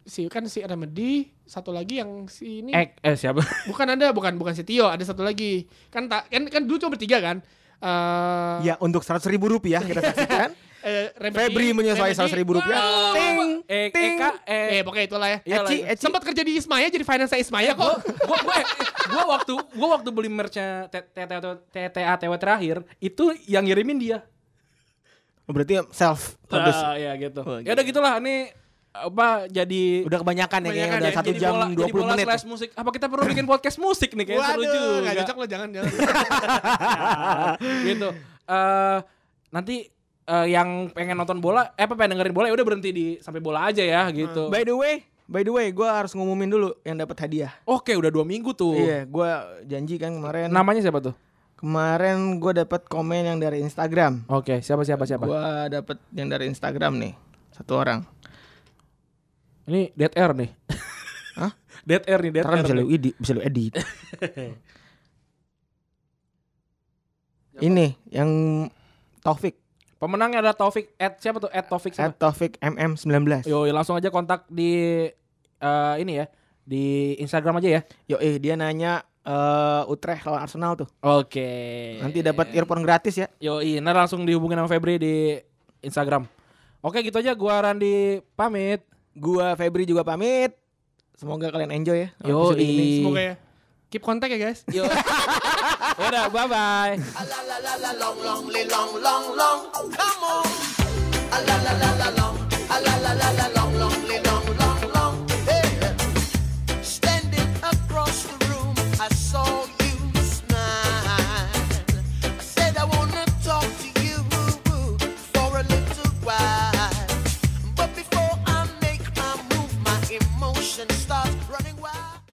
A: Si kan si Remedy, satu lagi yang si ini.
E: Ek, eh siapa?
A: Bukan ada, bukan bukan si Tio, ada satu lagi. Kan tak kan kan dulu cuma bertiga kan. Eh
C: Ya untuk 100 ribu rupiah kita saksikan.
A: eh, Remedy-
C: Febri menyesuaikan
A: Remedy-
C: 100 ribu rupiah. Ting,
B: Eh,
C: ting.
B: Eka, eh,
A: Eh pokoknya itulah ya.
B: Iyalah,
C: Eci,
B: iya.
C: Eci. Eh,
A: Sempat kerja di Ismaya jadi finance Ismaya kok.
B: gua gua eh, gua waktu gua waktu beli merchnya TTA TW terakhir itu yang ngirimin dia.
C: Oh, Berarti self produce.
B: Ah, ya gitu. Ya udah gitulah ini apa jadi
C: Udah kebanyakan ya kayaknya
B: kebanyakan
C: udah
B: ya, jadi
C: 1 jam
B: bola,
C: 20
B: jadi bola
C: menit.
B: slash musik. Apa kita perlu bikin podcast musik nih kayak seru
A: Waduh,
B: juga.
A: gak cocok lo jangan jangan.
B: gitu. eh nanti eh, yang pengen nonton bola, eh apa pengen dengerin bola ya udah berhenti di sampai bola aja ya gitu.
C: By the way, by the way, gue harus ngumumin dulu yang dapat hadiah.
B: Oke, udah dua minggu tuh.
C: Iya, gue janji kan kemarin.
B: Namanya siapa tuh?
C: Kemarin gue dapat komen yang dari Instagram.
B: Oke, siapa siapa siapa?
C: Gue dapat yang dari Instagram nih, satu orang.
B: Ini dead air nih.
C: Hah?
B: Dead air nih, dead
C: Ntar kan
B: air.
C: bisa lu edit, bisa lu edit. Ini yang Taufik,
B: Pemenangnya ada Taufik at siapa tuh? At Taufik siapa?
C: at Taufik MM19.
B: Yo, langsung aja kontak di eh, ini ya, di Instagram aja ya.
C: Yo, eh dia nanya eh Utrecht lawan Arsenal tuh.
B: Oke.
C: Nanti dapat earphone gratis ya.
B: Yo, nah langsung dihubungin sama Febri di Instagram. Oke, gitu aja gua Randi pamit.
C: Gua Febri juga pamit. Semoga kalian enjoy ya.
B: Yo,
C: episode ini.
A: Semoga ya. Keep contact ya guys.
B: Yo. Udah, bye bye.
H: long, long, long, long.